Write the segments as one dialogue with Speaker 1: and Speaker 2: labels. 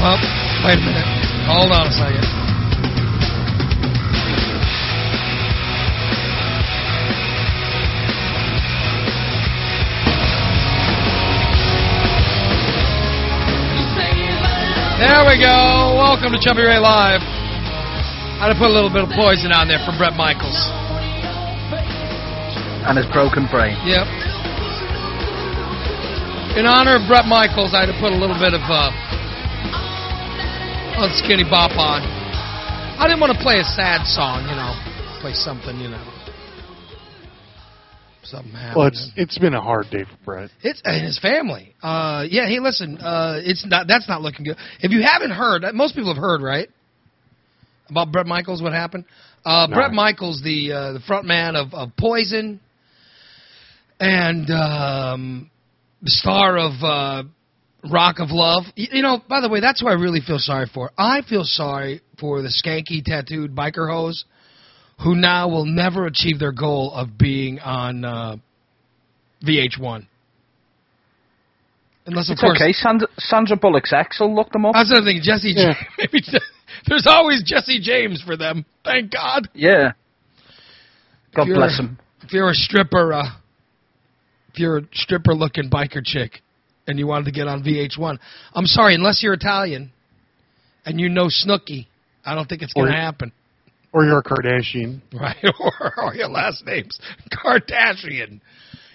Speaker 1: Well, wait a minute. Hold on a second. There we go. Welcome to Chubby Ray Live. I'd put a little bit of poison on there from Brett Michaels.
Speaker 2: and his broken brain.
Speaker 1: Yep. In honor of Brett Michaels, I had to put a little bit of uh, on Skinny Bop on. I didn't want to play a sad song, you know. Play something, you know. Something happened.
Speaker 3: Well, it's it's been a hard day for Brett.
Speaker 1: It's and his family. Uh, yeah. Hey, listen. Uh, it's not. That's not looking good. If you haven't heard, uh, most people have heard, right? About Brett Michaels, what happened? Uh,
Speaker 3: No.
Speaker 1: Brett Michaels, the uh, the front man of, of Poison, and um, the star of uh, Rock of Love. Y- You know, by the way, that's who I really feel sorry for. I feel sorry for the skanky tattooed biker hoes who now will never achieve their goal of being on uh, VH1. Unless, of
Speaker 2: It's
Speaker 1: course,
Speaker 2: okay. Sandra, Sandra Bullock's ex will look them up.
Speaker 1: I was sort of thinking Jesse.
Speaker 3: Yeah.
Speaker 1: James. Maybe there's always Jesse James for them. Thank God.
Speaker 2: yeah. God
Speaker 1: You're-
Speaker 2: bless him.
Speaker 1: If you're a stripper, uh, if you're a stripper-looking biker chick, and you wanted to get on VH1, I'm sorry, unless you're Italian, and you know Snooki, I don't think it's going
Speaker 3: Or-
Speaker 1: to happen.
Speaker 3: Or you're a Kardashian.
Speaker 1: right? or, or your last name's Kardashian.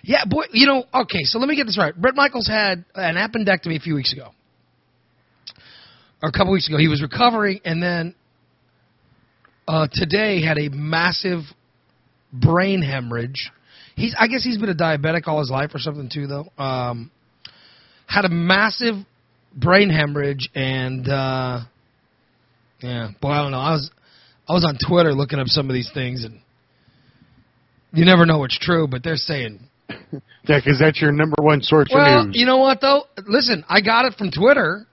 Speaker 1: Yeah, boy, you know, okay, so let me get this right. Brett Michaels had an appendectomy a few weeks ago, or a couple weeks ago. He was recovering, and then uh, today had a massive brain hemorrhage. He's, I guess he's been a diabetic all his life or something, too, though. Um, had a massive brain hemorrhage, and uh, yeah, boy, I don't know. I was, I was on Twitter looking up some of these things, and you never know what's true, but they're saying.
Speaker 3: Yeah, because that's your number one source
Speaker 1: Well,
Speaker 3: for news.
Speaker 1: you know what though? Listen, I got it from Twitter,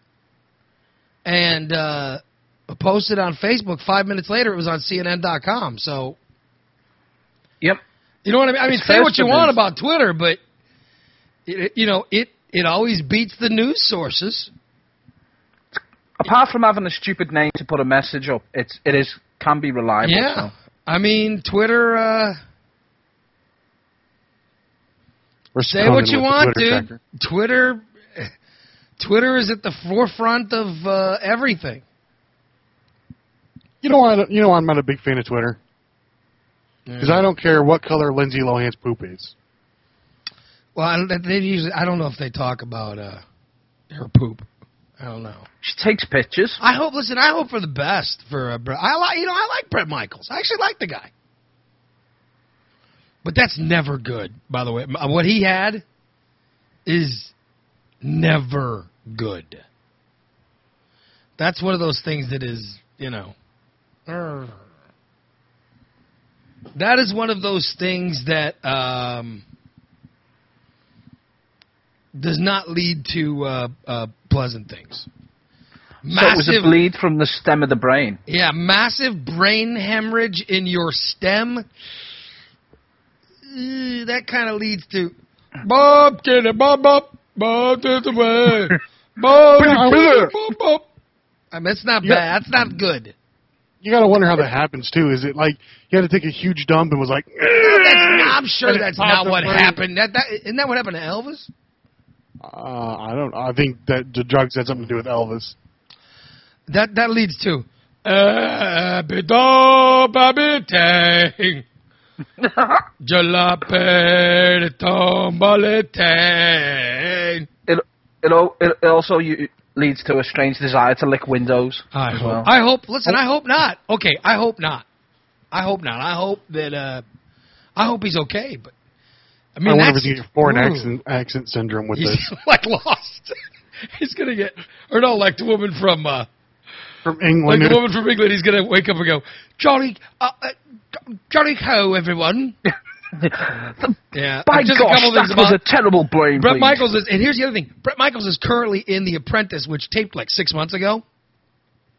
Speaker 1: and uh, posted on Facebook. Five minutes later, it was on CNN.com. So
Speaker 2: Yep.
Speaker 1: you know what I mean? I mean,
Speaker 2: It's
Speaker 1: say what
Speaker 2: fast
Speaker 1: you want
Speaker 2: news.
Speaker 1: about Twitter, but it, it- you know, it it always beats the news sources.
Speaker 2: Apart from having a stupid name to put a message up, it's it is can be reliable.
Speaker 1: Yeah.
Speaker 2: so.
Speaker 1: I mean, Twitter. Uh,
Speaker 3: We're
Speaker 1: Say what you
Speaker 3: stunning with the
Speaker 1: want,
Speaker 3: Twitter
Speaker 1: dude.
Speaker 3: tracker.
Speaker 1: Twitter, Twitter is at the forefront of uh, everything.
Speaker 3: You know, I don't- you know, I'm not a big fan of Twitter because I don't care what color Lindsay Lohan's poop is.
Speaker 1: Well, I, don't- they usually I don't know if they talk about uh, her poop. I don't know.
Speaker 2: She takes pictures.
Speaker 1: I hope. Listen, I hope for the best for uh, Brett. I like you know I like Brett Michaels. I actually like the guy. But that's never good. By the way, M- uh, what he had is never good. That's one of those things that is you know. er. That is one of those things that um, does not lead to uh, uh, pleasant things.
Speaker 2: So it was a bleed from the stem of the brain.
Speaker 1: Yeah, massive brain hemorrhage in your stem. Ew, that kind of leads to Bob, get it, Bob, Bob, Bob, get away, Bob, Bob, Bob, Bob. I mean, it's not
Speaker 3: Yeah.
Speaker 1: bad. That's not good.
Speaker 3: You gotta wonder how that happens too. Is it like you had to take a huge dump and was like?
Speaker 1: That's not, I'm sure
Speaker 3: And it
Speaker 1: that's
Speaker 3: popped
Speaker 1: not
Speaker 3: the
Speaker 1: what
Speaker 3: brain.
Speaker 1: happened. That, that isn't that what happened to Elvis?
Speaker 3: Uh, I don't. I think that the drugs had something to do with Elvis.
Speaker 1: That that leads to Happy Dog Baby Tang. Jalapeno Tombale Tang.
Speaker 2: It it, al- it it also you, leads to a strange desire to lick windows.
Speaker 1: I
Speaker 2: as
Speaker 1: hope.
Speaker 2: well.
Speaker 1: I hope. Listen, I hope not. Okay, I hope not. I hope not. I hope that. uh I hope he's okay. But I
Speaker 3: I
Speaker 1: mean,
Speaker 3: wonder
Speaker 1: that's
Speaker 3: if you get foreign
Speaker 1: ooh,
Speaker 3: accent accent syndrome with
Speaker 1: He's
Speaker 3: this
Speaker 1: like lost. he's gonna get, or no, like the woman from, uh
Speaker 3: from
Speaker 1: like
Speaker 3: England.
Speaker 1: the woman from England. He's gonna wake up and go, Johnny, uh, uh, Jo- Johnny Ho, everyone. yeah,
Speaker 2: By
Speaker 1: just a
Speaker 2: gosh,
Speaker 1: couple
Speaker 2: that
Speaker 1: things
Speaker 2: was
Speaker 1: about.
Speaker 2: a terrible brain
Speaker 1: Brett
Speaker 2: bleed.
Speaker 1: Michaels is, and here's the other thing. Brett Michaels is currently in The Apprentice, which taped like six months ago.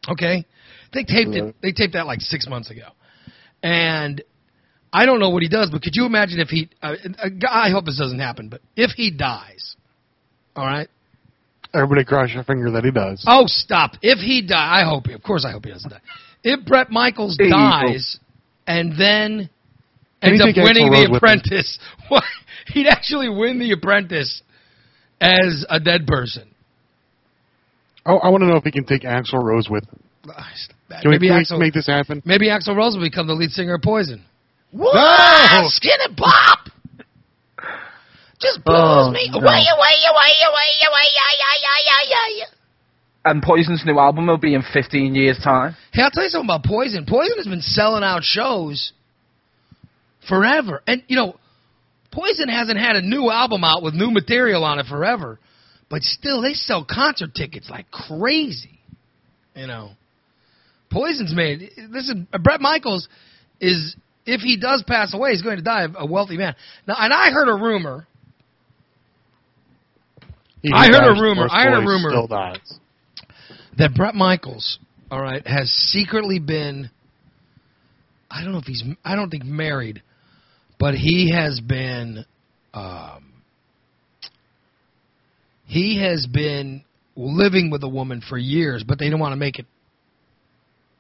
Speaker 1: Okay, they taped
Speaker 3: Yeah.
Speaker 1: it. They taped that like six months ago, and I don't know what he does. But could you imagine if he? Uh, uh, I hope this doesn't happen, but if he dies, all right,
Speaker 3: Everybody cross your finger that he does.
Speaker 1: Oh, stop. If he die, I hope he, of course I hope he doesn't die. If Brett Michaels
Speaker 2: Evil.
Speaker 1: dies and then
Speaker 3: And
Speaker 1: ends
Speaker 3: you
Speaker 1: up
Speaker 3: think
Speaker 1: winning The
Speaker 3: Axl Rose with him.
Speaker 1: Apprentice, what, he'd actually win The Apprentice as a dead person.
Speaker 3: Oh, I want to know if he can take Axl Rose with him.
Speaker 1: Ah, stop that.
Speaker 3: Can we
Speaker 1: maybe
Speaker 3: please
Speaker 1: Axel,
Speaker 3: make this happen?
Speaker 1: maybe Axel Rose will become the lead singer of Poison. Oh! What?
Speaker 3: No!
Speaker 1: Skin and pop! Just blows
Speaker 2: Oh,
Speaker 1: me
Speaker 2: no.
Speaker 1: away, away, away, away, away, yeah, yeah, yeah, yeah, yeah.
Speaker 2: And Poison's new album will be in 15 years' time.
Speaker 1: Hey, I'll tell you something about Poison. Poison has been selling out shows forever. And, you know, Poison hasn't had a new album out with new material on it forever. But still, they sell concert tickets like crazy. You know, Poison's made. Listen, Brett Michaels is, if he does pass away, he's going to die a wealthy man. Now, and I heard a rumor.
Speaker 3: He
Speaker 1: I heard a
Speaker 3: dies
Speaker 1: rumor.
Speaker 3: first
Speaker 1: I heard a
Speaker 3: before he
Speaker 1: rumor.
Speaker 3: Still dies.
Speaker 1: that Brett Michaels, all right, has secretly been. I don't know if he's. I don't think married, but he has been. Um, he has been living with a woman for years, but they didn't want to make it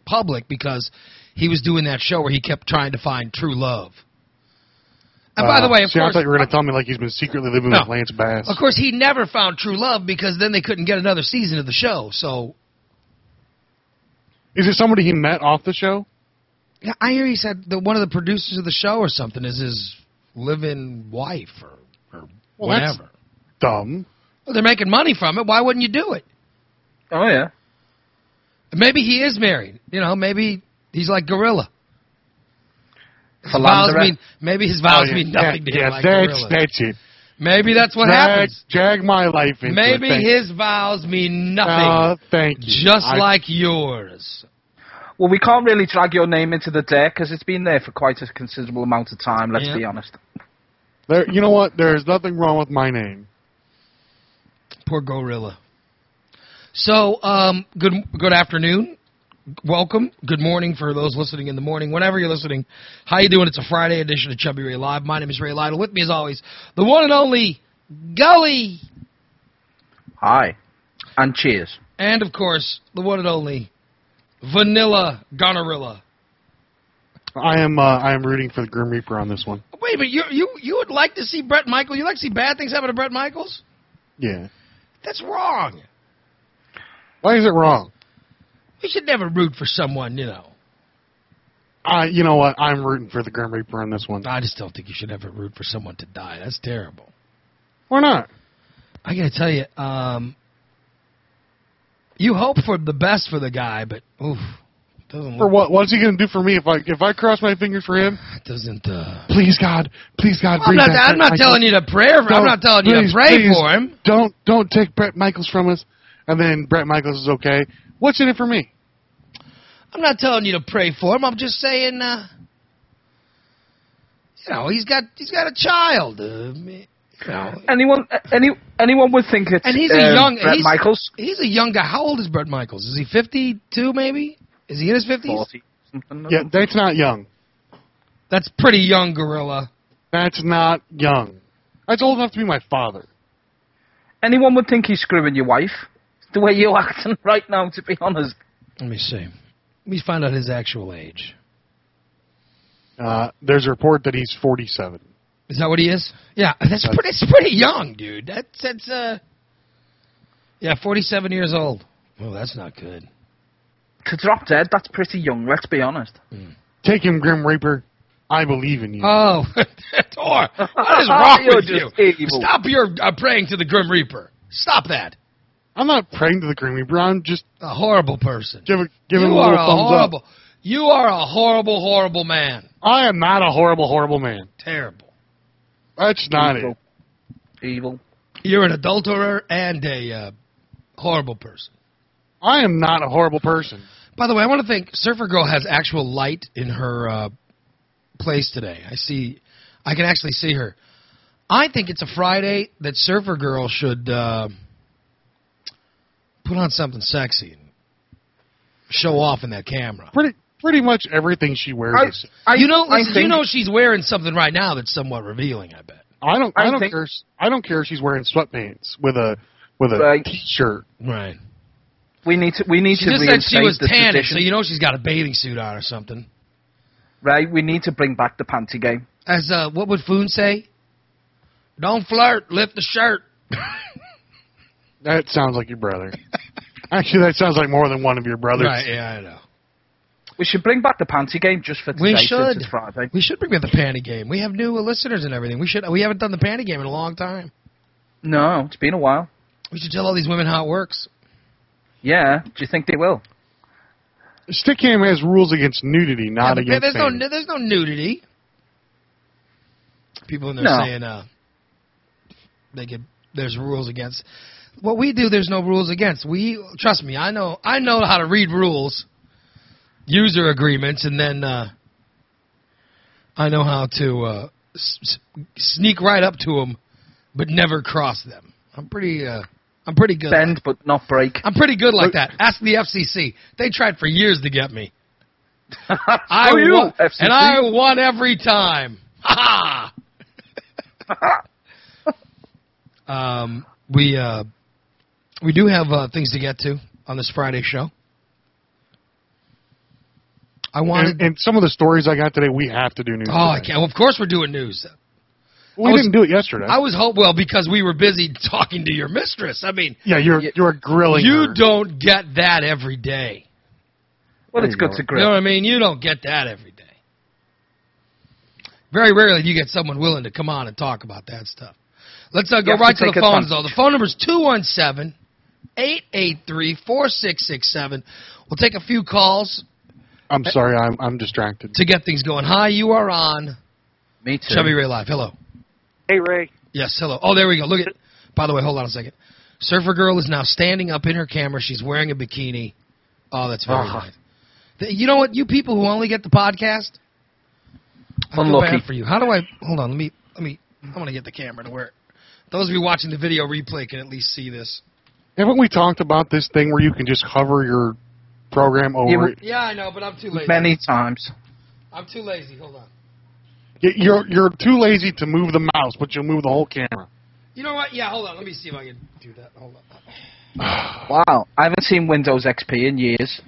Speaker 1: public because he was doing that show where he kept trying to find true love. And by
Speaker 3: Uh,
Speaker 1: the way, of
Speaker 3: see, I
Speaker 1: course,
Speaker 3: thought you were going to tell me like he's been secretly living
Speaker 1: No.
Speaker 3: with Lance Bass.
Speaker 1: of course, he never found true love because then they couldn't get another season of the show. So
Speaker 3: Is it somebody he met off the show?
Speaker 1: Yeah, I hear he said that one of the producers of the show or something is his living wife or, or
Speaker 3: Well, that's-
Speaker 1: whatever.
Speaker 3: Dumb.
Speaker 1: Well, they're making money from it. Why wouldn't you do it?
Speaker 2: Oh, yeah.
Speaker 1: Maybe he is married. You know, maybe he's like Gorilla. His vows
Speaker 2: Philanderer.
Speaker 1: mean, maybe his vows mean nothing to
Speaker 3: Oh, yeah,
Speaker 1: him
Speaker 3: yeah,
Speaker 1: like
Speaker 3: that's
Speaker 1: Gorilla.
Speaker 3: that's it.
Speaker 1: Maybe that's what
Speaker 3: drag,
Speaker 1: happens.
Speaker 3: drag my life into
Speaker 1: Maybe
Speaker 3: it. Thank-
Speaker 1: his vows mean nothing,
Speaker 3: Uh, thank you.
Speaker 1: just
Speaker 3: I-
Speaker 1: like yours.
Speaker 2: Well, we can't really drag your name into the dirt because it's been there for quite a considerable amount of time, let's
Speaker 1: Yeah.
Speaker 2: be honest.
Speaker 3: There, you know what? There's nothing wrong with my name.
Speaker 1: Poor gorilla. So, um, good good afternoon. Welcome. Good morning for those listening in the morning. Whenever you're listening, how you doing? It's a Friday edition of Chubby Ray Live. My name is Ray Lytle. With me, as always, the one and only Gully,
Speaker 2: Hi. And cheers.
Speaker 1: and of course, the one and only Vanilla Gonorilla.
Speaker 3: I am uh, I am rooting for the Grim Reaper on this one.
Speaker 1: Wait a minute. You you you would like to see Brett Michaels? You like to see bad things happen to Brett Michaels?
Speaker 3: Yeah.
Speaker 1: That's wrong.
Speaker 3: Why is it wrong?
Speaker 1: We should never root for someone. You know.
Speaker 3: I, you know what? I'm rooting for the Grim Reaper on this one.
Speaker 1: I just don't think you should ever root for someone to die. That's terrible.
Speaker 3: Why not?
Speaker 1: I gotta tell you, um, you hope for the best for the guy, but oof, doesn't
Speaker 3: For
Speaker 1: look,
Speaker 3: what? What's he going to do for me if I if I cross my fingers for him?
Speaker 1: doesn't. Uh,
Speaker 3: Please God, please God.
Speaker 1: I'm not. I'm not telling you to pray. For, I'm not telling you to pray for him.
Speaker 3: Don't don't take Brett Michaels from us. And then Brett Michaels is okay. What's in it for me?
Speaker 1: I'm not telling you to pray for him. I'm just saying, uh, you know, he's got he's got a child. Uh, you know,
Speaker 2: Anyone uh, any, anyone would think it's
Speaker 1: and he's
Speaker 2: um,
Speaker 1: a young
Speaker 2: Bret
Speaker 1: he's,
Speaker 2: Michaels.
Speaker 1: He's a young guy. How old is Brett Michaels? Is he 52? Maybe is he in his 50s?
Speaker 2: 40, something.
Speaker 3: Yeah, that's not young.
Speaker 1: That's pretty young, gorilla.
Speaker 3: That's not young. That's old enough to be my father.
Speaker 2: Anyone would think he's screwing your wife. The way you're acting right now, to be honest.
Speaker 1: Let me see. Let me find out his actual age.
Speaker 3: Uh, there's a report that he's 47.
Speaker 1: Is that what he is? Yeah, that's
Speaker 3: That's-
Speaker 1: pretty. It's pretty young, dude. That's that's uh, yeah, forty-seven years old. Well, that's not good.
Speaker 2: To drop dead, that's pretty young, let's be honest.
Speaker 3: Take him, Grim Reaper. I believe in you.
Speaker 1: Oh, Tor, what is wrong
Speaker 2: You're
Speaker 1: with
Speaker 2: just
Speaker 1: you?
Speaker 2: evil.
Speaker 1: Stop your uh, praying to the Grim Reaper. Stop that.
Speaker 3: I'm not praying to the Grim Reaper. I'm just
Speaker 1: A horrible person.
Speaker 3: give, a, give
Speaker 1: you
Speaker 3: him a
Speaker 1: are
Speaker 3: little
Speaker 1: a
Speaker 3: thumbs
Speaker 1: horrible.
Speaker 3: up.
Speaker 1: You are a horrible, horrible man.
Speaker 3: I am not a horrible, horrible man.
Speaker 1: Terrible.
Speaker 3: That's not it.
Speaker 2: Evil. Evil.
Speaker 1: You're an adulterer and a uh, horrible person.
Speaker 3: I am not a horrible person.
Speaker 1: By the way, I want to thank Surfer Girl has actual light in her uh, place today. I see, I can actually see her. I think it's a Friday that Surfer Girl should uh, put on something sexy and show off in that camera.
Speaker 3: Pretty pretty much everything she wears.
Speaker 2: I,
Speaker 3: is-
Speaker 2: I,
Speaker 1: you know,
Speaker 2: I
Speaker 1: listen, you
Speaker 2: think-
Speaker 1: know she's wearing something right now that's somewhat revealing. I bet.
Speaker 3: I don't. I,
Speaker 2: I
Speaker 3: don't
Speaker 2: think-
Speaker 3: care. I don't care if she's wearing sweatpants with a with a
Speaker 2: Right.
Speaker 3: t-shirt.
Speaker 1: Right.
Speaker 2: We need to. We need
Speaker 1: She
Speaker 2: to
Speaker 1: just said
Speaker 2: reinstate
Speaker 1: she was
Speaker 2: the
Speaker 1: tanning,
Speaker 2: tradition,
Speaker 1: so you know she's got a bathing suit on or something.
Speaker 2: right? We need to bring back the panty game.
Speaker 1: As uh, what would Foon say? Don't flirt, lift the shirt.
Speaker 3: That sounds like your brother. Actually, that sounds like more than one of your brothers.
Speaker 1: Right, yeah, I know.
Speaker 2: We should bring back the panty game just for today
Speaker 1: We
Speaker 2: since
Speaker 1: should.
Speaker 2: it's Friday.
Speaker 1: We should bring back the panty game. We have new listeners and everything. We should. We haven't done the panty game in a long time.
Speaker 2: No, it's been a while.
Speaker 1: We should tell all these women how it works.
Speaker 2: Yeah. Do you think they will?
Speaker 3: Stick Cam has rules against nudity, not
Speaker 1: Yeah, but
Speaker 3: against.
Speaker 1: there's no
Speaker 3: panties.
Speaker 1: nu- there's no nudity. People in there
Speaker 2: No.
Speaker 1: saying uh, they could. There's rules against. What we do, there's no rules against. We trust me. I know. I know how to read rules, user agreements, and then uh, I know how to uh, s- s- sneak right up to them, but never cross them. I'm pretty. Uh, I'm pretty good.
Speaker 2: Bend but not break.
Speaker 1: I'm pretty good like that. Ask the FCC. They tried for years to get me. I
Speaker 2: So you,
Speaker 1: won,
Speaker 2: FCC.
Speaker 1: and I won every time. Ha ha. um, we uh, we do have uh, things to get to on this Friday show. I wanted.
Speaker 3: And, and some of the stories I got today, we have to do news.
Speaker 1: oh, I
Speaker 3: today.
Speaker 1: can't. Well, of course, we're doing news.
Speaker 3: We
Speaker 1: I was-
Speaker 3: didn't do it yesterday.
Speaker 1: I was hope well because we were busy talking to your mistress. I mean,
Speaker 3: yeah, you're
Speaker 2: You-
Speaker 3: you're grilling.
Speaker 1: you
Speaker 3: her.
Speaker 1: don't get that every day.
Speaker 2: well, it's
Speaker 3: There
Speaker 2: good to
Speaker 3: you go.
Speaker 1: You know
Speaker 2: grill.
Speaker 1: what I mean? You don't get that every day. Very rarely do you get someone willing to come on and talk about that stuff. Let's uh, go
Speaker 2: have to
Speaker 1: right to,
Speaker 2: take
Speaker 1: the phones,
Speaker 2: advantage.
Speaker 1: though. The phone number is 217 883 4667. We'll take a few calls
Speaker 3: I'm sorry, I'm I'm distracted.
Speaker 1: to get things going. Hi, you are on
Speaker 2: Me too.
Speaker 1: Chubby Ray Live. Hello.
Speaker 4: Hey Ray,
Speaker 1: Yes, hello. Oh, there we go. Look at. By the way, hold on a second. Surfer Girl is now standing up in her camera. She's wearing a bikini. Oh, that's very
Speaker 2: Ah.
Speaker 4: Uh-huh.
Speaker 1: nice. Th- You know what? You people who only get the podcast, I feel
Speaker 2: Unlucky.
Speaker 1: bad for you. How do I? Hold on. Let me. Let me. I'm gonna get the camera to where those of you watching the video replay can at least see this.
Speaker 3: Haven't we talked about this thing where you can just hover your program over?
Speaker 2: Yeah,
Speaker 3: it?
Speaker 1: Yeah, I know, but I'm too lazy.
Speaker 2: Many times.
Speaker 1: I'm too lazy. Hold on.
Speaker 3: Y- You're you're too lazy to move the mouse, but you'll move the whole camera.
Speaker 1: You know what? Yeah, hold on. Let me see if I can do that. Hold on.
Speaker 2: Wow, I haven't seen Windows XP in years.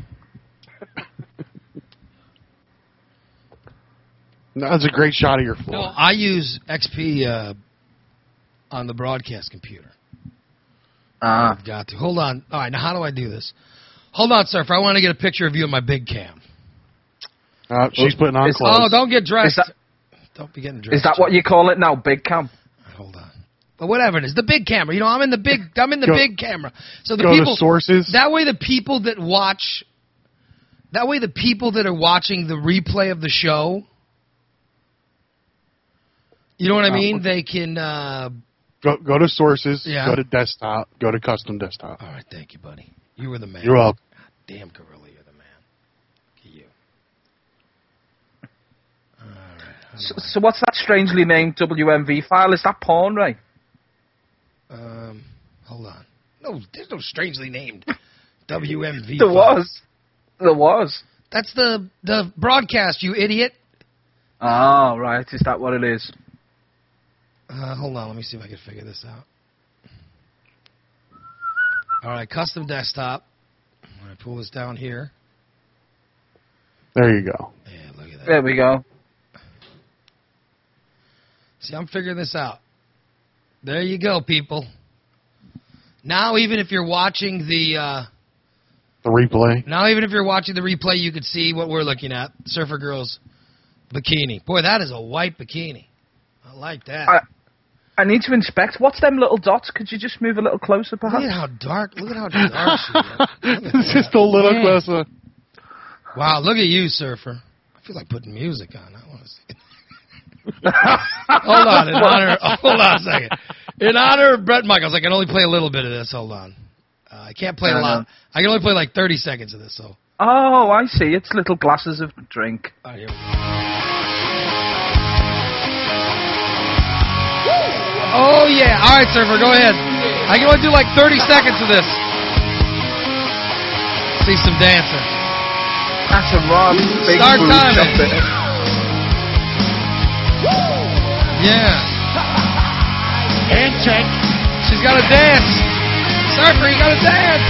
Speaker 3: No, That's a great shot of your floor.
Speaker 1: No, I use XP uh, on the broadcast computer.
Speaker 2: Ah,
Speaker 1: I've got to. Hold on. All right, now how do I do this? Hold on, Surfer. I want to get a picture of you in my big cam.
Speaker 3: Uh, she's putting on
Speaker 2: It's-
Speaker 3: clothes.
Speaker 1: Oh, don't get
Speaker 2: is
Speaker 1: dressed.
Speaker 2: that
Speaker 1: don't be getting dressed.
Speaker 2: is that what you call it now, big cam?
Speaker 1: Hold on. But whatever it is, the big camera. You know, I'm in the big. I'm in the
Speaker 3: Go-
Speaker 1: big camera. So the
Speaker 3: Go
Speaker 1: people.
Speaker 3: to sources.
Speaker 1: That way, the people that watch. That way, the people that are watching the replay of the show. You know what I mean? They can. Uh,
Speaker 3: go, go to sources.
Speaker 1: Yeah.
Speaker 3: Go to desktop. Go to custom desktop.
Speaker 1: all right, thank you, buddy. You were the man.
Speaker 3: You're welcome.
Speaker 1: Damn gorilla, you're the man. Look at you.
Speaker 2: So, so what's that strangely named WMV file? Is that porn, Ray?
Speaker 1: Um, hold on. No, there's no strangely named WMV.
Speaker 2: There
Speaker 1: file.
Speaker 2: was. There was.
Speaker 1: That's the the broadcast, you idiot.
Speaker 2: Oh, right. Is that what it is?
Speaker 1: Uh, hold on, let me see if I can figure this out. All right, custom desktop. I'm gonna pull this down here.
Speaker 3: There you go.
Speaker 1: Yeah, look at that.
Speaker 2: There we go.
Speaker 1: See, I'm figuring this out. There you go, people. Now, even if you're watching the uh,
Speaker 3: The replay.
Speaker 1: Now, even if you're watching the replay, you could see what we're looking at Surfer Girl's bikini. Boy, that is a white bikini. I like that.
Speaker 2: I- I need to inspect. What's them little dots? Could you just move a little closer,
Speaker 1: look
Speaker 2: perhaps?
Speaker 1: at how dark. Look at how dark she is.
Speaker 3: it's just a little
Speaker 1: Yeah.
Speaker 3: closer.
Speaker 1: Wow, look at you, Surfer. I feel like putting music on. I want to see. hold on, in honor. Hold on a second. In honor of Brett Michaels, I can only play a little bit of this. Hold on. Uh, I can't play a
Speaker 2: No,
Speaker 1: lot.
Speaker 2: no.
Speaker 1: I can only play like 30 seconds of this. So.
Speaker 2: Oh, I see. It's little glasses of drink.
Speaker 1: All right, here Oh yeah! All right, surfer, go ahead. I can only do like 30 seconds of this. See some dancing.
Speaker 2: That's a rod. Big
Speaker 1: Start
Speaker 2: blue
Speaker 1: timing.
Speaker 2: trumpet.
Speaker 1: Yeah. Hand check. She's got a dance. Sucker, he got his ass.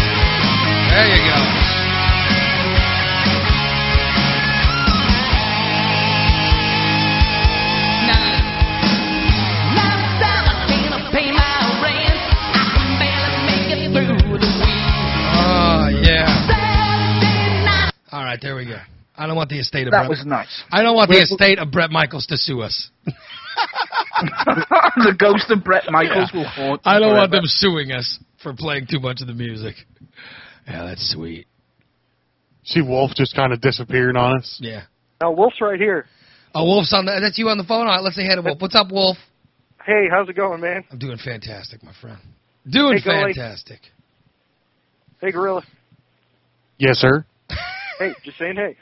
Speaker 1: There you go. Oh, yeah. All right, there we go. I don't want the estate of
Speaker 2: That
Speaker 1: Brett.
Speaker 2: was nice.
Speaker 1: I don't want the
Speaker 3: Wait, wait.
Speaker 1: estate of Brett Michaels to sue us.
Speaker 2: the ghost of Brett Michaels will haunt.
Speaker 1: I don't
Speaker 2: forever.
Speaker 1: want them suing us for playing too much of the music. Yeah, that's sweet.
Speaker 3: See, Wolf just kind of disappeared on us.
Speaker 1: Yeah.
Speaker 4: Now, Wolf's right here.
Speaker 1: Oh, Wolf's on the. That's you on the phone. All right, let's say hi to Wolf. What's up, Wolf?
Speaker 4: Hey, how's it going, man?
Speaker 1: I'm doing fantastic, my friend. Doing
Speaker 4: Hey, go, like-
Speaker 1: fantastic.
Speaker 4: Hey, Gorilla.
Speaker 3: Yes, sir.
Speaker 4: Hey, just saying hey.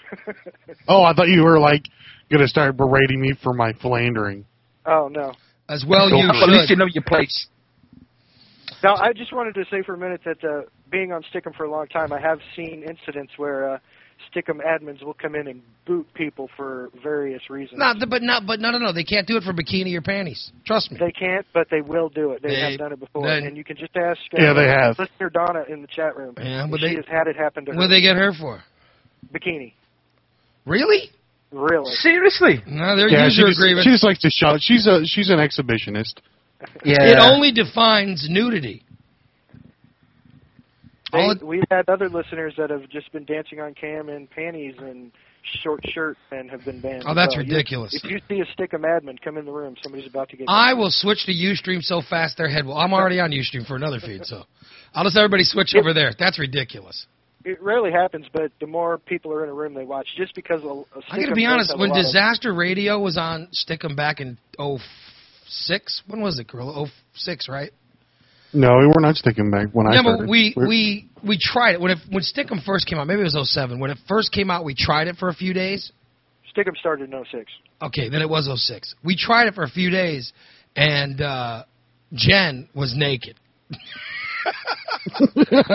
Speaker 3: Oh, I thought you were like gonna start berating me for my philandering.
Speaker 4: oh, no.
Speaker 1: As well
Speaker 3: Go
Speaker 1: you
Speaker 3: for
Speaker 2: Well, at least you
Speaker 1: should.
Speaker 2: know your place.
Speaker 4: Now, I just wanted to say for a minute that uh, being on Stickum for a long time, I have seen incidents where uh, Stickum admins will come in and boot people for various reasons.
Speaker 1: Not, the- but not, but no, no, no. They can't do it for bikini or panties. Trust me.
Speaker 4: They can't, but they will do it. They,
Speaker 1: They-
Speaker 4: have done it before,
Speaker 1: they-
Speaker 4: and you can just ask. Uh,
Speaker 3: Yeah, they have.
Speaker 4: Listener Donna in the chat room.
Speaker 1: Yeah, but
Speaker 4: she
Speaker 1: they-
Speaker 4: has had it happen to her.
Speaker 1: What they get her for?
Speaker 4: Bikini,
Speaker 1: Really?
Speaker 4: really?
Speaker 2: Seriously?
Speaker 1: No, their
Speaker 3: yeah, she
Speaker 1: user
Speaker 3: just,
Speaker 1: agreement.
Speaker 3: she just likes to shout. She's a she's an exhibitionist.
Speaker 2: Yeah.
Speaker 1: It only defines nudity.
Speaker 4: They-
Speaker 1: All it-
Speaker 4: we've had other listeners that have just been dancing on cam in panties and short shirts and have been banned.
Speaker 1: Oh, that's
Speaker 4: So you-
Speaker 1: ridiculous.
Speaker 4: if you see a stick of admin come in the room, somebody's about to get.
Speaker 1: I will switch to Ustream so fast their head will. I'm already on Ustream for another feed, so I'll just everybody switch over there. That's ridiculous.
Speaker 4: It rarely happens, but the more people are in a room, they watch. Just because a, a
Speaker 1: I gotta
Speaker 4: Stickum
Speaker 1: be
Speaker 4: does
Speaker 1: honest.
Speaker 4: have a
Speaker 1: When
Speaker 4: lot of-
Speaker 1: Disaster Radio was on Stickum back in oh six, when was it, Gorilla? Oh six, right?
Speaker 3: No, we were not sticking back when I
Speaker 1: Yeah,
Speaker 3: started.
Speaker 1: but we
Speaker 3: We're-
Speaker 1: we we tried it when it, when Stickum first came out. Maybe it was 07. When it first came out, we tried it for a few days.
Speaker 4: Stickum started in 06.
Speaker 1: Okay, then it was 06. We tried it for a few days, and uh, Jen was naked.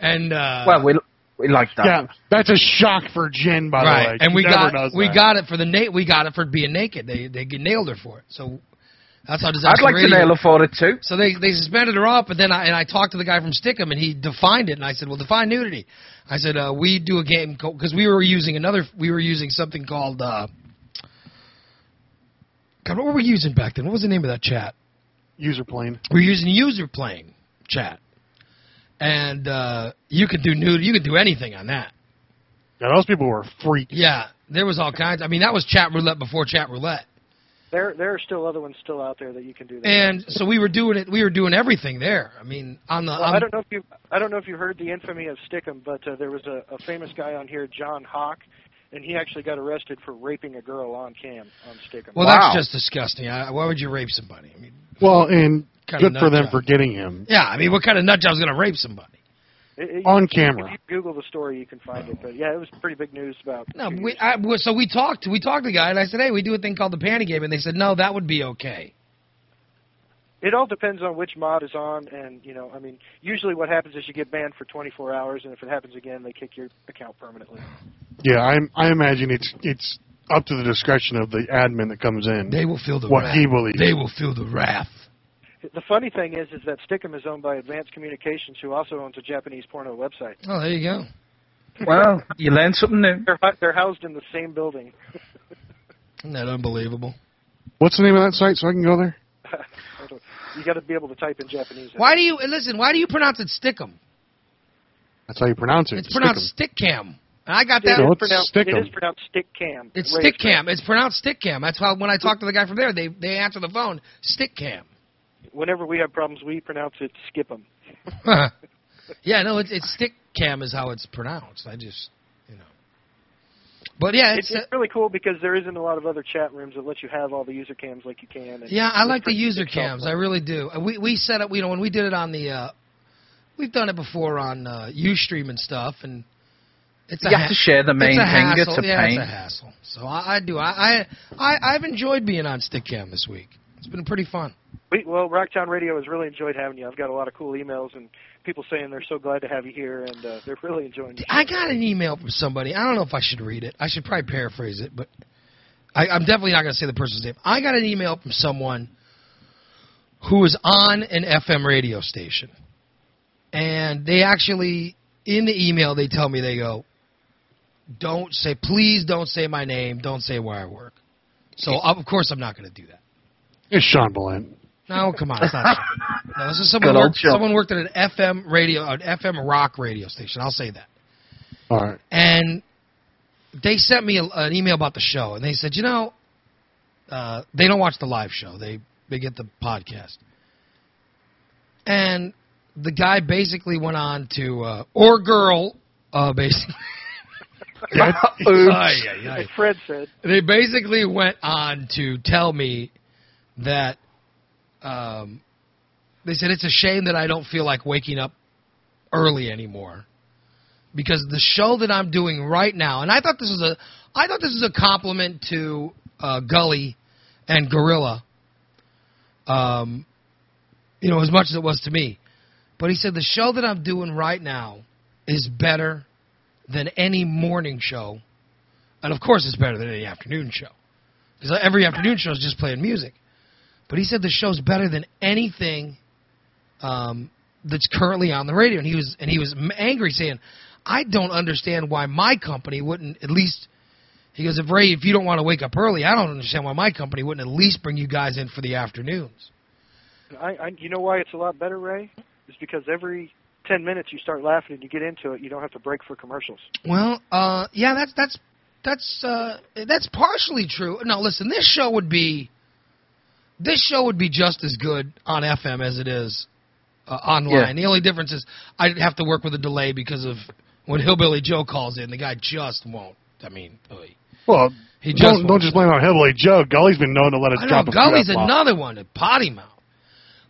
Speaker 1: and uh,
Speaker 2: Well, we, we like that.
Speaker 3: yeah, that's a shock for Jen, by
Speaker 1: right,
Speaker 3: the way.
Speaker 1: and
Speaker 3: She
Speaker 1: we
Speaker 3: never
Speaker 1: got
Speaker 3: does
Speaker 1: we
Speaker 3: that.
Speaker 1: got it for the na- we got it for being naked. They they get nailed her for it. So that's how disaster.
Speaker 2: I'd like to
Speaker 1: radio-
Speaker 2: nail her for it too.
Speaker 1: So they they suspended her off, but then I and I talked to the guy from Stickum, and he defined it, and I said, well, define nudity. I said uh, we do a game because we were using another we were using something called. Uh, God, what were we using back then? What was the name of that chat?
Speaker 3: user plane.
Speaker 1: we're using user plane chat, and uh, you could do nude, you could do anything on that.
Speaker 3: Yeah, those people were freaks.
Speaker 1: Yeah, there was all kinds. I mean, that was chat roulette before chat roulette,
Speaker 4: There, there are still other ones still out there that you can do. That.
Speaker 1: and so we were doing it. We were doing everything there. I mean, on the
Speaker 4: Well,
Speaker 1: on,
Speaker 4: I don't know if you I don't know if you heard the infamy of Stickum, but uh, there was a, a famous guy on here, John Hawk, and he actually got arrested for raping a girl on cam on Stickum.
Speaker 1: well,
Speaker 2: Wow.
Speaker 1: that's just disgusting. I, why would you rape somebody? I mean,
Speaker 3: Well, and
Speaker 1: Kinda
Speaker 3: good for them
Speaker 1: nutjob.
Speaker 3: for getting him
Speaker 1: yeah, I mean, what kind of nut job's going to rape somebody?
Speaker 4: It- it-
Speaker 3: on
Speaker 4: if
Speaker 3: camera.
Speaker 4: you Google the story, you can find it. But yeah, it was pretty big news about.
Speaker 1: No,
Speaker 4: two
Speaker 1: we,
Speaker 4: years
Speaker 1: I, we- so we talked. We talked to the guy, and I said, "Hey, we do a thing called the panty game," and they said, "No, that would be okay."
Speaker 4: It all depends on which mod is on, and you know, I mean, usually what happens is you get banned for 24 hours, and if it happens again, they kick your account permanently.
Speaker 3: Yeah, I I imagine it's it's up to the discretion of the admin that comes in.
Speaker 1: They will feel the
Speaker 3: What
Speaker 1: wrath.
Speaker 3: he believes.
Speaker 1: They will feel the wrath.
Speaker 4: The funny thing is, is that Stickum is owned by Advanced Communications, who also owns a Japanese porno website.
Speaker 1: Oh, there you go.
Speaker 2: Well, you learn something new.
Speaker 4: They're hu- they're housed in the same building.
Speaker 1: Isn't that unbelievable?
Speaker 3: What's the name of that site so I can go there?
Speaker 4: I don't- you got to be able to type in Japanese.
Speaker 1: Why do you and listen? Why do you pronounce it stickum?
Speaker 3: That's how you pronounce it.
Speaker 1: It's
Speaker 3: Stick 'em.
Speaker 1: pronounced stick cam. And I got
Speaker 4: It
Speaker 1: that.
Speaker 3: No,
Speaker 4: is
Speaker 3: it's
Speaker 4: pronounced,
Speaker 3: stick
Speaker 4: it
Speaker 3: 'em.
Speaker 4: is pronounced stick cam.
Speaker 1: It's
Speaker 4: Way
Speaker 1: stick
Speaker 4: strange.
Speaker 1: cam. It's pronounced stick cam. That's how when I talk to the guy from there, they they answer the phone stick cam.
Speaker 4: Whenever we have problems, we pronounce it skip 'em.
Speaker 1: yeah, no, it's it's stick cam is how it's pronounced. I just you know. But yeah,
Speaker 4: It's,
Speaker 1: it's uh,
Speaker 4: it's really cool because there isn't a lot of other chat rooms that let you have all the user cams like you can. And
Speaker 1: yeah. I
Speaker 4: it's
Speaker 1: like the
Speaker 4: pretty
Speaker 1: user
Speaker 4: good software.
Speaker 1: cams. I really do. Uh, We we set up. You know, when we did it on the, uh we've done it before on uh UStream and stuff, and it's a
Speaker 2: You
Speaker 1: ha-
Speaker 2: have to share the
Speaker 1: it's
Speaker 2: main
Speaker 1: a
Speaker 2: thing.
Speaker 1: Hassle.
Speaker 2: It's a
Speaker 1: yeah,
Speaker 2: pain.
Speaker 1: It's a hassle. So I, I do. I, I I I've enjoyed being on Stick Cam this week. It's been pretty fun.
Speaker 4: We, well, Rocktown Radio has really enjoyed having you. I've got a lot of cool emails and people saying they're so glad to have you here and uh, they're really enjoying.
Speaker 1: I got an email from somebody. I don't know if I should read it. I should probably paraphrase it, but I, I'm definitely not going to say the person's name. I got an email from someone who was on an FM radio station, and they actually in the email they tell me they go, don't say please don't say my name, don't say where I work. So of course I'm not going to do that.
Speaker 3: It's Sean Ballant.
Speaker 1: No, come on, it's not. no, this is someone
Speaker 2: Good old
Speaker 1: worked,
Speaker 2: Sean.
Speaker 1: someone worked at an FM radio, an FM rock radio station. I'll say that.
Speaker 3: All right.
Speaker 1: And they sent me a, an email about the show, and they said, you know, uh, they don't watch the live show; they they get the podcast. And the guy basically went on to, uh, or girl, uh, basically. Ay, ay, ay.
Speaker 4: Like Fred said,
Speaker 1: they basically went on to tell me that um, they said it's a shame that I don't feel like waking up early anymore because the show that I'm doing right now, and I thought this was a, I thought this was a compliment to uh, Gully and Gorilla, um, you know, as much as it was to me. But he said the show that I'm doing right now is better than any morning show and of course, it's better than any afternoon show. Because every afternoon show is just playing music. But he said the show's better than anything um, that's currently on the radio. And he was and he was m- angry, saying, "I don't understand why my company wouldn't at least." He goes, "If Ray, if you don't want to wake up early, I don't understand why my company wouldn't at least bring you guys in for the afternoons."
Speaker 4: I, I, you know why it's a lot better, Ray? It's because every 10 minutes you start laughing and you get into it, you don't have to break for commercials.
Speaker 1: Well, uh, yeah, that's that's that's uh, that's partially true. Now, listen, this show would be this show would be just as good on FM as it is uh, online. The only difference is I'd have to work with a delay because of when Hillbilly Joe calls in, the guy just won't. I mean, oy.
Speaker 3: Well,
Speaker 1: he just
Speaker 3: don't,
Speaker 1: won't.
Speaker 3: don't just blame it on Heavily Joe. Gully's been known to let us
Speaker 1: I know,
Speaker 3: drop a few
Speaker 1: Gully's
Speaker 3: F-bombs.
Speaker 1: another one, a potty mouth.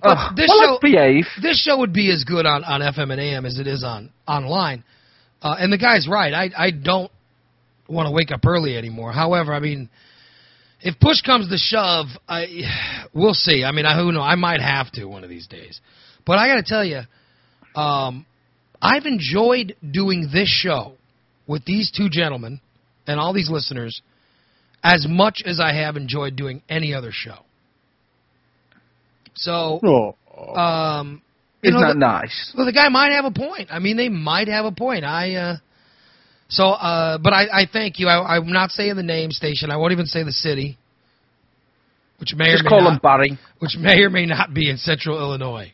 Speaker 1: But
Speaker 2: Ugh,
Speaker 1: this
Speaker 2: Oh, well,
Speaker 1: show,
Speaker 2: let's behave.
Speaker 1: this show would be as good on, on FM and AM as it is on online. Uh, and the guy's right. I I don't want to wake up early anymore. However, I mean, if push comes to shove, I we'll see. I mean, I who know? I might have to one of these days. But I got to tell you, um, I've enjoyed doing this show with these two gentlemen and all these listeners as much as I have enjoyed doing any other show. So
Speaker 3: Oh.
Speaker 1: um, you
Speaker 2: Isn't
Speaker 1: know,
Speaker 2: that
Speaker 1: the,
Speaker 2: nice?
Speaker 1: well, the guy might have a point. I mean, they might have a point. I uh, so, uh, but I, I thank you. I, I'm not saying the name station. I won't even say the city, which may or
Speaker 2: Just
Speaker 1: may
Speaker 2: call
Speaker 1: not,
Speaker 2: him Barry.
Speaker 1: which may or may not be in Central Illinois.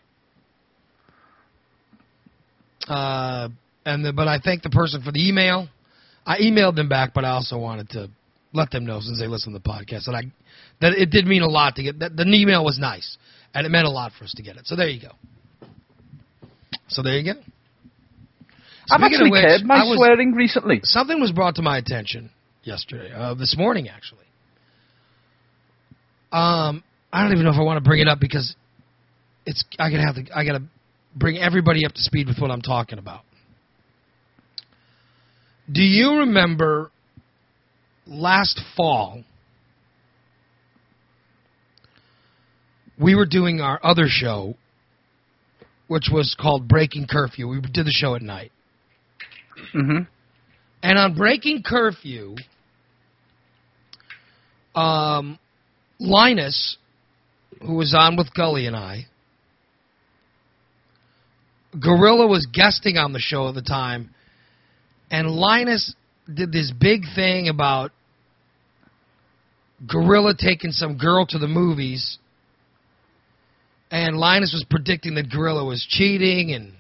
Speaker 1: Uh, and the, but I thank the person for the email. I emailed them back, but I also wanted to let them know since they listen to the podcast that I that it did mean a lot to get that the email was nice and it meant a lot for us to get it. So there you go. So there you go.
Speaker 2: I've
Speaker 1: Speaking of
Speaker 2: actually
Speaker 1: which,
Speaker 2: curbed my
Speaker 1: I was-
Speaker 2: swearing recently.
Speaker 1: something was brought to my attention yesterday, uh, this morning actually. Um, I don't even know if I want to bring it up because it's I gotta have to I gotta bring everybody up to speed with what I'm talking about. Do you remember last fall? We were doing our other show, which was called Breaking Curfew. We did the show at night.
Speaker 2: hmm
Speaker 1: And on breaking curfew, um, Linus, who was on with Gully and I, Gorilla was guesting on the show at the time, and Linus did this big thing about Gorilla taking some girl to the movies, and Linus was predicting that Gorilla was cheating and.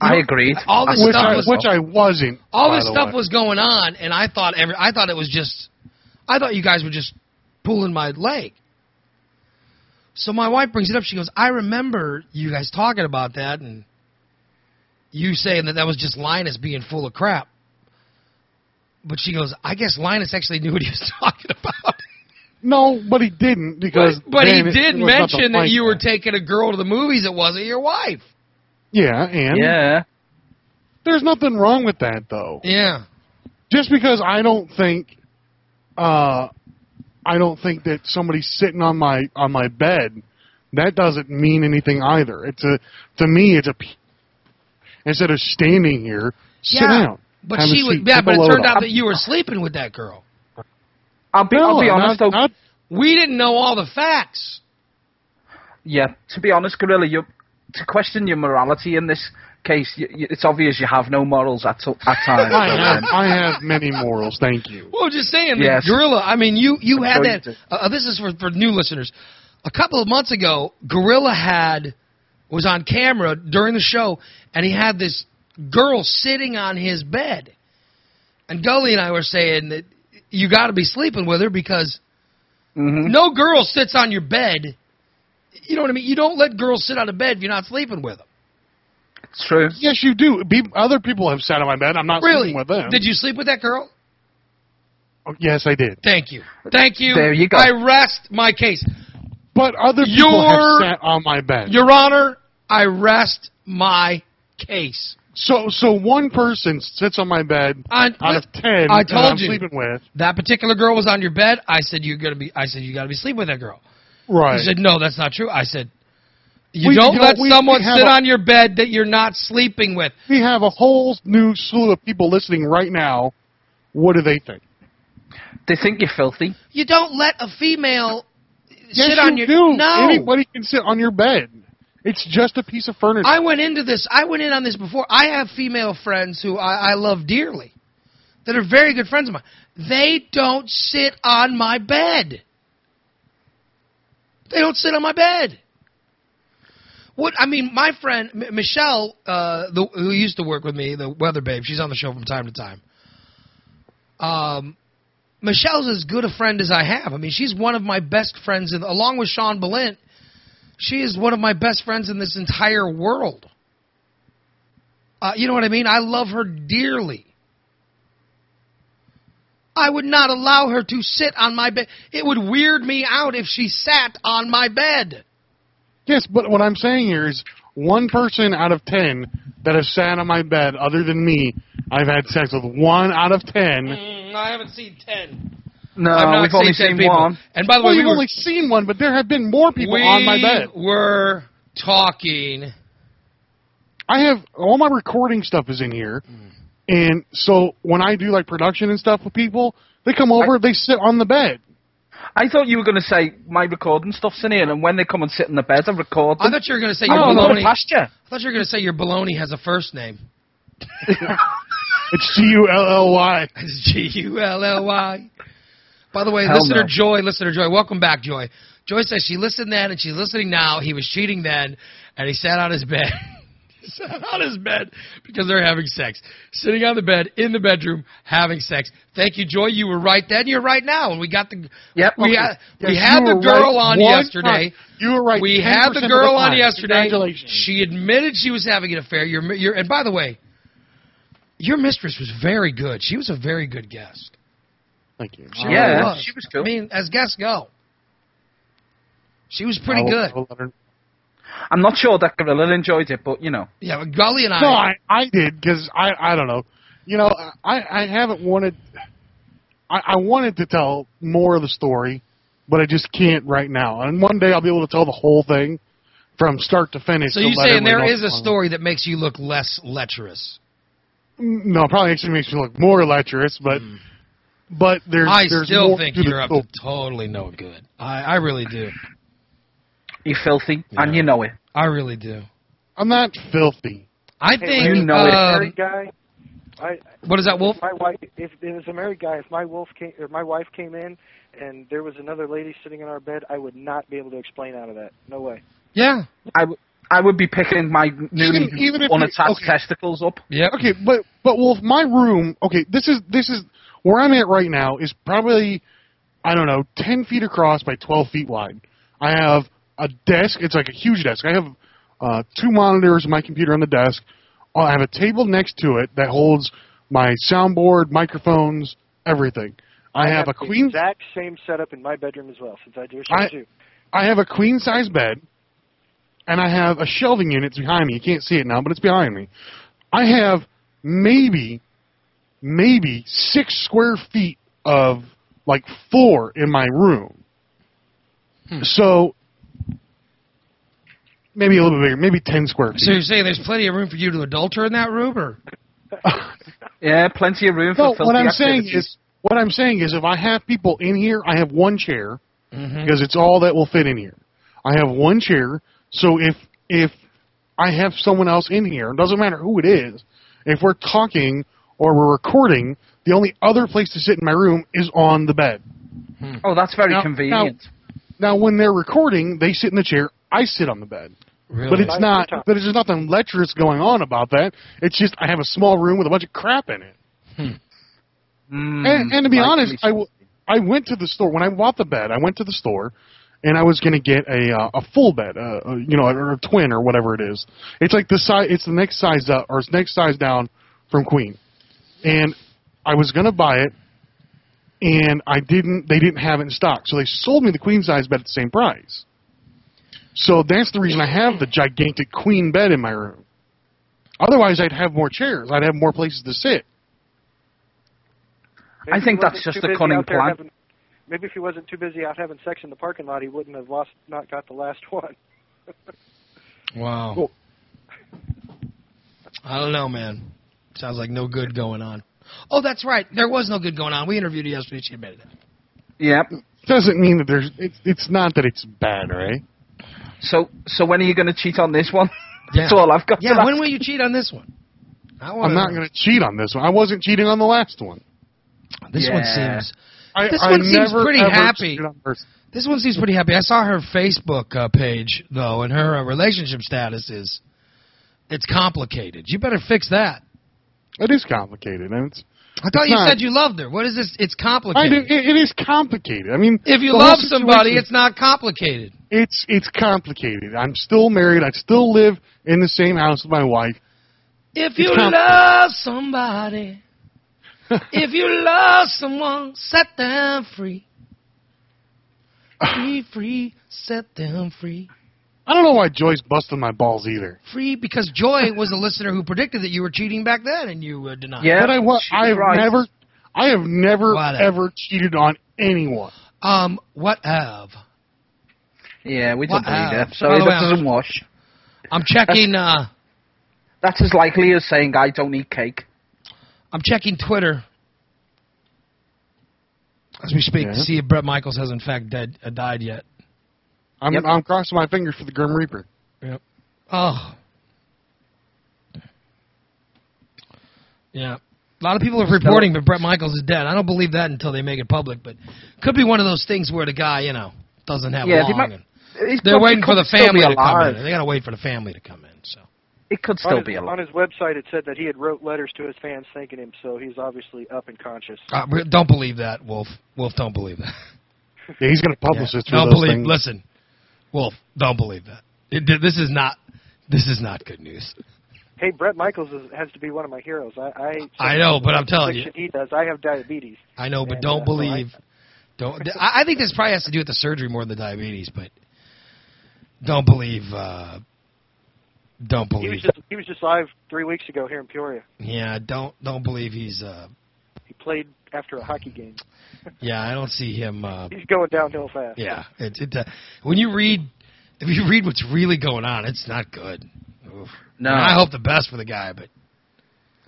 Speaker 2: I agreed.
Speaker 1: All this
Speaker 3: which,
Speaker 1: stuff
Speaker 3: I,
Speaker 1: was
Speaker 3: which I wasn't.
Speaker 1: all
Speaker 3: by
Speaker 1: this
Speaker 3: the
Speaker 1: stuff
Speaker 3: way.
Speaker 1: was going on, and I thought every I thought it was just I thought you guys were just pulling my leg. So my wife brings it up. She goes, "I remember you guys talking about that, and you saying that that was just Linus being full of crap." But she goes, "I guess Linus actually knew what he was talking about."
Speaker 3: No, but he didn't because.
Speaker 1: but but he
Speaker 3: then it-
Speaker 1: did
Speaker 3: it was nothing
Speaker 1: mention that
Speaker 3: like
Speaker 1: you were taking a girl to the movies. It wasn't your wife.
Speaker 3: yeah, and
Speaker 2: Yeah.
Speaker 3: there's nothing wrong with that though.
Speaker 1: Yeah.
Speaker 3: Just because I don't think, uh, I don't think that somebody's sitting on my on my bed, that doesn't mean anything either. It's a to me, it's a p- instead of standing here, sit
Speaker 1: Yeah,
Speaker 3: down.
Speaker 1: But
Speaker 3: have a
Speaker 1: she was.
Speaker 3: seat,
Speaker 1: Yeah,
Speaker 3: take a
Speaker 1: but it
Speaker 3: load
Speaker 1: turned out
Speaker 3: off.
Speaker 1: that you were sleeping with that girl.
Speaker 2: I'll be,
Speaker 3: No,
Speaker 2: I'll be
Speaker 3: not-
Speaker 2: honest, though.
Speaker 3: not-
Speaker 1: We didn't know all the facts.
Speaker 2: yeah, to be honest, Gorilla, you to question your morality in this case, y y it's obvious you have no morals at, all- at times.
Speaker 3: I
Speaker 2: but,
Speaker 3: have,
Speaker 2: um,
Speaker 3: I have many morals. Thank you.
Speaker 1: Well, just saying, the
Speaker 2: Yes.
Speaker 1: Gorilla. I mean, you you had
Speaker 2: sure you
Speaker 1: that.
Speaker 2: did.
Speaker 1: Uh, this is for for new listeners. A couple of months ago, Gorilla had was on camera during the show, and he had this girl sitting on his bed, and Gully and I were saying that you got to be sleeping with her because
Speaker 2: Mm-hmm.
Speaker 1: no girl sits on your bed. You know what I mean? You don't let girls sit on a bed if you're not sleeping with them.
Speaker 2: it's true.
Speaker 3: Yes, you do. Be, other people have sat on my bed. I'm not
Speaker 1: Really?
Speaker 3: sleeping with them.
Speaker 1: Did you sleep with that girl?
Speaker 3: Oh, Yes, I did.
Speaker 1: Thank you. Thank you.
Speaker 2: There you go.
Speaker 1: I rest my case.
Speaker 3: But other people
Speaker 1: Your-
Speaker 3: have sat on my bed.
Speaker 1: Your Honor, I rest my case.
Speaker 3: So, so one person sits on my bed
Speaker 1: I-
Speaker 3: out of ten.
Speaker 1: I
Speaker 3: that
Speaker 1: told
Speaker 3: I'm
Speaker 1: you.
Speaker 3: sleeping with.
Speaker 1: That particular girl was on your bed. I said you're gonna be. I said you gotta be sleeping with that girl.
Speaker 3: Right.
Speaker 1: You said no, that's not true. I said you
Speaker 3: We-
Speaker 1: don't
Speaker 3: you know,
Speaker 1: let
Speaker 3: we-
Speaker 1: someone
Speaker 3: we have
Speaker 1: sit
Speaker 3: a-
Speaker 1: on your bed that you're not sleeping with.
Speaker 3: we have a whole new slew of people listening right now. What do they think?
Speaker 2: They think you're filthy.
Speaker 1: You don't let a female
Speaker 3: Yes,
Speaker 1: sit on your
Speaker 3: you do.
Speaker 1: no.
Speaker 3: Anybody can sit on your bed. It's just a piece of furniture.
Speaker 1: I went into this. I went in on this before. I have female friends who I, I love dearly, that are very good friends of mine. They don't sit on my bed. They don't sit on my bed. What I mean, my friend M- Michelle, uh, the, who used to work with me, the weather babe, she's on the show from time to time. Um, Michelle's as good a friend as I have. I mean, she's one of my best friends, in, along with Sean Balint. She is one of my best friends in this entire world. Uh, you know what I mean? I love her dearly. I would not allow her to sit on my bed. It would weird me out if she sat on my bed.
Speaker 3: yes, but what I'm saying here is one person out of ten that have sat on my bed, other than me, I've had sex with one out of ten.
Speaker 1: Mm, I haven't seen ten.
Speaker 2: No,
Speaker 1: I've not
Speaker 2: Uh, we've
Speaker 1: seen
Speaker 2: only
Speaker 1: ten
Speaker 2: seen
Speaker 1: people.
Speaker 2: one.
Speaker 1: And by the
Speaker 3: Well,
Speaker 1: way,
Speaker 3: you've
Speaker 1: we were,
Speaker 3: only seen one, but there have been more people on my
Speaker 1: we
Speaker 3: bed.
Speaker 1: were talking.
Speaker 3: I have all my recording stuff is in here,
Speaker 1: Mm.
Speaker 3: and so when I do like production and stuff with people, they come over, they sit on the bed.
Speaker 2: I thought you were going to say my recording stuff's in here, and when they come and sit in the bed, I record
Speaker 1: I
Speaker 2: them.
Speaker 1: thought you were going to say
Speaker 2: I
Speaker 1: your
Speaker 2: won't put it
Speaker 1: baloney. I
Speaker 2: past you.
Speaker 1: thought you were going to say your baloney has a first name.
Speaker 3: It's C U L L Y.
Speaker 1: It's G U L L Y. By the way,
Speaker 2: Hell
Speaker 1: listener
Speaker 2: no.
Speaker 1: Joy, listener Joy, welcome back, Joy. Joy says she listened then and she's listening now. He was cheating then, and he sat on his bed. He sat on his bed because they're having sex. Sitting on the bed in the bedroom having sex. Thank you, Joy. You were right then. You're right now. And we got the
Speaker 2: Yep.
Speaker 1: we
Speaker 2: Okay.
Speaker 1: had we
Speaker 3: Yes,
Speaker 1: had
Speaker 3: you
Speaker 1: the
Speaker 3: were
Speaker 1: girl
Speaker 3: right
Speaker 1: on
Speaker 3: one
Speaker 1: yesterday.
Speaker 3: time. You were right
Speaker 1: We had
Speaker 3: 10% of
Speaker 1: the
Speaker 3: the
Speaker 1: girl on
Speaker 3: time.
Speaker 1: yesterday.
Speaker 3: Congratulations.
Speaker 1: She admitted she was having an affair. Your your and by the way, your mistress was very good. She was a very good guest.
Speaker 3: Thank you.
Speaker 1: She
Speaker 2: Yeah,
Speaker 1: really was.
Speaker 2: she was cool.
Speaker 1: I mean, as guests go, she was pretty
Speaker 3: I'll-
Speaker 1: good.
Speaker 3: I'll let her-
Speaker 2: I'm not sure that Gorilla enjoyed it, but you know.
Speaker 1: yeah, but Gully and I.
Speaker 3: No, I, I did because I I don't know. You know, I I haven't wanted. I, I wanted to tell more of the story, but I just can't right now. And one day I'll be able to tell the whole thing from start to finish.
Speaker 1: so
Speaker 3: to
Speaker 1: you
Speaker 3: let
Speaker 1: saying there
Speaker 3: everyone
Speaker 1: is
Speaker 3: else
Speaker 1: a
Speaker 3: know.
Speaker 1: story that makes you look less lecherous?
Speaker 3: Mm, No, probably actually makes me look more lecherous, but but there's
Speaker 1: Hmm. I
Speaker 3: there's
Speaker 1: still
Speaker 3: more
Speaker 1: think
Speaker 3: to the
Speaker 1: you're up
Speaker 3: story.
Speaker 1: to totally no good. I, I really do.
Speaker 2: You're filthy, and you know it.
Speaker 1: I really do.
Speaker 3: I'm not filthy.
Speaker 1: I
Speaker 4: Hey,
Speaker 1: think.
Speaker 4: Larry,
Speaker 2: You know it.
Speaker 1: um,
Speaker 4: married guy. I,
Speaker 1: what is that, Wolf?
Speaker 4: If my wife, if it was a married guy, if my wolf came, or my wife came in, and there was another lady sitting in our bed, I would not be able to explain out of that. No way.
Speaker 1: Yeah.
Speaker 2: I, w- I would be picking my newly
Speaker 3: Even- even if you-
Speaker 2: unattached
Speaker 3: okay.
Speaker 2: testicles up.
Speaker 1: Yeah.
Speaker 3: Okay, but but Wolf, my room. Okay, this is this is where I'm at right now is probably I don't know ten feet across by twelve feet wide. I have a desk. It's like a huge desk. I have uh, two monitors, my computer on the desk. Uh, I have a table next to it that holds my soundboard, microphones, everything. I, have, a
Speaker 4: the
Speaker 3: queen.
Speaker 4: Exact same setup in my bedroom as well, since I do a show
Speaker 3: I-
Speaker 4: too.
Speaker 3: I have a queen size bed, and I have a shelving unit It's behind me. You can't see it now, but it's behind me. I have maybe, maybe six square feet of like floor in my room. So maybe a little bit bigger, maybe ten square feet.
Speaker 1: So you're saying there's plenty of room for you to adulter in that room, or
Speaker 2: Yeah, plenty of room for
Speaker 3: No,
Speaker 2: filthy
Speaker 3: what I'm saying
Speaker 2: activities.
Speaker 3: is, what I'm saying is, if I have people in here, I have one chair because it's all that will fit in here. I have one chair, so if if I have someone else in here. It doesn't matter who it is. If we're talking or we're recording, the only other place to sit in my room is on the bed.
Speaker 2: Oh, that's very
Speaker 3: Now-
Speaker 2: convenient.
Speaker 3: Now, when they're recording, they sit in the chair. I sit on the bed.
Speaker 1: Really?
Speaker 3: But it's
Speaker 4: Nice
Speaker 3: not.
Speaker 4: time.
Speaker 3: But it's just nothing lecherous going on about that. It's just I have a small room with a bunch of crap in it.
Speaker 2: Mm,
Speaker 3: And, and to be
Speaker 2: like
Speaker 3: honest,
Speaker 2: we-
Speaker 3: I, w- I went to the store when I bought the bed. I went to the store, and I was going to get a uh, a full bed, uh, uh, you know, or a twin or whatever it is. It's like the size. It's the next size up or it's next size down from queen. And I was going to buy it, and I didn't. They didn't have it in stock, so they sold me the queen size bed at the same price. So that's the reason I have the gigantic queen bed in my room. Otherwise, I'd have more chairs. I'd have more places to sit.
Speaker 4: Maybe
Speaker 2: I
Speaker 4: if
Speaker 2: think
Speaker 4: he
Speaker 2: that's
Speaker 4: wasn't
Speaker 2: just
Speaker 4: too
Speaker 2: a
Speaker 4: busy
Speaker 2: cunning
Speaker 4: out there
Speaker 2: plan.
Speaker 4: having- maybe if he wasn't too busy out having sex in the parking lot, he wouldn't have lost, not got the last one.
Speaker 1: Wow.
Speaker 3: Well-
Speaker 1: I don't know, man. Sounds like no good going on. Oh, that's right. There was no good going on. We interviewed her yesterday. She admitted it.
Speaker 2: Yep.
Speaker 3: doesn't mean that there's. It's, it's not that it's bad, right?
Speaker 2: So, so when are you going to cheat on this one?
Speaker 1: Yeah.
Speaker 2: That's all I've got.
Speaker 1: Yeah.
Speaker 2: for
Speaker 1: When
Speaker 2: that.
Speaker 1: will you cheat on this one? I wanna
Speaker 3: I'm not
Speaker 1: know.
Speaker 3: going to cheat on this one. I wasn't cheating on the last one.
Speaker 1: This
Speaker 2: Yeah.
Speaker 1: one seems.
Speaker 3: I,
Speaker 1: This
Speaker 3: I
Speaker 1: one seems
Speaker 3: never,
Speaker 1: pretty
Speaker 3: ever
Speaker 1: happy.
Speaker 3: cheated on person.
Speaker 1: This one seems pretty happy. I saw her Facebook uh, page though, and her uh, relationship status is. It's complicated. You better fix that.
Speaker 3: It is complicated, and it's.
Speaker 1: I thought
Speaker 3: It's
Speaker 1: you
Speaker 3: not.
Speaker 1: said you loved her. What is this? It's
Speaker 3: I
Speaker 1: complicated.
Speaker 3: do, it, it is complicated. I mean,
Speaker 1: if you
Speaker 3: the whole
Speaker 1: love somebody,
Speaker 3: situation-
Speaker 1: it's not complicated.
Speaker 3: it's it's complicated. I'm still married. I still live in the same house with my wife.
Speaker 1: If you
Speaker 3: complicated.
Speaker 1: love somebody, if you love someone, set them free. Be free, set them free.
Speaker 3: I don't know why Joyce busted my balls either.
Speaker 1: Free because Joy was a listener who predicted that you were cheating back then and you uh, denied.
Speaker 2: Yeah.
Speaker 3: But I wa-
Speaker 2: she's
Speaker 3: I have
Speaker 2: right.
Speaker 3: never, I have never
Speaker 1: Why not?
Speaker 3: ever cheated on anyone.
Speaker 1: Um, what have?
Speaker 2: Yeah, we don't
Speaker 1: Wow.
Speaker 2: need it. So
Speaker 1: By the
Speaker 2: that
Speaker 1: way, I'm-
Speaker 2: doesn't wash.
Speaker 1: I'm checking uh
Speaker 2: That's as likely as saying I don't eat cake.
Speaker 1: I'm checking Twitter as we speak to
Speaker 3: Yeah.
Speaker 1: see if Brett Michaels has in fact dead uh, died yet.
Speaker 3: I'm
Speaker 2: Yep.
Speaker 3: I'm crossing my fingers for the Grim Reaper.
Speaker 1: Yep. Oh. Yeah. A lot of people are reporting that Brett Michaels is dead. I don't believe that until they make it public, but could be one of those things where the guy, you know, doesn't have
Speaker 2: Yeah, they
Speaker 1: long.
Speaker 2: might-
Speaker 1: and
Speaker 2: It
Speaker 1: they're
Speaker 2: could-
Speaker 1: waiting
Speaker 2: it
Speaker 1: for
Speaker 2: could
Speaker 1: the
Speaker 2: still be
Speaker 1: family to come
Speaker 2: alive.
Speaker 1: in. They got to wait for the family to come in. So
Speaker 2: It could
Speaker 4: on
Speaker 2: still
Speaker 4: his,
Speaker 2: be
Speaker 4: on
Speaker 2: alive.
Speaker 4: his website, it said that he had wrote letters to his fans thanking him, so he's obviously up and conscious.
Speaker 1: uh, we- don't believe that, Wolf. Wolf, don't believe that.
Speaker 3: Yeah, he's going to publish this. through
Speaker 1: Don't
Speaker 3: those
Speaker 1: believe.
Speaker 3: things.
Speaker 1: Listen, Wolf, don't believe that. It- th- this is not. This is not good news.
Speaker 4: Hey, Brett Michaels is, has to be one of my heroes. I I,
Speaker 1: I know, but I'm telling you,
Speaker 4: addiction he does. I have diabetes.
Speaker 1: I know, but
Speaker 4: And,
Speaker 1: don't
Speaker 4: uh, so I-
Speaker 1: believe. don't. th- I, I think this probably has to do with the surgery more than the diabetes, but don't believe. Uh, don't
Speaker 4: He was
Speaker 1: believe.
Speaker 4: just he was just live three weeks ago here in Peoria.
Speaker 1: Yeah, don't don't believe he's. Uh,
Speaker 4: He played after a hockey game.
Speaker 1: yeah, I don't see him. Uh,
Speaker 4: He's going downhill fast.
Speaker 1: yeah, it, it, uh, when you read, if you read what's really going on, it's not good. Oof.
Speaker 2: No.
Speaker 1: And I hope the best for the guy, but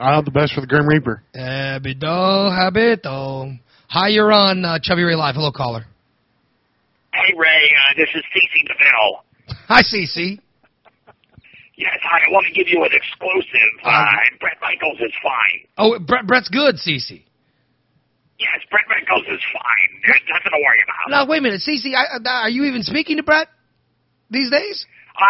Speaker 3: I have the best for the Grim Reaper.
Speaker 1: habito habito. Hi, you're on uh, Chubby Ray Live. Hello, caller.
Speaker 5: Hey Ray, uh, this is CC DeVille.
Speaker 1: Hi, CC.
Speaker 5: Yes, hi, I want to give you an exclusive.
Speaker 1: Um,
Speaker 5: Uh, Brett Michaels is fine.
Speaker 1: Oh, Brett, Brett's good, CC.
Speaker 5: Yes, Brett Michaels is fine. There's nothing to worry about.
Speaker 1: Now wait a minute, Cece. I, I- are you even speaking to Brett these days?
Speaker 5: Uh,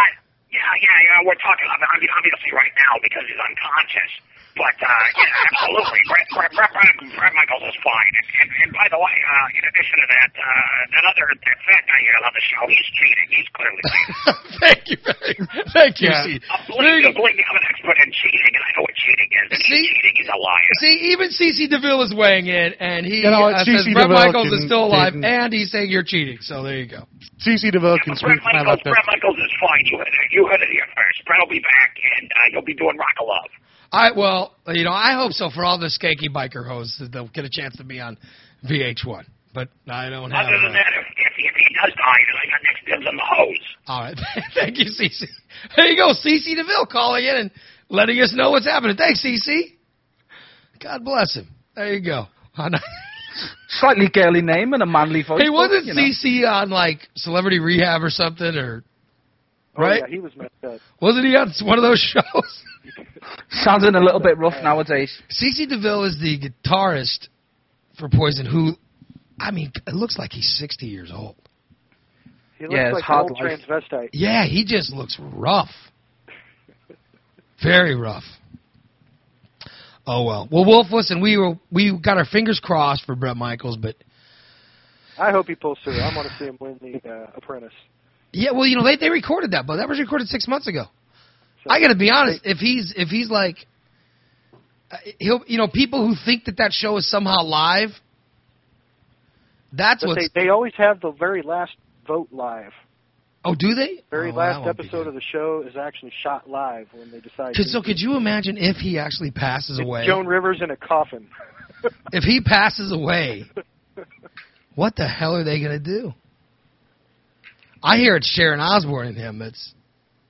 Speaker 5: yeah, yeah, yeah. We're talking. I mean, obviously, right now because he's unconscious. But uh, yeah, absolutely. Brett, Brett, Brett, Brett, Brett Michaels is fine. And, and, and by the way, uh, in addition to that, uh, that other that fat guy you on the show, he's cheating. He's clearly cheating.
Speaker 1: thank you, very, thank you,
Speaker 3: Yeah.
Speaker 1: Cece.
Speaker 5: Believe me, I'm an expert in cheating, and I know what cheating is. And
Speaker 1: See?
Speaker 5: he's cheating. He's a liar.
Speaker 1: See, even Cece Deville is weighing in, and he
Speaker 3: You know what,
Speaker 1: uh, says
Speaker 3: CeCe
Speaker 1: Brett
Speaker 3: DeVille
Speaker 1: Michaels is
Speaker 3: can-
Speaker 1: still alive, and
Speaker 3: can-
Speaker 1: he's saying you're cheating. So there you go.
Speaker 3: CC DeVille can speak
Speaker 5: Brett
Speaker 3: my about
Speaker 5: Michaels,
Speaker 3: that.
Speaker 5: Brett Michaels is fine. You heard it. You heard it here first. Brett will be back, and uh, you'll be doing rock a love.
Speaker 1: I well, you know, I hope so for all the skanky biker hoes that they'll get a chance to be on VH1. But I don't have.
Speaker 5: Other than
Speaker 1: uh,
Speaker 5: that, if, if, if he does die, then I got next dibs on the hose.
Speaker 1: All right, thank you, Cece. There you go, Cece Deville calling in and letting us know what's happening. Thanks, Cece. God bless him. There you go. On-
Speaker 2: Slightly girly name and a manly voice.
Speaker 1: Hey,
Speaker 2: but,
Speaker 1: wasn't
Speaker 2: you know.
Speaker 1: CC on like Celebrity Rehab or something, or right?
Speaker 4: Oh, Yeah, he was messed up.
Speaker 1: Wasn't he on one of those shows?
Speaker 2: Sounding a little bit rough nowadays.
Speaker 1: CC DeVille is the guitarist for Poison, who, I mean, it looks like he's 60 years old.
Speaker 4: He looks
Speaker 2: Yeah, it's
Speaker 4: like an
Speaker 2: hard
Speaker 4: old
Speaker 2: life.
Speaker 4: transvestite.
Speaker 1: Yeah, he just looks rough. Very rough. Oh well. Well, Wolf, listen, we were we got our fingers crossed for Brett Michaels, but
Speaker 4: I hope he pulls through. I want to see him win the uh, Apprentice.
Speaker 1: yeah, well, you know, they they recorded that, but that was recorded six months ago.
Speaker 4: So,
Speaker 1: I got to be honest. If he's if he's like, uh, he'll you know people who think that that show is somehow live. That's
Speaker 4: but
Speaker 1: what's.
Speaker 4: they, they always have the very last vote live.
Speaker 1: oh, do they?
Speaker 4: Very
Speaker 1: oh,
Speaker 4: last episode of the show is actually shot live when they decide.
Speaker 1: Cause,
Speaker 4: to-
Speaker 1: so could you imagine if he actually passes
Speaker 4: It's
Speaker 1: away?
Speaker 4: Joan Rivers in a coffin.
Speaker 1: if he passes away, what the hell are they going to do? I hear it's Sharon Osbourne and him that's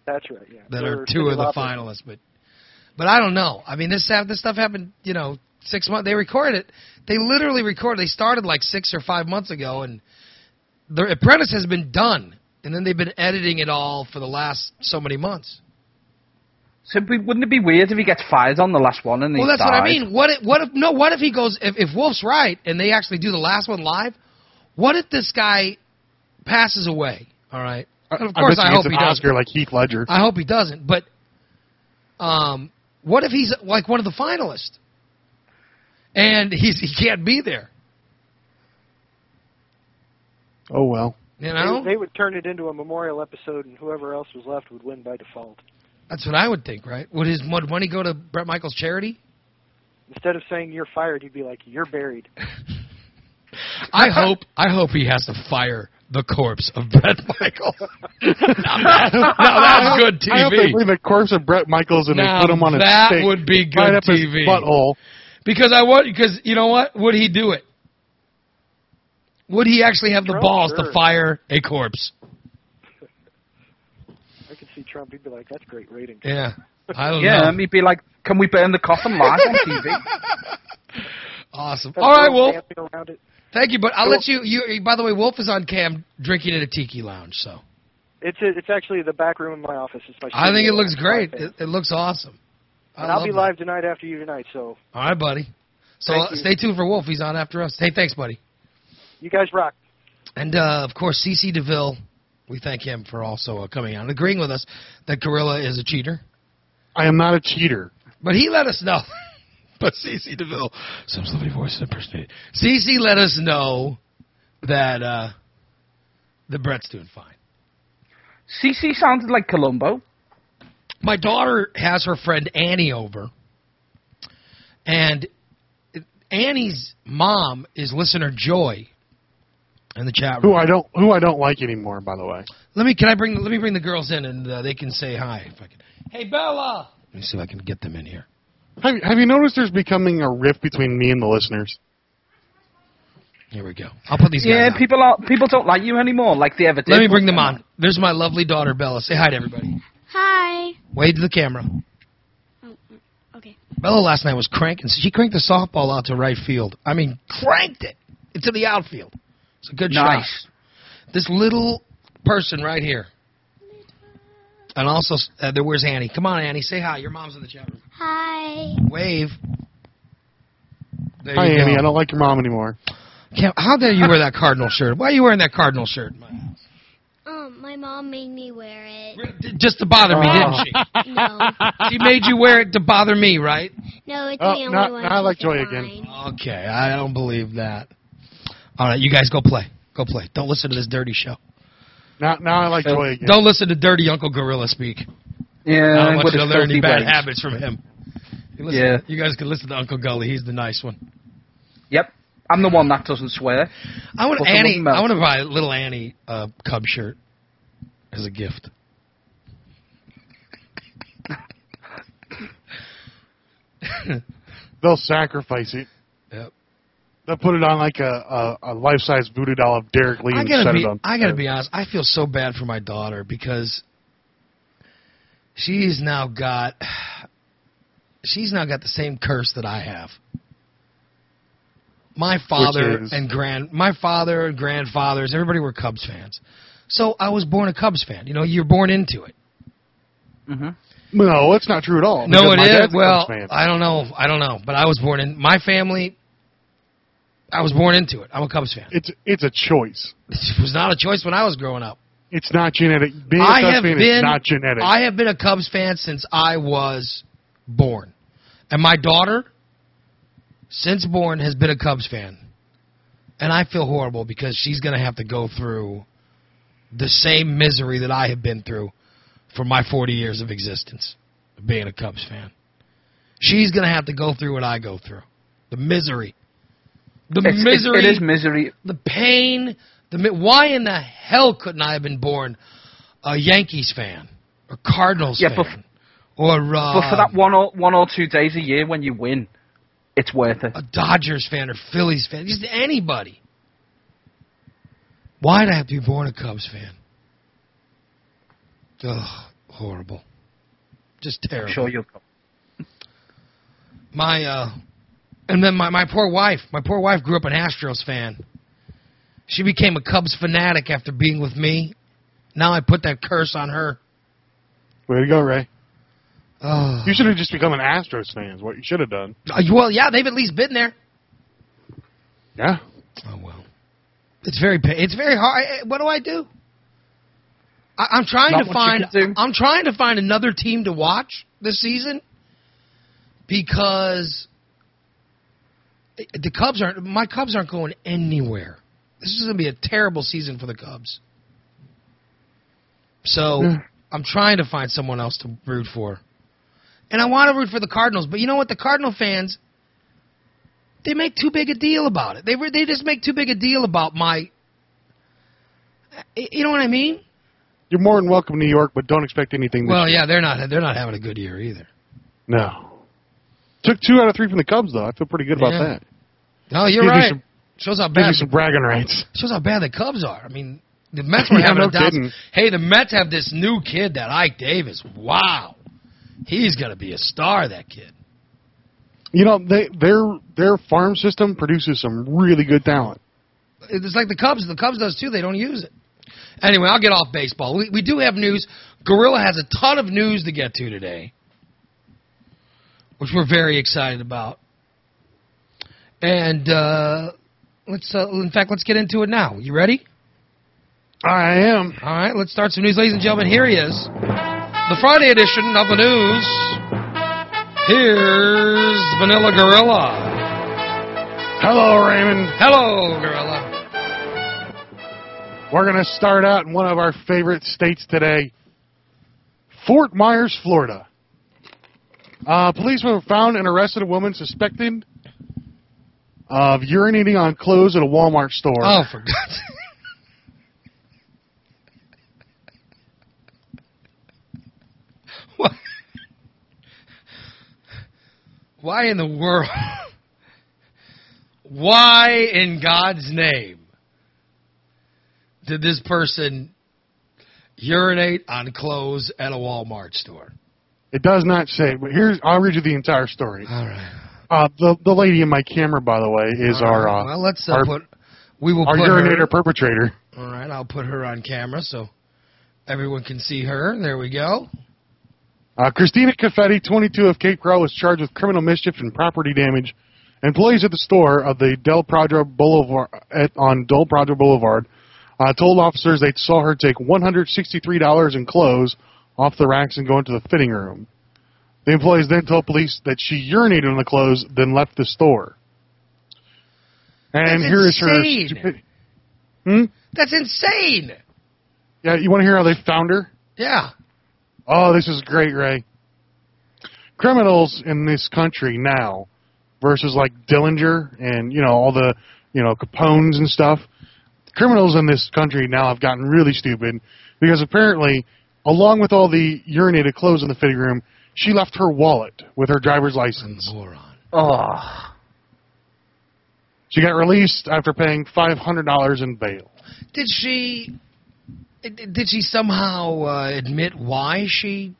Speaker 4: That's right. Yeah.
Speaker 1: that
Speaker 4: Or
Speaker 1: are two of the
Speaker 4: Cinderella.
Speaker 1: finalists, but but I don't know. I mean, this hap- this stuff happened, you know, six months. They recorded it. They literally recorded. They started like six or five months ago, and the Apprentice has been done, and then they've been editing it all for the last so many months.
Speaker 2: So it'd be- wouldn't it be weird if he gets fired on the last one and
Speaker 1: Well,
Speaker 2: he
Speaker 1: that's what I
Speaker 2: died?
Speaker 1: mean. What if, what if no? What if he goes? If, if Wolf's right and they actually do the last one live, what if this guy passes away? All right. And of course,
Speaker 3: bet
Speaker 1: I,
Speaker 3: you
Speaker 1: hope
Speaker 3: it's
Speaker 1: he
Speaker 3: an
Speaker 1: does.
Speaker 3: Oscar like Heath Ledger.
Speaker 1: I hope he doesn't. But um, what if he's like one of the finalists, and he's he can't be there?
Speaker 3: oh well.
Speaker 1: You
Speaker 4: They-
Speaker 1: know,
Speaker 4: They, would turn it into a memorial episode, and whoever else was left would win by default.
Speaker 1: that's what I would think, right? Would his would money go to Brett Michaels' charity?
Speaker 4: Instead of saying you're fired, he'd be like, "You're buried."
Speaker 1: I hope I hope he has to fire the corpse of Brett Michaels. now, that- now that's good TV.
Speaker 3: I hope they bring the corpse of Brett Michaels and
Speaker 1: Now,
Speaker 3: they put him on a
Speaker 1: that
Speaker 3: stake
Speaker 1: would be
Speaker 3: right
Speaker 1: good
Speaker 3: up
Speaker 1: TV.
Speaker 3: his butthole.
Speaker 1: Because I would, because you know what? Would he do it? Would he actually have the
Speaker 4: Trump,
Speaker 1: balls to
Speaker 4: sure.
Speaker 1: fire a corpse?
Speaker 4: I could see Trump. He'd be like, "That's great ratings."
Speaker 1: Yeah, I don't
Speaker 2: Yeah,
Speaker 1: know.
Speaker 2: and he'd be like, "Can we burn the coffin live on TV?"
Speaker 1: awesome.
Speaker 4: That's
Speaker 1: All right,
Speaker 4: all
Speaker 1: Wolf.
Speaker 4: dancing Around it.
Speaker 1: Thank you, but I'll let you. You, by the way, Wolf is on cam drinking at a tiki lounge, so
Speaker 4: It's a, it's actually the back room in my office. It's my
Speaker 1: I think it
Speaker 4: studio.
Speaker 1: looks
Speaker 4: It's my
Speaker 1: great.
Speaker 4: thing.
Speaker 1: It, it looks awesome. I
Speaker 4: and I'll
Speaker 1: love
Speaker 4: be
Speaker 1: that.
Speaker 4: live tonight after you tonight. So
Speaker 1: All right, buddy. So
Speaker 4: Thank
Speaker 1: uh,
Speaker 4: you.
Speaker 1: stay tuned for Wolf. He's on after us. Hey, thanks, buddy.
Speaker 4: you guys rock.
Speaker 1: And uh, of course, CC Deville. We thank him for also uh, coming on and agreeing with us that Gorilla is a cheater.
Speaker 3: I am not a cheater.
Speaker 1: But he let us know. but CC DeVille, some celebrity voice impersonated. CC let us know that uh, the Brett's doing fine.
Speaker 2: CC sounded like Columbo.
Speaker 1: My daughter has her friend Annie over, and Annie's mom is listener Joy in the chat room.
Speaker 3: Who I don't who I don't like anymore, by the way.
Speaker 1: Let me can I bring let me bring the girls in and uh, they can say hi if I can. Hey Bella. Let me see if I can get them in here.
Speaker 3: Have, have you noticed there's becoming a rift between me and the listeners?
Speaker 1: Here we go. I'll put these guys.
Speaker 2: Yeah,
Speaker 1: on.
Speaker 2: people are people don't like you anymore, like they ever did.
Speaker 1: Let me bring them on. There's my lovely daughter Bella. Say hi to everybody.
Speaker 6: Hi.
Speaker 1: Wave to the camera.
Speaker 6: Oh, mm, okay.
Speaker 1: Bella last night was cranking. She cranked the softball out to right field. I mean, cranked it into the outfield. It's a good
Speaker 2: Nice.
Speaker 1: shot. This little person right here. And also, uh, there, where's Annie? Come on, Annie, say hi. Your mom's in the chat room.
Speaker 6: Hi.
Speaker 1: Wave. There
Speaker 3: Hi,
Speaker 1: you go.
Speaker 3: Annie. I don't like your mom anymore.
Speaker 1: Cam, how dare you wear that cardinal shirt? Why are you wearing that cardinal shirt?
Speaker 6: Um, my mom made me wear it.
Speaker 1: Just to bother me,
Speaker 3: Oh.
Speaker 1: didn't she?
Speaker 6: No,
Speaker 1: She made you wear it to bother me, right?
Speaker 6: no, it's
Speaker 3: Oh,
Speaker 6: the only
Speaker 3: now-
Speaker 6: one.
Speaker 3: now I like
Speaker 6: she could
Speaker 3: Joy again.
Speaker 6: find.
Speaker 1: Okay, I don't believe that. All right, you guys go play. Go play. Don't listen to this dirty show.
Speaker 3: Now now I like
Speaker 2: So-
Speaker 3: Joy again.
Speaker 1: Don't listen to dirty Uncle Gorilla speak. I
Speaker 2: Yeah,
Speaker 1: don't want
Speaker 2: with
Speaker 1: you to
Speaker 2: his
Speaker 1: learn any
Speaker 2: filthy
Speaker 1: bad
Speaker 2: ways.
Speaker 1: habits from him. You listen-
Speaker 2: Yeah.
Speaker 1: You guys can listen to Uncle Gully. He's the nice one.
Speaker 2: Yep, I'm the one that doesn't swear.
Speaker 1: I want
Speaker 2: Well, someone
Speaker 1: Annie.
Speaker 2: melt.
Speaker 1: I want to buy a little Annie uh, Cub shirt as a gift.
Speaker 3: They'll sacrifice it.
Speaker 1: Yep.
Speaker 3: They'll put it on like a, a, a life size voodoo doll of Derek Lee
Speaker 1: I
Speaker 3: and
Speaker 1: gotta
Speaker 3: set
Speaker 1: be.
Speaker 3: it on.
Speaker 1: I gotta be honest. I feel so bad for my daughter because she's now got. She's now got the same curse that I have. My father
Speaker 3: is-
Speaker 1: and grand, my father and grandfathers, everybody were Cubs fans. So I was born a Cubs fan. You know, you're born into it.
Speaker 2: hmm
Speaker 3: No, that's not true at all.
Speaker 1: No,
Speaker 3: because
Speaker 1: it
Speaker 3: my
Speaker 1: is.
Speaker 3: dad's a
Speaker 1: Well,
Speaker 3: Cubs fan.
Speaker 1: I don't know. I don't know. But I was born in my family. I was born into it. I'm a Cubs fan.
Speaker 3: it's it's a choice.
Speaker 1: It was not a choice when I was growing up.
Speaker 3: It's not genetic. Being a
Speaker 1: I
Speaker 3: Cubs
Speaker 1: have
Speaker 3: fan
Speaker 1: been
Speaker 3: is not genetic.
Speaker 1: I have been a Cubs fan since I was born, and my daughter, since born, has been a Cubs fan, and I feel horrible because she's going to have to go through the same misery that I have been through for my 40 years of existence, of being a Cubs fan. She's going to have to go through what I go through, the misery, the
Speaker 2: It's, it's-
Speaker 1: misery
Speaker 2: it is misery.
Speaker 1: the pain, the mi- why in the hell couldn't I have been born a Yankees fan or Cardinals
Speaker 2: Yeah,
Speaker 1: fan
Speaker 2: but-
Speaker 1: or
Speaker 2: But
Speaker 1: uh,
Speaker 2: for that one or one or two days a year when you win, it's worth it.
Speaker 1: a Dodgers fan or Phillies fan, just anybody. Why'd I have to be born a Cubs fan? Ugh, horrible. Just
Speaker 2: I'm
Speaker 1: terrible.
Speaker 2: sure you'll. go.
Speaker 1: my uh and then my, my poor wife my poor wife grew up an astros fan she became a cubs fanatic after being with me now i put that curse on her
Speaker 3: Way to go, Ray.
Speaker 1: oh
Speaker 3: You should have just become an Astros fan. Is what you should have done.
Speaker 1: uh, well yeah they've at least been there
Speaker 3: Yeah.
Speaker 1: oh well it's very pa- it's very hard I- I- what do i do I, i'm trying
Speaker 2: Not
Speaker 1: to
Speaker 2: much you
Speaker 1: find
Speaker 2: can do.
Speaker 1: i'm trying to find another team to watch this season because the cubs aren't my cubs aren't going anywhere this is going to be a terrible season for the Cubs. So
Speaker 2: Hmm.
Speaker 3: Yeah.
Speaker 1: I'm trying to find someone else to root for, and I want to root for the Cardinals. But you know what? The Cardinal fans they make too big a deal about it. They re- they just make too big a deal about my. You know what I mean?
Speaker 3: You're more than welcome to New York, but don't expect anything. This
Speaker 1: Well,
Speaker 3: year.
Speaker 1: yeah, they're not they're not having a good year either.
Speaker 3: No. Took two out of three from the Cubs, though. I feel pretty good about
Speaker 1: Yeah.
Speaker 3: that.
Speaker 1: No, you're
Speaker 3: Give me
Speaker 1: right.
Speaker 3: some-
Speaker 1: shows how
Speaker 3: Give
Speaker 1: bad
Speaker 3: me some bragging rights.
Speaker 1: shows how bad the Cubs are. I mean, the Mets were
Speaker 3: Yeah,
Speaker 1: having
Speaker 3: no
Speaker 1: a down.
Speaker 3: kidding.
Speaker 1: Hey, the Mets have this new kid that Ike Davis. Wow, he's gonna be a star. That kid.
Speaker 3: You know, they, their their farm system produces some really good talent.
Speaker 1: It's like the Cubs. The Cubs does too. They don't use it. Anyway, I'll get off baseball. We, we do have news. Gorilla has a ton of news to get to today, which we're very excited about. And uh, let's, uh, in fact, let's get into it now. You ready?
Speaker 3: I am.
Speaker 1: All right, let's start some news, ladies and gentlemen. Here he is, the Friday edition of the news. Here's Vanilla Gorilla.
Speaker 3: Hello, Raymond.
Speaker 1: Hello, Gorilla.
Speaker 3: We're going to start out in one of our favorite states today Fort Myers, Florida. Uh, policemen found and arrested a woman suspected of urinating on clothes at a Walmart store.
Speaker 1: Oh, for God's sake. What? Why in the world? Why in God's name did this person urinate on clothes at a Walmart store?
Speaker 3: It does not say, but here's I'll read you the entire story.
Speaker 1: All right.
Speaker 3: Uh, the the lady in my camera, by the way, is
Speaker 1: All
Speaker 3: our
Speaker 1: right.
Speaker 3: uh,
Speaker 1: well, let's uh,
Speaker 3: our,
Speaker 1: put. We will
Speaker 3: our
Speaker 1: put
Speaker 3: urinator
Speaker 1: her.
Speaker 3: perpetrator.
Speaker 1: All right, I'll put her on camera so everyone can see her. There we go.
Speaker 3: Uh, Christina Caffetti, 22 of Cape Girl, was charged with criminal mischief and property damage. Employees at the store of the Del Prado Boulevard at, on Del Prado Boulevard uh, told officers they saw her take $163 in clothes off the racks and go into the fitting room. The employees then told police that she urinated on the clothes, then left the store. And
Speaker 1: That's
Speaker 3: here is
Speaker 1: insane.
Speaker 3: her. stupi- Hmm?
Speaker 1: That's insane.
Speaker 3: Yeah, you want to hear how they found her?
Speaker 1: Yeah.
Speaker 3: Oh, this is great, Ray. Criminals in this country now versus like Dillinger and, you know, all the, you know, Capones and stuff. Criminals in this country now have gotten really stupid because apparently, along with all the urinated clothes in the fitting room, she left her wallet with her driver's license.
Speaker 1: Moron.
Speaker 2: Oh,
Speaker 3: She got released after paying $500 in bail.
Speaker 1: Did she? Did she somehow uh, admit why she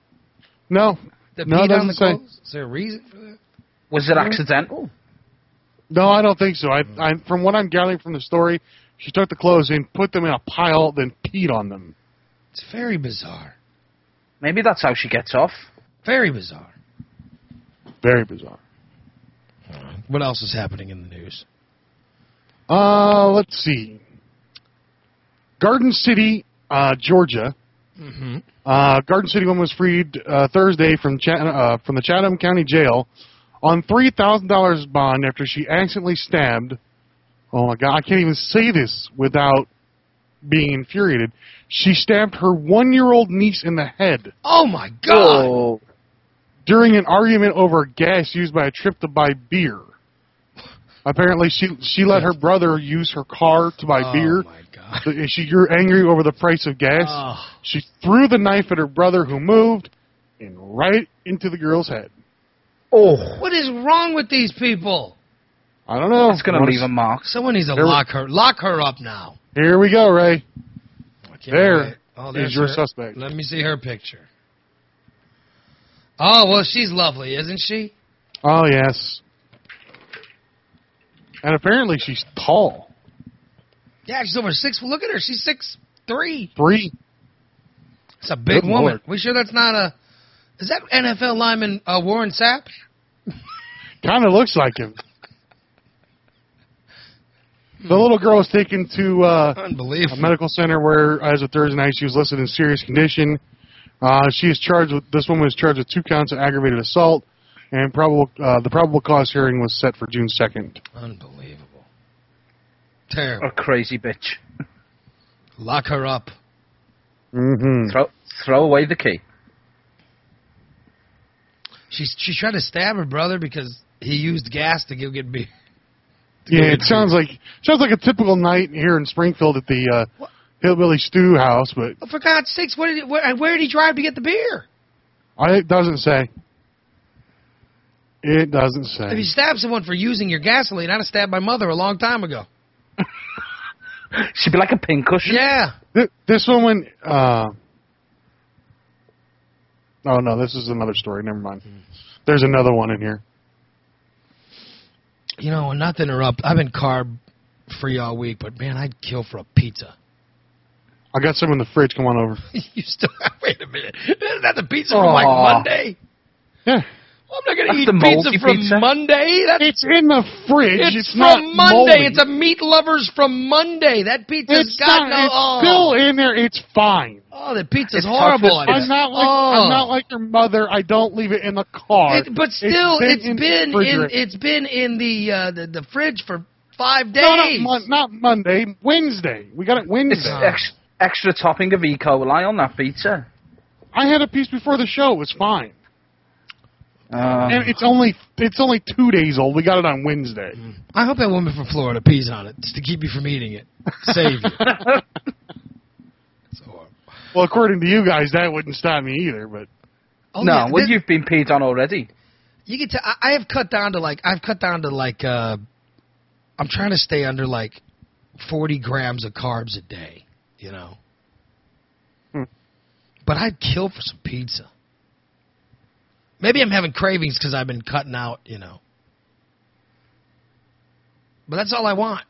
Speaker 3: No,
Speaker 1: the
Speaker 3: No, it
Speaker 1: peed on the
Speaker 3: doesn't say.
Speaker 1: clothes? Is there a reason for that?
Speaker 2: was it accidental?
Speaker 1: Oh.
Speaker 3: No, I don't think so. I, I, from what I'm gathering from the story, she took the clothes in, put them in a pile, then peed peed on them.
Speaker 1: It's very bizarre.
Speaker 2: Maybe that's how she gets off.
Speaker 1: Very bizarre.
Speaker 3: Very bizarre.
Speaker 1: What else is happening in the news?
Speaker 3: Uh, let's see. Garden City, uh, Georgia.
Speaker 1: Mhm.
Speaker 3: Uh, Garden City woman was freed uh, Thursday from Chat- uh, from the Chatham County Jail on three thousand dollars bond after she accidentally stabbed. Oh my God! I can't even say this without being infuriated. She stabbed her one-year-old niece in the head
Speaker 1: Oh my god!
Speaker 2: Oh,
Speaker 3: during an argument over gas used by a trip to buy beer. Apparently, she she let her brother use her car to buy
Speaker 1: Oh
Speaker 3: beer.
Speaker 1: my god!
Speaker 3: So She grew angry over the price of gas.
Speaker 1: Oh.
Speaker 3: She threw the knife at her brother, who moved, and right into the girl's head.
Speaker 2: oh,
Speaker 1: What is wrong with these people?
Speaker 3: I don't
Speaker 1: Oh,
Speaker 3: know.
Speaker 2: that's gonna
Speaker 3: Wanna
Speaker 2: leave a
Speaker 3: s-
Speaker 2: mark.
Speaker 1: Someone needs to
Speaker 3: There-
Speaker 1: lock her lock her up now.
Speaker 3: Here we go, Ray.
Speaker 1: I can't
Speaker 3: There
Speaker 1: wait. oh,
Speaker 3: is
Speaker 1: there's
Speaker 3: your
Speaker 1: her.
Speaker 3: suspect.
Speaker 1: Let me see her picture. Oh well, she's lovely, isn't she?
Speaker 3: Oh yes. And apparently she's tall.
Speaker 1: Yeah, she's over six. Look at her. She's six three.
Speaker 3: Three.
Speaker 1: It's a big
Speaker 3: Good
Speaker 1: woman.
Speaker 3: lord.
Speaker 1: We sure that's not a? Is that NFL lineman uh, Warren Sapp?
Speaker 3: Kind of looks like him. The little girl was taken to uh, a
Speaker 1: Unbelievable.
Speaker 3: medical center where, as of Thursday night, she was listed in serious condition. Uh, she is charged with this woman is charged with two counts of aggravated assault, and probable uh, the probable cause hearing was set for June second.
Speaker 1: Unbelievable. Terrible.
Speaker 2: A crazy bitch.
Speaker 1: Lock her up.
Speaker 3: Mm-hmm.
Speaker 2: Throw, throw away the key.
Speaker 1: She's she tried to stab her brother because he used gas to go get beer.
Speaker 3: Yeah, it sounds like sounds like a typical night here in Springfield at the uh,
Speaker 1: What?
Speaker 3: hillbilly stew house, but
Speaker 1: Well, Oh, for God's sakes, what did he, where, where did he drive to get the beer?
Speaker 3: I, it doesn't say. It doesn't
Speaker 1: If you
Speaker 3: say.
Speaker 1: stab someone for using your gasoline, I'd have stabbed my mother a long time ago.
Speaker 2: She'd be like a pincushion.
Speaker 1: Yeah.
Speaker 3: Th- This woman. Uh, oh no, this is another story. Never mind. There's another one in here.
Speaker 1: You know, and not to interrupt, I've been carb free all week, but man, I'd kill for a pizza.
Speaker 3: I got some in the fridge. Come on over.
Speaker 1: you still wait a minute. Isn't that the pizza from like
Speaker 2: Aw.
Speaker 1: Monday?
Speaker 3: Yeah,
Speaker 1: Well, I'm not going
Speaker 2: That's
Speaker 1: to eat
Speaker 2: the moldy
Speaker 1: pizza from
Speaker 2: pizza.
Speaker 1: Monday. That's
Speaker 3: it's in the fridge.
Speaker 1: It's,
Speaker 3: It's,
Speaker 1: from Monday.
Speaker 3: not moldy.
Speaker 1: It's a meat lovers from Monday. That pizza's
Speaker 3: It's
Speaker 1: got
Speaker 3: not.
Speaker 1: no.
Speaker 3: it's
Speaker 1: oh.
Speaker 3: still in there. It's fine.
Speaker 1: Oh, that pizza's
Speaker 2: It's
Speaker 1: horrible.
Speaker 2: tough to-
Speaker 1: It's-
Speaker 2: Yeah.
Speaker 3: I'm not like
Speaker 1: Oh.
Speaker 3: I'm not like your mother. I don't leave it in the car.
Speaker 1: It- but still, it's been, in,
Speaker 3: the refrigerator.
Speaker 1: it's been in the, uh, the the fridge for five days.
Speaker 3: No, not, mon- not Monday. Wednesday. We got it Wednesday.
Speaker 2: It's ex- extra topping of E. coli on that pizza.
Speaker 3: I had a piece before the show. It was fine.
Speaker 2: Uh,
Speaker 3: And it's only it's only two days old. We got it on Wednesday.
Speaker 1: I hope that woman from Florida pees on it just to keep you from eating it. Save you. It's horrible.
Speaker 3: Well, according to you guys, that wouldn't stop me either. But
Speaker 1: Oh,
Speaker 2: no,
Speaker 1: yeah,
Speaker 2: well,
Speaker 1: this-
Speaker 2: you've been peed on already.
Speaker 1: you can tell I, I have cut down to like I've cut down to like uh I'm trying to stay under like 40 grams of carbs a day, you know.
Speaker 3: Hmm.
Speaker 1: But I'd kill for some pizza. Maybe I'm having cravings because I've been cutting out, you know. But that's all I want.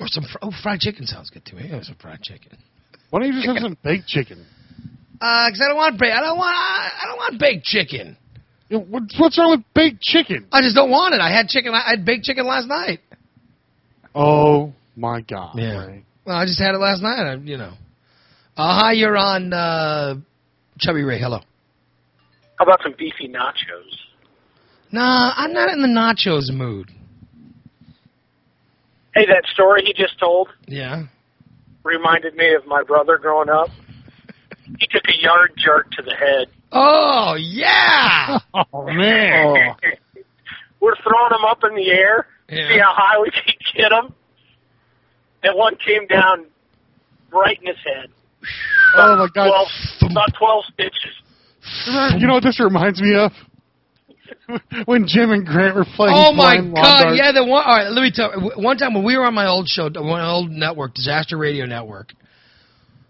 Speaker 1: Or some fr- oh fried chicken sounds good to me. Yeah, some fried chicken.
Speaker 3: why don't you just have some baked chicken?
Speaker 1: Uh 'cause I don't want ba- I don't want I, I don't want baked chicken.
Speaker 3: You know, What's what's wrong with baked chicken?
Speaker 1: I just don't want it. I had chicken. I had baked chicken last night.
Speaker 3: Oh my god!
Speaker 1: Yeah.
Speaker 3: Ray.
Speaker 1: Well, I just had it last night. I, you know. Uh, hi, you're on uh, Chubby Ray. Hello.
Speaker 7: How about some beefy nachos?
Speaker 1: Nah, I'm not in the nachos mood.
Speaker 7: Hey, that story he just told
Speaker 1: Yeah.
Speaker 7: reminded me of my brother growing up. He took a yard jerk to the head.
Speaker 1: Oh yeah.
Speaker 3: Oh man!
Speaker 7: We're throwing him up in the air, see
Speaker 1: yeah.
Speaker 7: how high we can get him. And one came down right in his head.
Speaker 3: Oh my god!
Speaker 7: Twelve, about twelve stitches.
Speaker 3: You know what this reminds me of? when Jim and Grant were playing.
Speaker 1: Oh my
Speaker 3: blind lawn
Speaker 1: God!
Speaker 3: darts.
Speaker 1: Yeah, the one. All right, let me tell. You, one time when we were on my old show, my old network, Disaster Radio Network,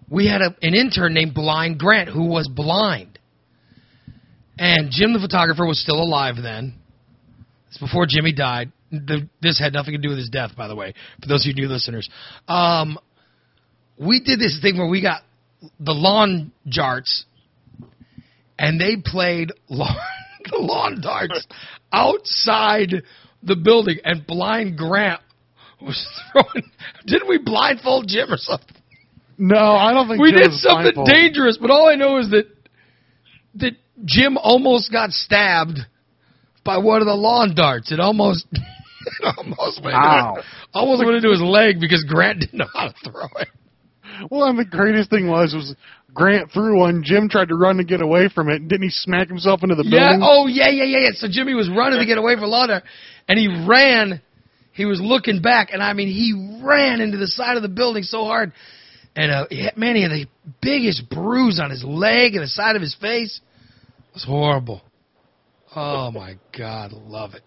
Speaker 1: we had a, an intern named Blind Grant who was blind, and Jim the photographer was still alive then. It's before Jimmy died. The, this had nothing to do with his death, by the way. For those of you new listeners, um, we did this thing where we got the lawn jarts, and they played lawn, the lawn darts outside the building, and blind Grant was throwing. Didn't we blindfold Jim or something?
Speaker 3: No, I don't think
Speaker 1: We
Speaker 3: Jim
Speaker 1: did
Speaker 3: was
Speaker 1: something
Speaker 3: blindfolded.
Speaker 1: dangerous, but all I know is that that Jim almost got stabbed by one of the lawn darts. It almost. It almost went,
Speaker 2: Wow.
Speaker 1: into, almost went into his leg because Grant didn't know how to throw it.
Speaker 3: Well, and the greatest thing was was Grant threw one. Jim tried to run to get away from it, and didn't he smack himself into the
Speaker 1: Yeah.
Speaker 3: building?
Speaker 1: Oh, yeah, yeah, yeah, yeah. So Jimmy was running to get away from Lawler, and he ran. He was looking back, and I mean, he ran into the side of the building so hard, and uh, he had- man, he had the biggest bruise on his leg and the side of his face. It was horrible. Oh my God, love it.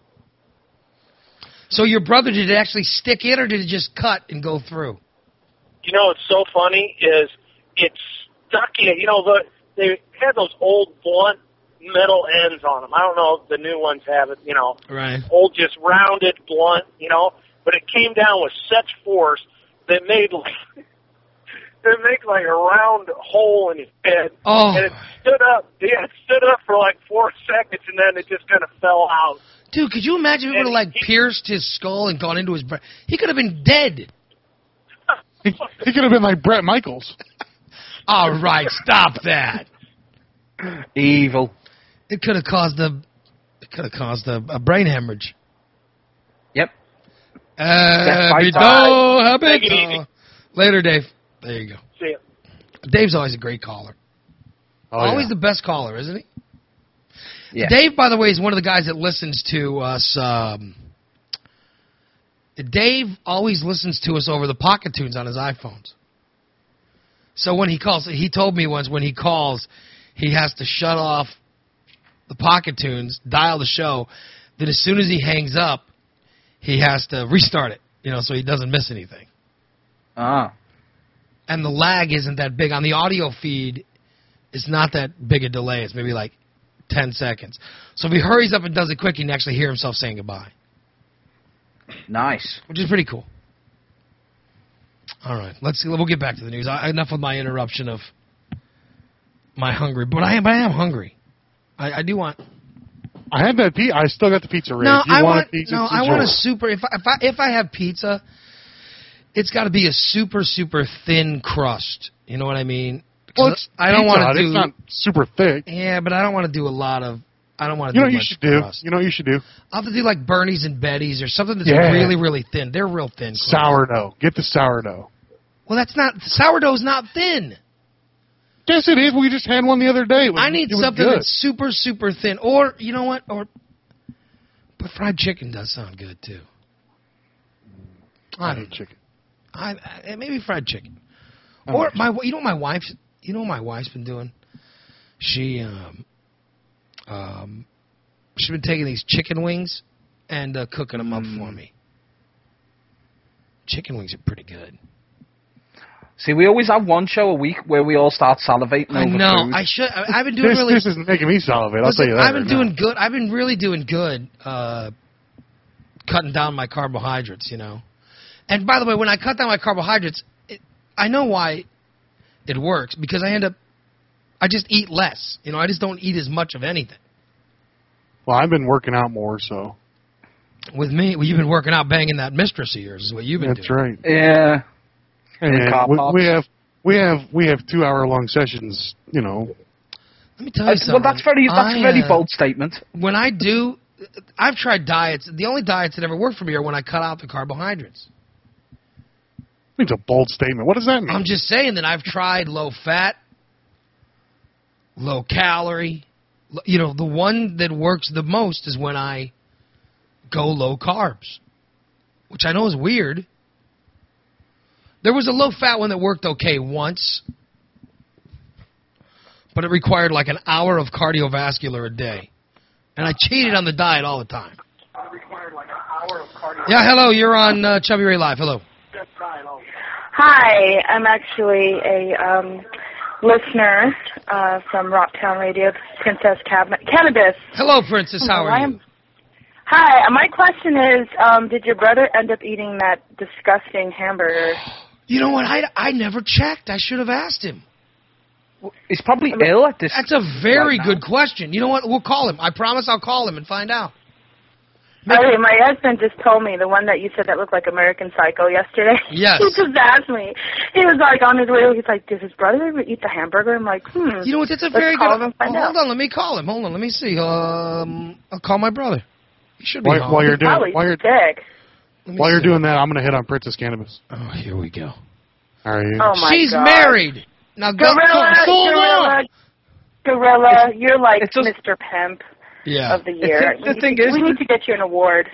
Speaker 1: So your brother did it actually stick in, or did it just cut and go through?
Speaker 7: You know what's so funny is it stuck in. You know, the, they had those old blunt metal ends on them. I don't know if the new ones have it. You know,
Speaker 1: Right.
Speaker 7: old just rounded blunt. You know, but it came down with such force that made like it made like a round hole in his head.
Speaker 1: Oh.
Speaker 7: And it stood up. Yeah, it stood up for like four seconds, and then it just kind of fell out.
Speaker 1: Dude, could you imagine if it
Speaker 7: And
Speaker 1: would have like
Speaker 7: he-
Speaker 1: pierced his skull and gone into his brain? He could have been dead.
Speaker 3: He, he could have been like Brett Michaels.
Speaker 1: All right, stop that.
Speaker 2: Evil.
Speaker 1: It could have caused a it could have caused a, a brain hemorrhage.
Speaker 2: Yep.
Speaker 1: Happy
Speaker 2: fight
Speaker 1: dog, happy
Speaker 7: Take it
Speaker 1: dog.
Speaker 7: easy.
Speaker 1: Later, Dave. There you go.
Speaker 7: See, it.
Speaker 1: Dave's always a great caller.
Speaker 3: Oh,
Speaker 1: always
Speaker 3: yeah.
Speaker 1: the best caller, isn't he?
Speaker 2: Yeah.
Speaker 1: Dave, by the way, is one of the guys that listens to us. Um, Dave always listens to us over the pocket tunes on his iPhones. So when he calls, he told me once when he calls, he has to shut off the pocket tunes, dial the show. Then as soon as he hangs up, he has to restart it. You know, so he doesn't miss anything
Speaker 2: Ah.
Speaker 1: and the lag isn't that big on the audio feed. It's not that big a delay. It's maybe like ten seconds. So if he hurries up and does it quick, he can actually hear himself saying goodbye,
Speaker 2: Nice.
Speaker 1: which is pretty cool. All right, let's see. We'll get back to the news. I, enough with my interruption of my hungry, but I am, but I am hungry. I, I do want.
Speaker 3: I had that pizza. I still got the pizza. Ray.
Speaker 1: No,
Speaker 3: If you
Speaker 1: I
Speaker 3: want,
Speaker 1: want.
Speaker 3: a pizza,
Speaker 1: no,
Speaker 3: it's
Speaker 1: I want a
Speaker 3: yours.
Speaker 1: super. If I, if I if I have pizza, it's got to be a super super thin crust. You know what I mean? 'Cause
Speaker 3: Well, it's
Speaker 1: I don't
Speaker 3: Pizza
Speaker 1: want
Speaker 3: Hut.
Speaker 1: to do.
Speaker 3: It's not super thick.
Speaker 1: Yeah, but I don't want to do a lot of. I don't want to
Speaker 3: You know
Speaker 1: do
Speaker 3: what you
Speaker 1: much
Speaker 3: should do?
Speaker 1: crust.
Speaker 3: You know what you should do?
Speaker 1: I'll have to do like Bernie's and Betty's or something that's
Speaker 3: Yeah.
Speaker 1: really, really thin. They're real thin. crust.
Speaker 3: Sourdough. Get the sourdough.
Speaker 1: Well, that's not sourdough's not thin.
Speaker 3: Yes, it is. We just had one the other day. It was-
Speaker 1: I need
Speaker 3: it was
Speaker 1: something
Speaker 3: good.
Speaker 1: that's super, super thin. Or you know what? Or but fried chicken does sound good too. I don't know.
Speaker 3: chicken.
Speaker 1: I, I eh, maybe fried chicken.
Speaker 2: Oh,
Speaker 3: I
Speaker 1: Or
Speaker 3: like
Speaker 1: my you know what my wife's you know what my wife's been doing. She um um she's been taking these chicken wings and uh, cooking them up
Speaker 2: Mm.
Speaker 1: for me. Chicken wings are pretty good.
Speaker 2: See, we always have one show a week where we all start salivating
Speaker 1: I
Speaker 2: over
Speaker 1: know.
Speaker 2: food.
Speaker 1: I should. I, I've been doing
Speaker 3: This,
Speaker 1: really.
Speaker 3: this is making me salivate. I'll
Speaker 1: listen,
Speaker 3: tell you that.
Speaker 1: I've been
Speaker 3: right
Speaker 1: doing
Speaker 3: now.
Speaker 1: good. I've been really doing good. Uh, cutting down my carbohydrates, you know. And by the way, when I cut down my carbohydrates, it, I know why it works because I end up. I just eat less. You know, I just don't eat as much of anything.
Speaker 3: Well, I've been working out more, so
Speaker 1: With me, well, you've been working out, banging that mistress of yours is what you've been
Speaker 3: that's
Speaker 1: doing.
Speaker 3: right.
Speaker 2: Yeah.
Speaker 3: And
Speaker 2: cop
Speaker 3: we,
Speaker 2: pops.
Speaker 3: we have we have we have two hour long sessions. You know,
Speaker 1: Let me tell you
Speaker 2: Uh,
Speaker 1: something.
Speaker 2: well, that's very that's
Speaker 1: I,
Speaker 2: a very
Speaker 1: uh,
Speaker 2: bold statement.
Speaker 1: when I do, I've tried diets. The only diets that ever work for me are when I cut out the carbohydrates.
Speaker 3: it's a bold statement. What does that mean?
Speaker 1: I'm just saying that I've tried low fat, low calorie. Lo- You know, the one that works the most is when I go low carbs, which I know is weird. There was a low fat one that worked okay once, but it required like an hour of cardiovascular a day. And I cheated on the diet all the time.
Speaker 5: I required like an hour of cardio.
Speaker 1: Yeah, hello, you're on uh, Chubby Ray Live. Hello.
Speaker 5: That's right. Oh,
Speaker 8: Hi, I'm actually a um, listener uh, from Rocktown Radio, Princess Cab- Cannabis.
Speaker 1: Hello, Princess. How
Speaker 8: I
Speaker 1: are
Speaker 8: am-
Speaker 1: you?
Speaker 8: Hi, uh, my question is, um, did your brother end up eating that disgusting hamburger?
Speaker 1: You know what? I, I never checked. I should have asked him.
Speaker 2: He's probably ill at this.
Speaker 1: That's a very
Speaker 2: right now.
Speaker 1: good question. You know what? We'll call him. I promise I'll call him and find out.
Speaker 8: Okay, my husband just told me the one that you said that looked like American Psycho yesterday.
Speaker 1: Yes.
Speaker 8: he just asked me. He was like on his way. He's like, "Does his brother ever eat the hamburger?" I'm like, "Hmm."
Speaker 1: You know what? That's a
Speaker 8: Let's
Speaker 1: very
Speaker 8: call
Speaker 1: good.
Speaker 8: him and find
Speaker 1: Oh,
Speaker 8: out.
Speaker 1: hold on, let me call him. Hold on, let me see. Um, I'll call my brother. He should be
Speaker 3: While,
Speaker 1: home.
Speaker 3: while you're doing
Speaker 8: Probably
Speaker 3: while you're
Speaker 8: dick.
Speaker 1: Let me
Speaker 3: while you're
Speaker 1: see.
Speaker 3: doing that, I'm gonna hit on Princess Cannabis.
Speaker 1: Oh, here we go.
Speaker 3: All right.
Speaker 8: Oh my
Speaker 1: She's
Speaker 8: God.
Speaker 1: married. Now go
Speaker 8: Gorilla,
Speaker 1: go- go
Speaker 8: gorilla,
Speaker 1: on.
Speaker 8: gorilla. You're like
Speaker 2: it's just-
Speaker 8: Mr. Pimp
Speaker 1: Yeah.
Speaker 8: of the year.
Speaker 2: the
Speaker 8: We
Speaker 2: thing
Speaker 8: need to-
Speaker 2: is-
Speaker 8: we need to get you an award.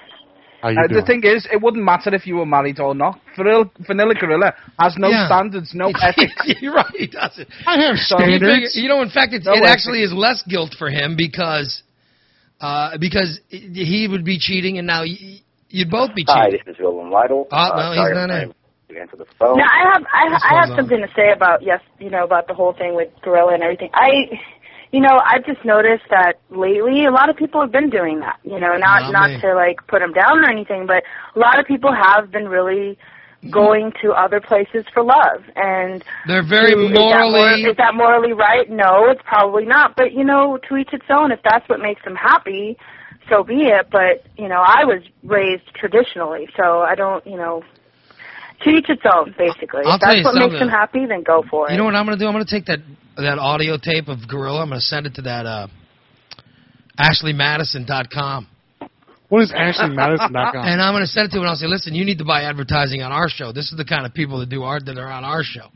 Speaker 3: How you
Speaker 2: Uh, the
Speaker 3: doing?
Speaker 2: thing is, it wouldn't matter if you were married or not. Vanilla, Vanilla Gorilla has no
Speaker 1: Yeah.
Speaker 2: standards, no ethics.
Speaker 1: You're right. He doesn't.
Speaker 3: I have
Speaker 1: You,
Speaker 3: standards.
Speaker 1: figure- you know, in fact, it's,
Speaker 2: No
Speaker 1: it
Speaker 2: way.
Speaker 1: actually is less guilt for him because uh, because he would be cheating, and now y- you'd both be
Speaker 9: Hi,
Speaker 1: cheating.
Speaker 9: this is William Lytle. Uh,
Speaker 1: Oh, no, he's
Speaker 9: sorry
Speaker 1: not
Speaker 9: I'm
Speaker 1: in.
Speaker 9: unable To answer the
Speaker 5: Oh.
Speaker 9: phone.
Speaker 8: No, I have
Speaker 1: This
Speaker 8: I, I
Speaker 1: one's
Speaker 8: have something to say about yes, you know about the whole thing with gorilla and everything. I, you know, I've just noticed that lately a lot of people have been doing that. You know,
Speaker 1: Not
Speaker 8: not not,
Speaker 1: me.
Speaker 8: to like put them down or anything, but a lot of people have been really going to other places for love and
Speaker 1: They're very
Speaker 8: do- is that mor-
Speaker 1: morally.
Speaker 8: is that morally right no it's probably not but you know to each its own if that's what makes them happy so be it but you know i was raised traditionally so i don't you know to each its own basically
Speaker 1: I'll
Speaker 8: if
Speaker 1: tell
Speaker 8: that's
Speaker 1: you
Speaker 8: what
Speaker 1: something.
Speaker 8: makes them happy then go for it
Speaker 1: You know what I'm going to do? I'm going to take that that audio tape of Gorilla. I'm going to send it to that uh, AshleyMadison.com,
Speaker 3: What is Ashley Madison knock on?
Speaker 1: and I'm going to send it to him. And I'll say, listen, you need to buy advertising on our show. This is the kind of people that do art that are on our show.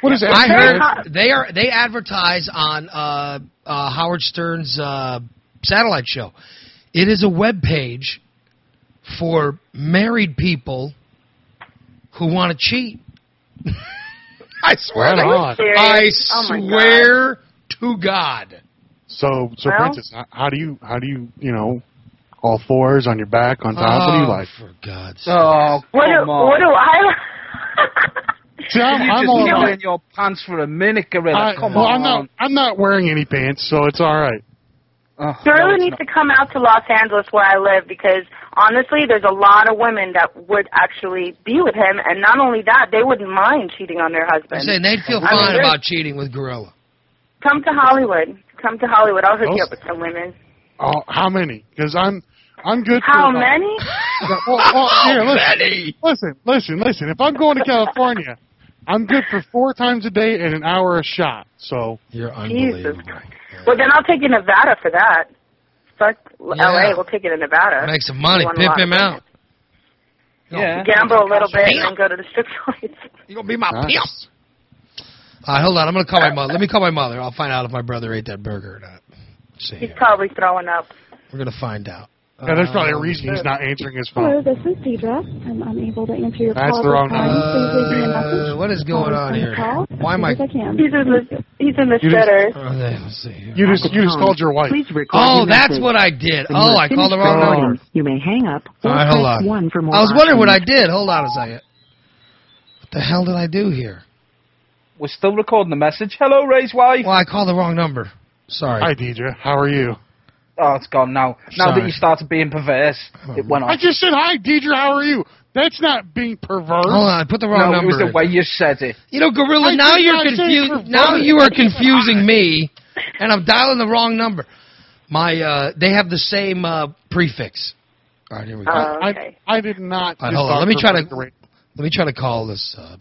Speaker 3: What is
Speaker 1: I
Speaker 3: Ashley
Speaker 1: heard
Speaker 3: Madison?
Speaker 1: Uh, they are they advertise on uh, uh, Howard Stern's uh, satellite show. It is a web page for married people who want to cheat. I swear,
Speaker 3: Right
Speaker 1: to
Speaker 3: on.
Speaker 1: God. I
Speaker 8: Serious? Oh, my God.
Speaker 1: swear to God.
Speaker 3: So, so
Speaker 8: Well-
Speaker 3: Princess, h- how do you, how do you, you know, all fours on your back, on top? what do you
Speaker 1: Oh,
Speaker 3: like?
Speaker 1: For God's sake.
Speaker 2: oh,
Speaker 8: what
Speaker 2: come
Speaker 8: do,
Speaker 2: on.
Speaker 8: what do i
Speaker 3: See, I'm,
Speaker 2: you
Speaker 3: I'm
Speaker 2: just
Speaker 3: all
Speaker 2: feel
Speaker 3: about-
Speaker 2: in your pants for a minute, Gorilla.
Speaker 3: I-
Speaker 2: come
Speaker 3: well,
Speaker 2: on.
Speaker 3: I'm not, I'm not wearing any pants, so it's all right.
Speaker 2: Oh, no,
Speaker 8: Gorilla
Speaker 2: it's
Speaker 8: needs to come out to Los Angeles where I live because honestly, there's a lot of women that would actually be with him, and not only that, they wouldn't mind cheating on their
Speaker 1: I'm
Speaker 8: husband.
Speaker 1: saying they'd feel
Speaker 8: I mean,
Speaker 1: fine
Speaker 8: there's-
Speaker 1: about cheating with Gorilla.
Speaker 8: Come to Hollywood. Come to Hollywood. I'll hook you
Speaker 3: Most-
Speaker 8: up with some women.
Speaker 3: Oh, how many? Because I'm, I'm good. for
Speaker 8: How
Speaker 3: about-
Speaker 8: many?
Speaker 3: Well, well, here,
Speaker 1: Oh,
Speaker 3: listen,
Speaker 1: Betty!
Speaker 3: listen, listen, listen. If I'm going to California, I'm good for four times a day and an hour a shot. So
Speaker 1: You're
Speaker 8: Jesus
Speaker 1: unbelievable.
Speaker 8: Christ. Well, then I'll take you to Nevada for that. Fuck L.A. We'll take you to Nevada.
Speaker 1: Make some money.
Speaker 8: You want a
Speaker 1: Pimp
Speaker 8: lot of
Speaker 1: him out.
Speaker 2: not- yeah.
Speaker 8: Gamble a little bit and
Speaker 1: Damn.
Speaker 8: then go to the strip joints.
Speaker 1: You're going to be my
Speaker 3: Nice.
Speaker 1: pimp. All right, hold on. I'm going to call my mother. Let me call my mother. I'll find out if my brother ate that burger or not. Let's see.
Speaker 8: He's
Speaker 1: here.
Speaker 8: probably throwing up.
Speaker 1: We're going to find out.
Speaker 3: yeah, there's probably a
Speaker 1: Um,
Speaker 3: reason
Speaker 8: Uh,
Speaker 3: he's not answering his
Speaker 10: Hello,
Speaker 3: phone.
Speaker 10: this is Deidre. I'm unable to answer your
Speaker 3: That's
Speaker 10: call. at
Speaker 3: the
Speaker 10: this
Speaker 3: wrong
Speaker 10: time. Please leave me a
Speaker 1: Uh,
Speaker 10: message.
Speaker 1: what is going
Speaker 10: I'll
Speaker 1: on
Speaker 10: return
Speaker 1: here?
Speaker 10: the Call
Speaker 1: Why am I?
Speaker 10: As I can.
Speaker 8: He's in the he's in the
Speaker 3: You just-
Speaker 8: shitter.
Speaker 1: Oh, there, let's see here.
Speaker 3: You just, you just called your wife.
Speaker 1: Oh, that's what I did. Oh, I called the wrong number.
Speaker 11: You may hang up
Speaker 1: All right, hold on.
Speaker 11: for
Speaker 1: I was wondering what I did. Hold on a second. What the hell did I do here?
Speaker 2: We're still recording the message. Hello, Ray's wife.
Speaker 1: Well, I called the wrong number. Sorry.
Speaker 3: Hi, Deidre. How are you?
Speaker 2: Oh, it's gone now. Now
Speaker 1: Sorry.
Speaker 2: that you started being perverse, it went
Speaker 3: I
Speaker 2: on.
Speaker 3: just said hi, Deidre. How are you? That's not being perverse.
Speaker 1: Hold on, I put the wrong
Speaker 2: No, it was
Speaker 1: number.
Speaker 2: the
Speaker 1: in.
Speaker 2: way you said it.
Speaker 1: You know, Gorilla.
Speaker 3: I
Speaker 1: Now
Speaker 3: did
Speaker 1: you're
Speaker 3: not say
Speaker 1: confused.
Speaker 3: perverted.
Speaker 1: Now you are confusing me, and I'm dialing the wrong number. My, uh, they have the same uh, prefix. All right, here we go.
Speaker 8: Uh,
Speaker 3: I,
Speaker 8: Okay.
Speaker 3: I did not.
Speaker 1: All right,
Speaker 3: just
Speaker 1: hold on.
Speaker 3: talk
Speaker 1: Let me try to-
Speaker 3: perverse.
Speaker 1: Let me try to call this. Uh,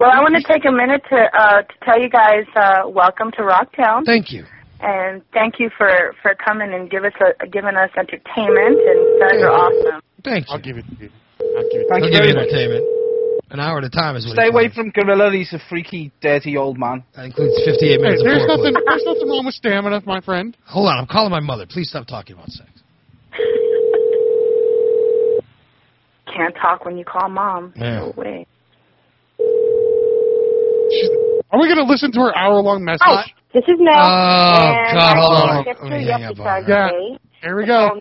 Speaker 8: Well, I want to take a minute to uh, to tell you guys uh, welcome to Rocktown,
Speaker 1: thank you.
Speaker 8: and thank you for for coming and give us a, giving us entertainment. And you guys are awesome.
Speaker 1: Thank you.
Speaker 3: I'll give it to you. I'll give it to
Speaker 2: Thank
Speaker 1: He'll give
Speaker 2: you very
Speaker 1: you
Speaker 2: much.
Speaker 1: entertainment. An hour at a time is what.
Speaker 2: Stay
Speaker 1: he
Speaker 2: away
Speaker 1: claims.
Speaker 2: from Gorilla. He's a freaky, dirty old man.
Speaker 1: That includes 58
Speaker 3: you. Hey,
Speaker 1: minutes.
Speaker 3: there's
Speaker 1: of foreplay.
Speaker 3: nothing. There's nothing wrong with stamina, my friend.
Speaker 1: Hold on, I'm calling my mother. Please stop talking about sex.
Speaker 8: Can't talk when you call mom.
Speaker 1: Yeah.
Speaker 8: No way.
Speaker 3: She's, are we going to listen to her hour-long message?
Speaker 8: This is Mel.
Speaker 1: Oh, God, hold on. Let me hang up on her.
Speaker 3: Yeah. Here we
Speaker 1: Oh,
Speaker 3: go.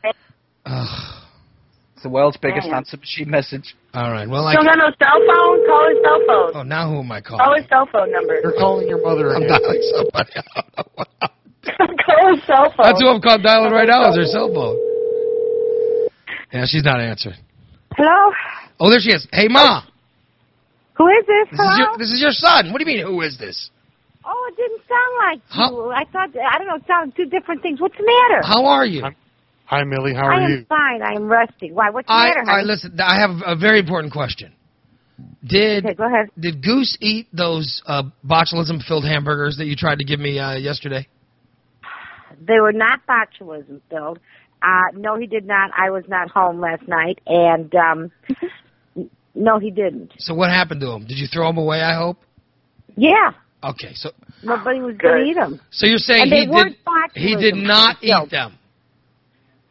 Speaker 1: Ugh.
Speaker 2: It's the world's biggest
Speaker 8: Damn.
Speaker 2: answer machine message.
Speaker 1: All right. Well, I
Speaker 8: Don't got no cell phone? Call his cell phone.
Speaker 1: oh now who am I
Speaker 8: Call
Speaker 1: calling?
Speaker 8: his cell phone number.
Speaker 3: You're calling your mother
Speaker 1: I'm
Speaker 3: again.
Speaker 1: dialing somebody. I don't know what-
Speaker 8: Call his cell phone.
Speaker 1: That's who I'm called dialing right now. Is her cell phone? Yeah, she's not answering.
Speaker 8: Hello.
Speaker 1: Oh, there she is. Hey, ma.
Speaker 11: Oh. Who is this?
Speaker 1: This is,
Speaker 11: Hello?
Speaker 1: your, this is your son. What do you mean? Who is this?
Speaker 11: Oh, it didn't sound like
Speaker 1: Huh?
Speaker 11: you. I thought I don't know. It sounded two different things. What's the matter?
Speaker 1: How are you?
Speaker 3: Hi, Millie. How
Speaker 11: I am fine. I am rusty. Why? What's the
Speaker 1: I,
Speaker 11: matter,
Speaker 1: I
Speaker 11: honey?
Speaker 1: listen. I have a very important question. Did did Goose eat those uh, botulism-filled hamburgers that you tried to give me uh, yesterday?
Speaker 11: They were not botulism filled. Uh, no, he did not. I was not home last night, and um, n- no, he didn't.
Speaker 1: So what happened to him? Did you throw him away? I hope.
Speaker 11: Yeah,
Speaker 1: Okay, so
Speaker 11: nobody was going to eat him.
Speaker 1: so you're saying
Speaker 11: And
Speaker 1: he
Speaker 11: they
Speaker 1: did
Speaker 11: weren't botulism.
Speaker 1: he did not eat them.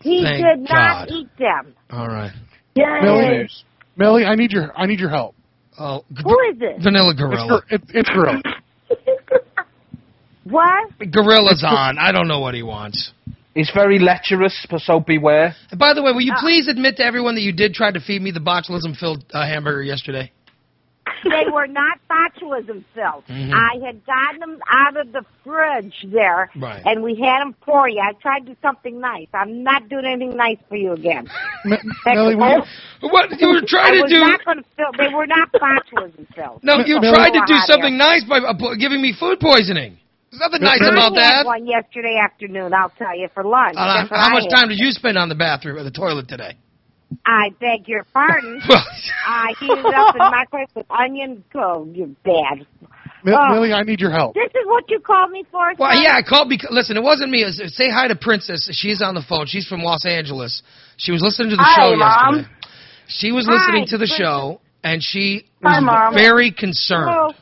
Speaker 11: He
Speaker 1: Thank
Speaker 11: did not
Speaker 1: God.
Speaker 11: eat them.
Speaker 1: All right.
Speaker 11: Yay.
Speaker 3: Millie, Millie, I need your I need your help.
Speaker 1: Oh,
Speaker 11: Who is this?
Speaker 1: Vanilla
Speaker 3: it's,
Speaker 1: Gorilla.
Speaker 3: gor- it, it's gorilla.
Speaker 11: What?
Speaker 1: Gorilla's on. I don't know what he wants.
Speaker 2: He's very lecherous, so beware.
Speaker 1: And by the way, will
Speaker 11: Uh,
Speaker 1: you please admit to everyone that you did try to feed me the botulism-filled uh, hamburger yesterday?
Speaker 11: they were not botulism filled.
Speaker 1: Mhm.
Speaker 11: I had gotten them out of the fridge there,
Speaker 1: Right.
Speaker 11: and we had them for you. I tried to do something nice. I'm not doing anything nice for you again.
Speaker 3: Millie, will you-
Speaker 1: What you were trying
Speaker 11: I
Speaker 1: to
Speaker 11: was
Speaker 1: do?
Speaker 11: Not gonna fill, they were not botulism filled.
Speaker 1: No, you
Speaker 11: Go
Speaker 1: tried to do
Speaker 11: out there.
Speaker 1: something nice by uh, po- giving me food poisoning. There's nothing nice
Speaker 11: I
Speaker 1: about
Speaker 11: had
Speaker 1: that.
Speaker 11: one yesterday afternoon. I'll tell you for lunch.
Speaker 1: Uh,
Speaker 11: That's what
Speaker 1: how
Speaker 11: I
Speaker 1: much
Speaker 11: had.
Speaker 1: time did you spend on the bathroom or the toilet today?
Speaker 11: I beg your pardon.
Speaker 1: Well-
Speaker 11: I heated up in my place with onion. Oh, you bad.
Speaker 3: Mi-
Speaker 11: Oh.
Speaker 3: Millie, I need your help.
Speaker 11: This is what you called me for.
Speaker 1: Well,
Speaker 11: son?
Speaker 1: yeah, I called because listen, it wasn't me. It was- Say hi to Princess. She's on the phone. She's from Los Angeles. She was listening to the
Speaker 11: Hi,
Speaker 1: show
Speaker 11: Mom.
Speaker 1: yesterday. She was
Speaker 11: Hi,
Speaker 1: listening to the
Speaker 11: Princess.
Speaker 1: show and she
Speaker 11: Hi,
Speaker 1: was
Speaker 11: Mom.
Speaker 1: very concerned.
Speaker 11: Hello.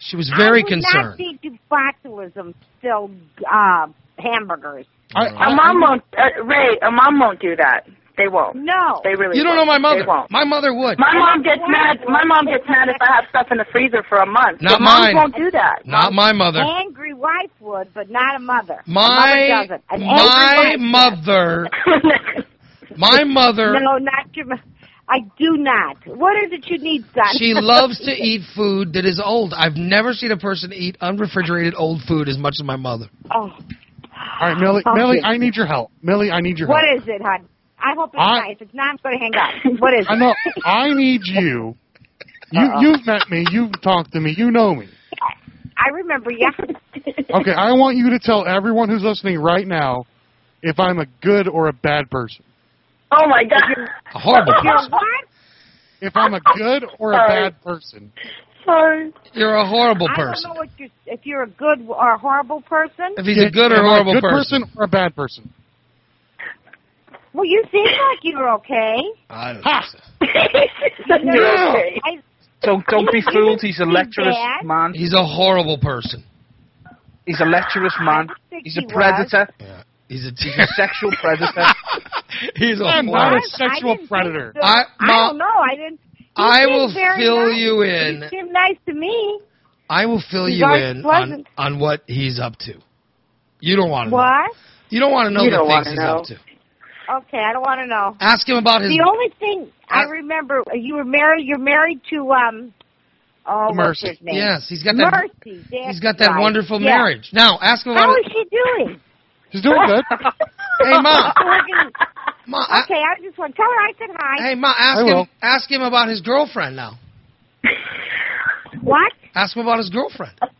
Speaker 1: She was very
Speaker 11: I would
Speaker 1: concerned.
Speaker 11: Not feed you botulism filled uh, hamburgers.
Speaker 10: a mom won't. Uh, Ray, a mom won't do that. They won't.
Speaker 11: No.
Speaker 10: They really.
Speaker 1: you don't know
Speaker 10: won't.
Speaker 1: my
Speaker 10: They
Speaker 1: mother.
Speaker 10: won't.
Speaker 1: My mother would.
Speaker 10: My mom gets mad. My mom gets mad if I have stuff in the freezer for a month.
Speaker 1: Not
Speaker 10: but moms
Speaker 1: mine.
Speaker 10: won't do that.
Speaker 1: Not my mother.
Speaker 11: Angry wife would, but not a mother. A
Speaker 1: My
Speaker 11: mother doesn't. An
Speaker 1: my
Speaker 11: angry wife.
Speaker 1: mother. my mother.
Speaker 11: No, not your. mo- I do not. What is it you need, son?
Speaker 1: She loves to eat food that is old. I've never seen a person eat unrefrigerated old food as much as my mother.
Speaker 11: Oh,
Speaker 3: All right, Millie,
Speaker 11: Fuck
Speaker 3: Millie,
Speaker 11: you.
Speaker 3: I need your help. Millie, I need your
Speaker 11: what
Speaker 3: help.
Speaker 11: is it, hon? I hope it's
Speaker 3: I-
Speaker 11: nice. It's not. I'm going to hang up. What is
Speaker 3: I
Speaker 11: it?
Speaker 3: know. I need you. You
Speaker 11: Uh-uh.
Speaker 3: you've met me. You've talked to me. You know me.
Speaker 11: I remember you.
Speaker 3: Okay, I want you to tell everyone who's listening right now if I'm a good or a bad person.
Speaker 10: Oh my god.
Speaker 1: A horrible
Speaker 11: You're
Speaker 1: person.
Speaker 11: what?
Speaker 3: If I'm a good or a
Speaker 10: Sorry.
Speaker 3: bad person.
Speaker 10: Sorry.
Speaker 1: You're a horrible
Speaker 11: I don't
Speaker 1: person.
Speaker 11: know what you're, if you're a good or a horrible person.
Speaker 1: If he's
Speaker 3: Yeah,
Speaker 1: a good or
Speaker 3: am I
Speaker 1: horrible
Speaker 3: good
Speaker 1: person.
Speaker 3: or a bad person?
Speaker 11: Well, you seem like you're okay.
Speaker 1: I don't
Speaker 3: Ha!
Speaker 1: think
Speaker 10: You're okay.
Speaker 11: I,
Speaker 2: So don't be
Speaker 11: You
Speaker 2: fooled.
Speaker 11: didn't
Speaker 2: He's a
Speaker 11: do
Speaker 2: lecherous
Speaker 11: that.
Speaker 2: man.
Speaker 1: so. He's a horrible person.
Speaker 2: He's a lecherous man.
Speaker 11: think
Speaker 2: He's a
Speaker 11: he was.
Speaker 2: predator.
Speaker 1: He's a
Speaker 2: He's a sexual predator.
Speaker 1: he's a
Speaker 3: I'm not
Speaker 1: horrible.
Speaker 3: a sexual
Speaker 11: I didn't
Speaker 3: predator.
Speaker 11: think so.
Speaker 1: I-
Speaker 11: I
Speaker 1: Ma-
Speaker 11: don't know. I didn't. you
Speaker 1: I
Speaker 11: seem
Speaker 1: will
Speaker 11: very
Speaker 1: fill
Speaker 11: nice.
Speaker 1: you in.
Speaker 11: You seem nice to me.
Speaker 1: I will fill
Speaker 11: He's
Speaker 1: you
Speaker 11: always
Speaker 1: in on,
Speaker 11: pleasant.
Speaker 1: on what he's up to. You don't want to know.
Speaker 11: What?
Speaker 1: You don't want to know
Speaker 10: You
Speaker 1: the
Speaker 10: don't
Speaker 1: things
Speaker 10: wanna
Speaker 1: he's
Speaker 10: know.
Speaker 1: up to.
Speaker 11: Okay, I don't want to know.
Speaker 1: Ask him about his
Speaker 11: The only thing I
Speaker 1: Uh,
Speaker 11: remember, you were married. You're married to um. Oh, what's
Speaker 3: Mercy.
Speaker 11: his name?
Speaker 1: Yes, he's got that
Speaker 11: Mercy. that's
Speaker 1: he's got that
Speaker 11: right.
Speaker 1: wonderful
Speaker 11: Yeah.
Speaker 1: marriage. Now, ask him about
Speaker 11: How is
Speaker 1: it.
Speaker 11: she doing?
Speaker 3: She's doing good.
Speaker 1: Hey, Mom. Ma, I-
Speaker 11: okay, I just want to tell her I said hi.
Speaker 1: hey, Ma, ask
Speaker 3: I
Speaker 1: him
Speaker 3: will.
Speaker 1: ask him about his girlfriend now.
Speaker 11: What?
Speaker 1: Ask him about his girlfriend.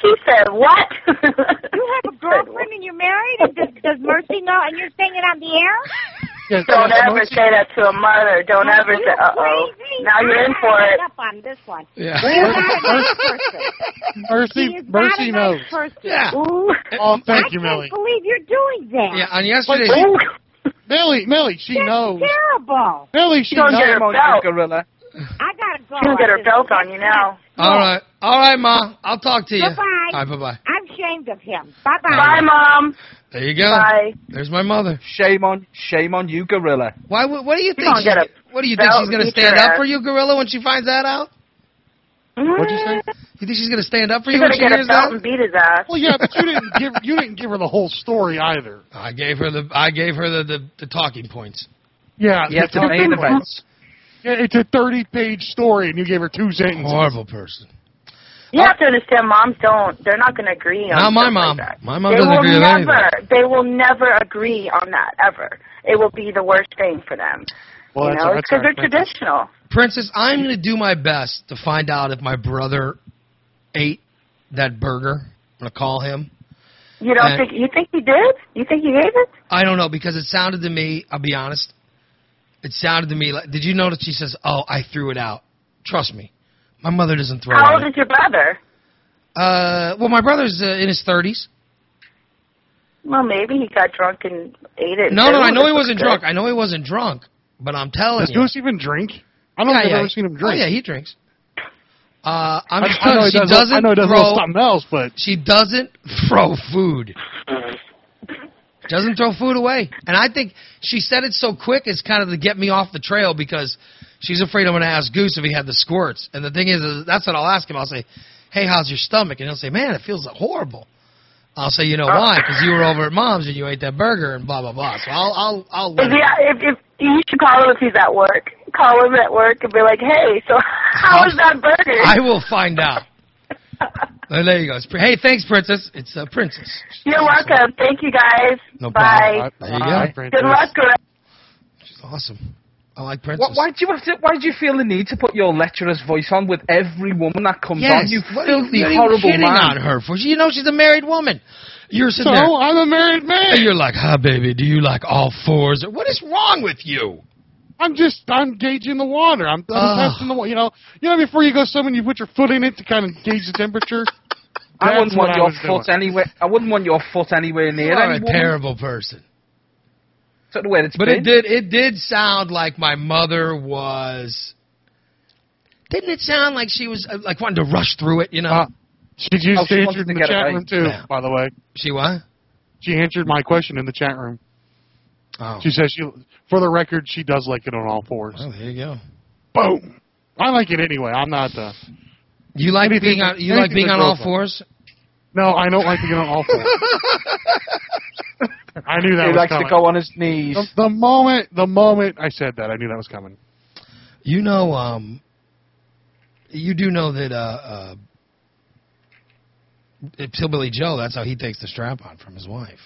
Speaker 10: She said what?
Speaker 11: You have a girlfriend and you're married? And does, does Mercy know? And you're saying it on the air?
Speaker 3: Yes,
Speaker 10: Don't
Speaker 3: yes,
Speaker 10: ever
Speaker 3: Mercy.
Speaker 10: say that to a mother. Don't
Speaker 11: Are
Speaker 10: ever
Speaker 11: you
Speaker 10: say. Uh oh.
Speaker 11: crazy?
Speaker 10: Now you're in for
Speaker 11: I'm
Speaker 10: it.
Speaker 11: Up on this one.
Speaker 1: Yeah.
Speaker 11: You're not a nice person. He
Speaker 3: Mercy,
Speaker 11: is not
Speaker 3: Mercy
Speaker 11: a nice
Speaker 3: knows.
Speaker 11: person.
Speaker 1: Yeah.
Speaker 10: Ooh.
Speaker 3: Oh,
Speaker 11: I
Speaker 3: thank you,
Speaker 11: can't
Speaker 3: Millie.
Speaker 11: believe you're doing that.
Speaker 1: Yeah, on yesterday's
Speaker 10: Ooh.
Speaker 3: Millie, Millie, she
Speaker 11: That's
Speaker 3: knows.
Speaker 11: terrible.
Speaker 3: Millie, she
Speaker 10: Don't
Speaker 3: knows.
Speaker 10: get her
Speaker 2: Come on,
Speaker 10: belt.
Speaker 2: you gorilla.
Speaker 11: I gotta go.
Speaker 10: She's gonna get her belt on you now.
Speaker 1: All right. All right, Ma. I'll talk to you.
Speaker 11: Bye-bye.
Speaker 1: All right, bye-bye.
Speaker 11: I'm ashamed of him. Bye bye.
Speaker 10: Bye, mom.
Speaker 1: There you go.
Speaker 10: Bye.
Speaker 1: There's my mother.
Speaker 2: Shame on, shame on you, gorilla.
Speaker 1: Why? would- What do you think?
Speaker 10: gonna
Speaker 1: she's-
Speaker 10: get a
Speaker 1: what do you think
Speaker 10: belt
Speaker 1: she's going to
Speaker 10: and beat
Speaker 1: stand
Speaker 10: your
Speaker 1: up
Speaker 10: ass.
Speaker 1: for you, Gorilla, when she finds that out?
Speaker 3: What'd you say?
Speaker 1: You think she's going to stand up for
Speaker 10: She's
Speaker 1: you when
Speaker 10: gonna Mm. get a
Speaker 1: she hears
Speaker 10: belt and
Speaker 1: that?
Speaker 10: beat his ass.
Speaker 3: Well, yeah, but you didn't give you didn't give her the whole story either.
Speaker 1: I gave her the I gave her the the, the talking points.
Speaker 3: Yeah,
Speaker 2: You have
Speaker 3: it's
Speaker 2: to
Speaker 3: a
Speaker 2: pay the
Speaker 3: 30
Speaker 2: rent.
Speaker 3: Yeah, it's a thirty-page story, and you gave her two sentences.
Speaker 1: Horrible person.
Speaker 10: You have to understand, moms don't. They're not going to agree on.
Speaker 1: Not my
Speaker 10: stuff like
Speaker 1: mom.
Speaker 10: that.
Speaker 1: My mom
Speaker 10: they
Speaker 1: doesn't
Speaker 10: will
Speaker 1: agree with
Speaker 10: never,
Speaker 1: anything.
Speaker 10: They will never agree on that ever. It will be the worst thing for them.
Speaker 3: Well,
Speaker 10: you
Speaker 3: that's
Speaker 10: know,
Speaker 3: our-
Speaker 10: it's
Speaker 3: that's
Speaker 10: because they're
Speaker 3: our princess.
Speaker 10: traditional.
Speaker 1: Princess, I'm going to do my best to find out if my brother ate that burger. I'm going to call him.
Speaker 10: You don't
Speaker 1: And-
Speaker 10: think you think he did? You think he ate it?
Speaker 1: I don't know because it sounded to me. I'll be honest. It sounded to me like. Did you notice she says, "Oh, I threw it out." Trust me, my mother doesn't throw
Speaker 10: How old
Speaker 1: out.
Speaker 10: is your brother?
Speaker 1: uh, well, my brother's uh, in his thirties.
Speaker 10: Well, maybe he got drunk and ate it. and
Speaker 1: No,
Speaker 10: said,
Speaker 1: no,
Speaker 10: "Ooh,
Speaker 1: I
Speaker 10: this
Speaker 1: know he
Speaker 10: looks
Speaker 1: wasn't
Speaker 10: good."
Speaker 1: drunk. I know he wasn't drunk, but I'm telling
Speaker 3: Does
Speaker 1: you.
Speaker 3: Goose even drink? I don't
Speaker 1: Yeah,
Speaker 3: think
Speaker 1: yeah.
Speaker 3: I've ever seen him drink.
Speaker 1: Oh yeah, he drinks. Uh, I'm
Speaker 3: I- I
Speaker 1: telling
Speaker 3: know
Speaker 1: you,
Speaker 3: he
Speaker 1: she
Speaker 3: does-
Speaker 1: doesn't
Speaker 3: I know he does a
Speaker 1: throw
Speaker 3: little something else, but
Speaker 1: she doesn't throw food. Doesn't throw food away. And I think she said it so quick it's kind of to get me off the trail because she's afraid I'm going to ask Goose if he had the squirts. And the thing is, is that's what I'll ask him. I'll say, hey, how's your stomach? And he'll say, man, it feels horrible. I'll say, you know why? Because you were over at mom's and you ate that burger and blah, blah, blah. So I'll, I'll, I'll
Speaker 10: If,
Speaker 1: let
Speaker 10: he,
Speaker 1: him.
Speaker 10: if, if you should call him if he's at work, call him at work and be like, "Hey, so how was that burger?"
Speaker 1: I will find out. Well, there you go. It's, Pri- hey, thanks, Princess. It's uh, Princess.
Speaker 10: You're welcome. Thank you guys.
Speaker 1: No
Speaker 10: Bye.
Speaker 1: problem. There you
Speaker 3: Bye,
Speaker 2: uh,
Speaker 1: go.
Speaker 3: Princess.
Speaker 10: Good luck, Greg.
Speaker 1: She's awesome. I like
Speaker 2: Why,
Speaker 1: Princess.
Speaker 2: why do you have to? Why do you feel the need to put your lecherous voice on with every woman that comes
Speaker 1: Yes.
Speaker 2: on? You
Speaker 1: what are
Speaker 2: filthy,
Speaker 1: you, what are you
Speaker 2: horrible
Speaker 1: hitting on
Speaker 2: man.
Speaker 1: her for? You know she's a married woman. You're
Speaker 3: So
Speaker 1: sitting there.
Speaker 3: I'm a married man.
Speaker 1: And you're like, huh, baby, do you like all fours? What is wrong with you?
Speaker 3: I'm just I'm gauging the water. I'm, I'm
Speaker 1: Ugh.
Speaker 3: testing the water. You know, you know before you go swimming, you put your foot in it to kind of gauge the temperature.
Speaker 2: I
Speaker 3: That's
Speaker 2: wouldn't
Speaker 3: what
Speaker 2: want
Speaker 3: I
Speaker 2: your
Speaker 3: was doing.
Speaker 2: foot anywhere. I wouldn't want your foot anywhere
Speaker 1: You
Speaker 2: near
Speaker 1: are a
Speaker 2: any woman.
Speaker 1: terrible person.
Speaker 2: Sort of where it's
Speaker 1: But
Speaker 2: been.
Speaker 1: it did it did sound like my mother was didn't it sound like she was uh, like wanting to rush through it, you know?
Speaker 3: Uh, she just
Speaker 2: Oh, she wants
Speaker 3: answered
Speaker 2: to
Speaker 3: in the
Speaker 2: get it
Speaker 3: chat
Speaker 2: right.
Speaker 3: room too.
Speaker 1: Yeah.
Speaker 3: By the way,
Speaker 1: she what?
Speaker 3: she answered my question in the chat room.
Speaker 1: Oh.
Speaker 3: She says she, for the record, she does like it on all fours.
Speaker 1: Well, there you go.
Speaker 3: Boom. I like it anyway. I'm not. Uh,
Speaker 1: You like
Speaker 3: Anything-
Speaker 1: being on you like
Speaker 3: anything
Speaker 1: being
Speaker 3: with
Speaker 1: on all
Speaker 3: girls on.
Speaker 1: fours?
Speaker 3: no, I don't like to get on all fours. I knew that
Speaker 2: He
Speaker 3: was
Speaker 2: likes
Speaker 3: coming.
Speaker 2: to go on his knees.
Speaker 3: the, the moment, the moment I said that, I knew that was coming.
Speaker 1: You know, um, you do know that uh, uh, Hillbilly Joe. That's how he takes the strap on from his wife.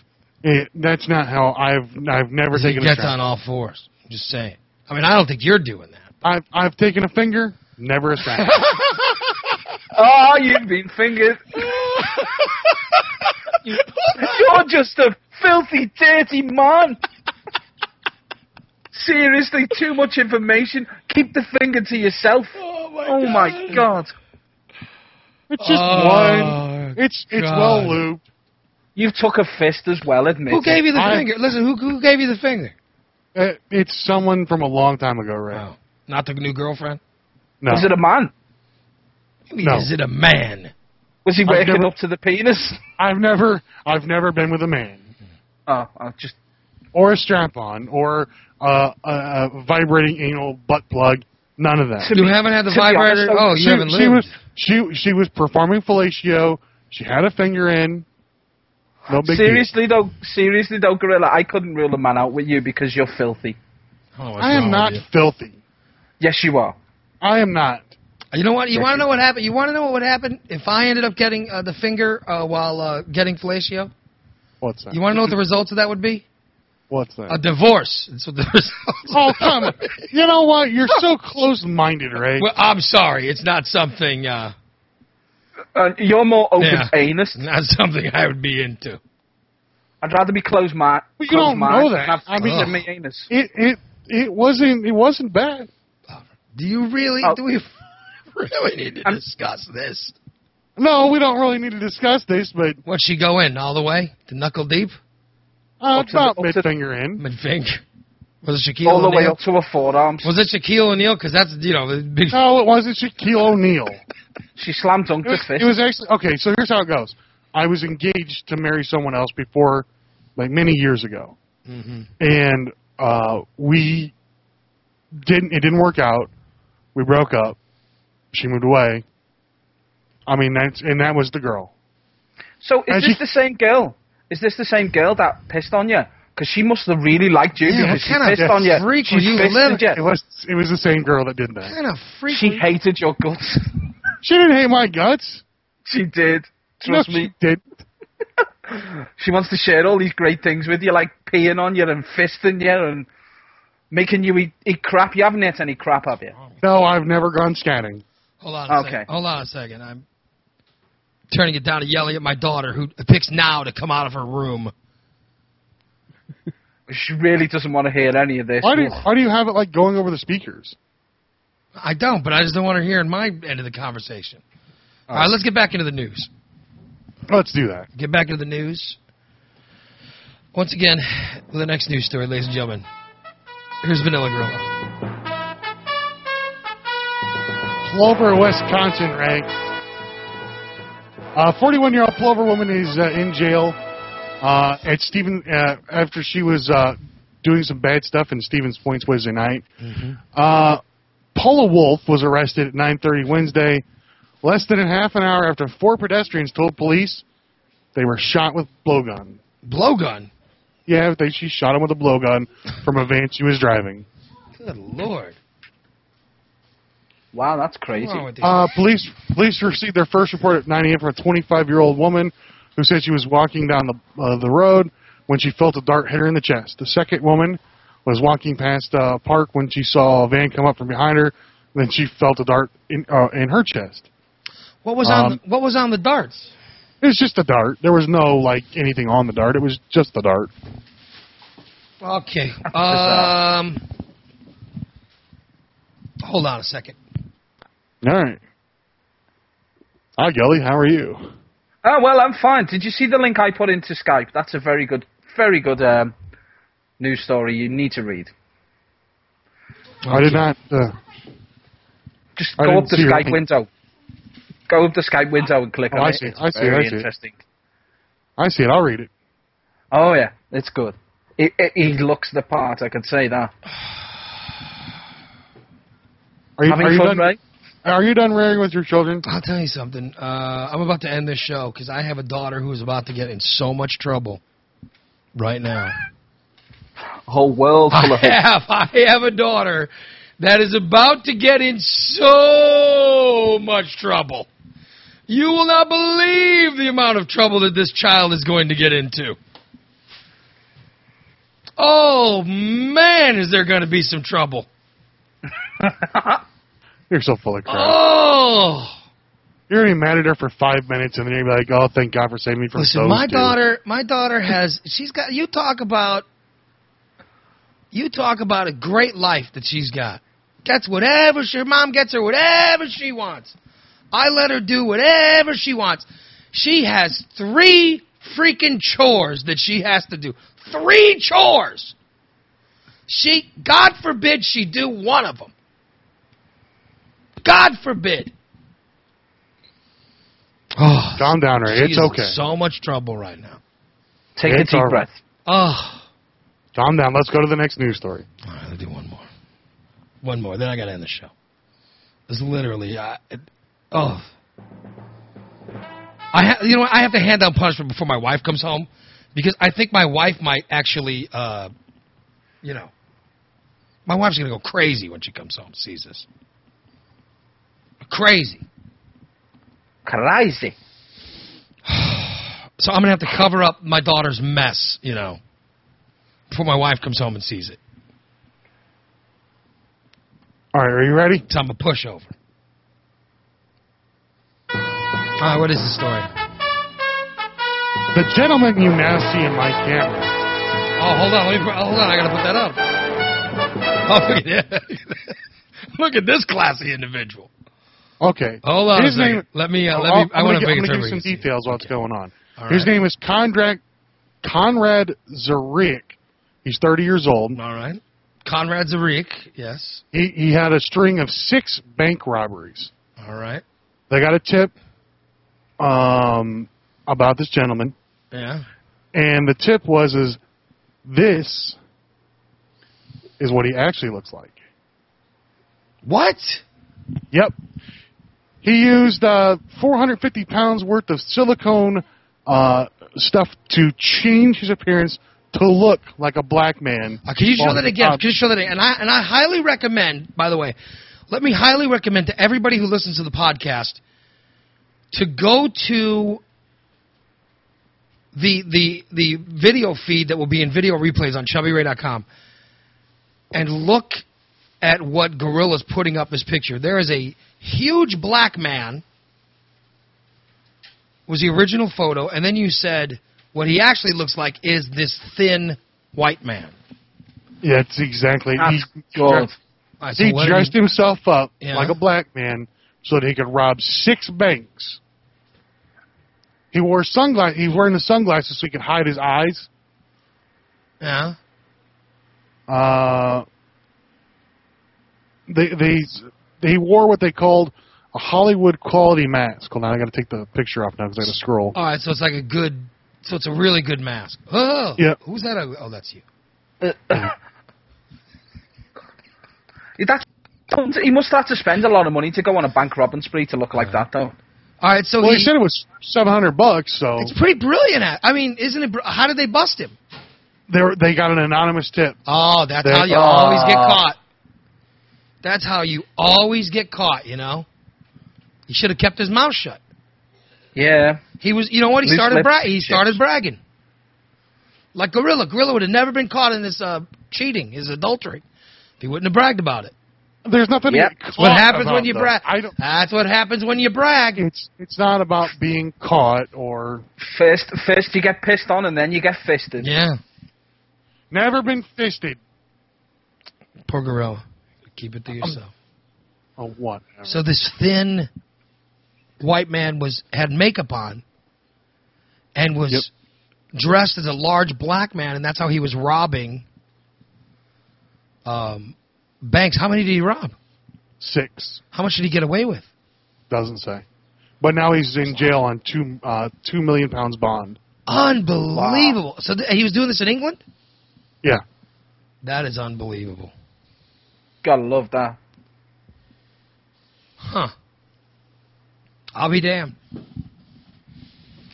Speaker 3: It, that's not how I've I've never
Speaker 1: He
Speaker 3: taken a
Speaker 1: gets
Speaker 3: strap.
Speaker 1: on all fours. Just saying. I mean, I don't think you're doing that.
Speaker 3: I've I've taken a finger, never a strap.
Speaker 2: Oh, you've been fingered. You- You're just a filthy, dirty man. Seriously, too much information. Keep the finger to yourself.
Speaker 1: Oh my,
Speaker 2: Oh my god.
Speaker 3: It's just
Speaker 1: Oh,
Speaker 3: one. It's it's
Speaker 1: God.
Speaker 3: well looped.
Speaker 2: You've took a fist as well, admit
Speaker 1: Who gave you the
Speaker 3: I-
Speaker 1: finger? Listen, who who gave you the finger?
Speaker 3: Uh, It's someone from a long time ago, right?
Speaker 1: Oh, not the new girlfriend.
Speaker 3: No,
Speaker 2: Was it a man?
Speaker 1: I mean,
Speaker 3: No.
Speaker 1: Is it a man?
Speaker 2: Was he
Speaker 3: I've
Speaker 2: waking
Speaker 3: never-
Speaker 2: up to the penis?
Speaker 3: I've never I've never been with a man
Speaker 2: Oh, I just
Speaker 3: or a strap on or uh, a, a vibrating anal butt plug. None of that.
Speaker 2: To
Speaker 1: You
Speaker 2: be-
Speaker 1: haven't had the
Speaker 2: to be
Speaker 1: vibrator.
Speaker 2: honest,
Speaker 1: oh, you
Speaker 3: she,
Speaker 1: haven't
Speaker 3: she
Speaker 1: lubed.
Speaker 3: was she she was performing fellatio. She had a finger in. No big
Speaker 2: seriously though, seriously though, gorilla, I couldn't rule a man out with you because you're filthy.
Speaker 1: I don't know
Speaker 3: deal.
Speaker 1: what's
Speaker 3: I am
Speaker 1: Oh, wrong
Speaker 3: not
Speaker 1: with
Speaker 3: filthy.
Speaker 2: Yes, you are.
Speaker 3: I am not.
Speaker 1: You. you know what? You want to know what happened? You want to know what would happen if I ended up getting uh, the finger uh, while uh, getting fellatio?
Speaker 3: What's that?
Speaker 1: You want to know what the results of that would be?
Speaker 3: What's that?
Speaker 1: A divorce. That's what the results.
Speaker 3: oh come! on. You know what? You're so close-minded, Ray.
Speaker 1: Well, I'm sorry. It's not something. Uh,
Speaker 2: Uh, you're more open
Speaker 1: Yeah.
Speaker 2: anus.
Speaker 1: not something I would be into.
Speaker 2: I'd rather be closed mind.
Speaker 3: But you don't know that. I
Speaker 2: I
Speaker 3: mean-
Speaker 2: mean, than me anus.
Speaker 3: it it it wasn't it wasn't bad.
Speaker 1: Do you really?
Speaker 2: Oh.
Speaker 1: Do we really need to
Speaker 2: I'm-
Speaker 1: discuss this?
Speaker 3: No, we don't really need to discuss this, but
Speaker 1: What'd she go in all the way? The knuckle deep,
Speaker 3: uh,
Speaker 2: Up to the-
Speaker 3: about
Speaker 2: up
Speaker 3: mid
Speaker 2: to-
Speaker 3: finger in.
Speaker 1: midfinger. Was it Shaquille
Speaker 2: All the
Speaker 1: O'Neal?
Speaker 2: way up to her forearms.
Speaker 1: Was it Shaquille O'Neal? Because that's you know the big.
Speaker 2: Uh,
Speaker 3: No, it wasn't Shaquille O'Neal.
Speaker 2: She slammed dunked
Speaker 3: It
Speaker 2: her
Speaker 3: was,
Speaker 2: fist.
Speaker 3: it was actually okay. So here's how it goes. I was engaged to marry someone else before, like many years ago,
Speaker 1: Mhm.
Speaker 3: and uh, we didn't. It didn't work out. We broke up. She moved away. I mean, that's and that was the girl.
Speaker 2: so is
Speaker 3: and
Speaker 2: this
Speaker 3: she-
Speaker 2: the same girl? Is this the same girl that pissed on you? Because she must have really liked you
Speaker 1: Yeah, what
Speaker 2: because she
Speaker 1: kind of
Speaker 2: pissed on you.
Speaker 1: freak
Speaker 2: she
Speaker 1: were you
Speaker 2: fisted
Speaker 1: living-
Speaker 2: you.
Speaker 3: It was it was the same girl that did that.
Speaker 1: Kind of freak.
Speaker 2: She hated your guts.
Speaker 3: She didn't hate my guts.
Speaker 2: she did.
Speaker 3: No,
Speaker 2: Trust
Speaker 3: she
Speaker 2: me.
Speaker 3: did.
Speaker 2: She wants to share all these great things with you, like peeing on you and fisting you and making you eat, eat crap. You haven't ate any crap, have you?
Speaker 3: No, I've never gone scanning.
Speaker 1: Hold on. A okay. Second. Hold on a second. I'm turning it down and yelling at my daughter, who picks now to come out of her room.
Speaker 2: She really doesn't want to hear any of this.
Speaker 3: Why do you, why do you have it like going over the speakers?
Speaker 1: I don't, but I just don't want her hearing my end of the conversation. All right, let's get back into the news.
Speaker 3: Let's do that.
Speaker 1: Get back into the news. Once again, with the next news story, ladies and gentlemen. Here's Vanilla Gorilla.
Speaker 3: Plover, Wisconsin, Ray. A 41 year old Plover woman is uh, in jail uh, at Stephen uh, after she was uh, doing some bad stuff in Stevens Point's Wednesday night. Uh, Paula Wolf was arrested at 9:30 Wednesday, less than a half an hour after four pedestrians told police they were shot with blowgun.
Speaker 1: Blowgun.
Speaker 3: Yeah, they, she shot him with a blowgun from a van she was driving.
Speaker 1: Good lord.
Speaker 2: Wow, that's crazy.
Speaker 3: Uh, police police received their first report at 9 a.m. from a 25 year old woman who said she was walking down the uh, the road when she felt a dart hit her in the chest. The second woman was walking past uh, a park when she saw a van come up from behind her. Then she felt a dart in uh, in her chest.
Speaker 1: What was on
Speaker 3: Um,
Speaker 1: the, what was on the darts?
Speaker 3: It was just a dart. There was no like anything on the dart. It was just the dart.
Speaker 1: Okay. Um. Hold on a second.
Speaker 3: All right. Hi, Gully. How are you?
Speaker 2: Oh well, I'm fine. Did you see the link I put into Skype? That's a very good, very good um, news story. You need to read.
Speaker 3: I did not. Uh,
Speaker 2: Just
Speaker 3: I
Speaker 2: go
Speaker 3: didn't
Speaker 2: up the
Speaker 3: see your
Speaker 2: Skype
Speaker 3: link.
Speaker 2: window. Go up the Skype window and click
Speaker 3: Oh,
Speaker 2: on
Speaker 3: I
Speaker 2: it.
Speaker 3: see it.
Speaker 2: It's
Speaker 3: I see it.
Speaker 2: very
Speaker 3: I see it.
Speaker 2: interesting.
Speaker 3: I see it. I'll read it.
Speaker 2: Oh yeah, it's good. It, it, he looks the part. I can say that.
Speaker 3: Are you,
Speaker 2: Having
Speaker 3: are you
Speaker 2: fun,
Speaker 3: done?
Speaker 2: Ray?
Speaker 3: Are you done rearing with your children?
Speaker 1: I'll tell you something. Uh, I'm about to end this show because I have a daughter who is about to get in so much trouble right now.
Speaker 2: Whole world full
Speaker 1: I
Speaker 2: of hate.
Speaker 1: have, I have a daughter that is about to get in so much trouble. You will not believe the amount of trouble that this child is going to get into. Oh man, is there going to be some trouble?
Speaker 3: You're so full of crap.
Speaker 1: Oh.
Speaker 3: You're gonna be mad at her for five minutes, and then you're gonna be like, "Oh, thank God for saving me from
Speaker 1: Listen,
Speaker 3: those
Speaker 1: my
Speaker 3: two."
Speaker 1: daughter, my daughter has. She's got. You talk about. You talk about a great life that she's got. Gets whatever she, her mom gets her whatever she wants. I let her do whatever she wants. She has three freaking chores that she has to do. Three chores. She, God forbid, she do one of them. God forbid. Oh,
Speaker 3: calm down, Ray.
Speaker 1: She
Speaker 3: It's
Speaker 1: is in
Speaker 3: okay.
Speaker 1: So much trouble right now.
Speaker 2: Take a
Speaker 3: It's
Speaker 2: deep
Speaker 3: all right.
Speaker 2: breath.
Speaker 1: Oh,
Speaker 3: Calm down. Let's go to the next news story.
Speaker 1: all right, I'll do one more. One more. Then I got to end the show. It's literally, I, it, oh. I ha- you know what? I have to hand down punishment before my wife comes home because I think my wife might actually, uh, you know, my wife's going to go crazy when she comes home and sees this. Crazy.
Speaker 2: Crazy.
Speaker 1: So I'm going to have to cover up my daughter's mess, you know, before my wife comes home and sees it.
Speaker 3: All right, are you ready?
Speaker 1: So I'm a pushover. All right, what is the story?
Speaker 3: The gentleman you now see in my camera.
Speaker 1: Oh, hold on. Let me, put- hold on. I got to put that up. Oh, look at that. Look at this classy individual.
Speaker 3: Okay.
Speaker 1: Hold on
Speaker 3: His
Speaker 1: a second.
Speaker 3: name. Oh,
Speaker 1: let me. Uh, let
Speaker 3: I'll-
Speaker 1: me. I
Speaker 3: I'm
Speaker 1: want
Speaker 3: gonna
Speaker 1: to make it
Speaker 3: gi- I'm gonna
Speaker 1: to
Speaker 3: give you some details. What's going on?
Speaker 1: All
Speaker 3: His
Speaker 1: right.
Speaker 3: name is Conrad Conrad Zarik. He's 30 years old.
Speaker 1: All right. Conrad Zarik. Yes.
Speaker 3: He he had a string of six bank robberies.
Speaker 1: All right.
Speaker 3: They got a tip um, about this gentleman.
Speaker 1: Yeah.
Speaker 3: and the tip was is this is what he actually looks like.
Speaker 1: What?
Speaker 3: Yep. He used uh, 450 pounds worth of silicone uh, stuff to change his appearance to look like a black man.
Speaker 1: Uh, can you show
Speaker 3: Well,
Speaker 1: that again?
Speaker 3: uh,
Speaker 1: Can you show that again? And I and I highly recommend. By the way, let me highly recommend to everybody who listens to the podcast to go to the the the video feed that will be in video replays on chubbyray.com and look at what Gorilla's putting up as picture. There is a huge black man was the original photo, and then you said what he actually looks like is this thin white man.
Speaker 3: Yeah, it's exactly.
Speaker 1: That's
Speaker 3: he
Speaker 1: gold. Alright, so
Speaker 3: he
Speaker 1: Ah. what did
Speaker 3: dressed
Speaker 1: he-
Speaker 3: himself up
Speaker 1: Yeah.
Speaker 3: like a black man so that he could rob six banks. He wore sunglasses. He was wearing the sunglasses so he could hide his eyes.
Speaker 1: Yeah.
Speaker 3: Uh, they they he wore what they called a Hollywood quality mask. Hold on, I got to take the picture off now because I got to scroll.
Speaker 1: All right, so it's like a good, so it's a really good mask. Oh,
Speaker 3: Yeah.
Speaker 1: Who's that? Oh, that's you.
Speaker 2: That's, he must have to spend a lot of money to go on a bank robbing spree to look like that, though.
Speaker 1: All right, so
Speaker 3: well, he,
Speaker 1: he-
Speaker 3: said it was seven hundred bucks, so
Speaker 1: It's pretty brilliant. At, I mean, isn't it? br- How did they bust him?
Speaker 3: they were- they got an anonymous tip.
Speaker 1: Oh, that's
Speaker 3: They-
Speaker 1: how you always get caught. That's how you always get caught. You know, he should have kept his mouth shut.
Speaker 2: Yeah.
Speaker 1: He was, you know what? He
Speaker 2: Loose
Speaker 1: started
Speaker 2: lips,
Speaker 1: bra- he
Speaker 2: chicks.
Speaker 1: started bragging. Like Gorilla, Gorilla would have never been caught in this uh, cheating, his adultery. If he wouldn't have bragged about it.
Speaker 3: There's nothing.
Speaker 2: Yeah.
Speaker 3: To get
Speaker 1: That's what
Speaker 3: caught
Speaker 1: happens
Speaker 3: about,
Speaker 1: when you
Speaker 3: though.
Speaker 1: brag.
Speaker 3: I don't.
Speaker 1: That's what happens when you brag.
Speaker 3: It's it's not about being caught or
Speaker 2: First, first you get pissed on, and then you get fisted.
Speaker 1: Yeah,
Speaker 3: never been fisted.
Speaker 1: poor Gorilla. Keep it to yourself.
Speaker 3: Oh, what?
Speaker 1: So this thin white man was had makeup on and was dressed as a large black man, and that's how he was robbing um, banks. How many did he rob?
Speaker 3: Six
Speaker 1: How much did he get away with?
Speaker 3: doesn't say. But now he's in jail on two uh, two million pounds bond.
Speaker 1: Unbelievable. So th- he was doing this in England.
Speaker 3: Yeah.
Speaker 1: That is unbelievable.
Speaker 2: Gotta love that.
Speaker 1: Huh. I'll be damned.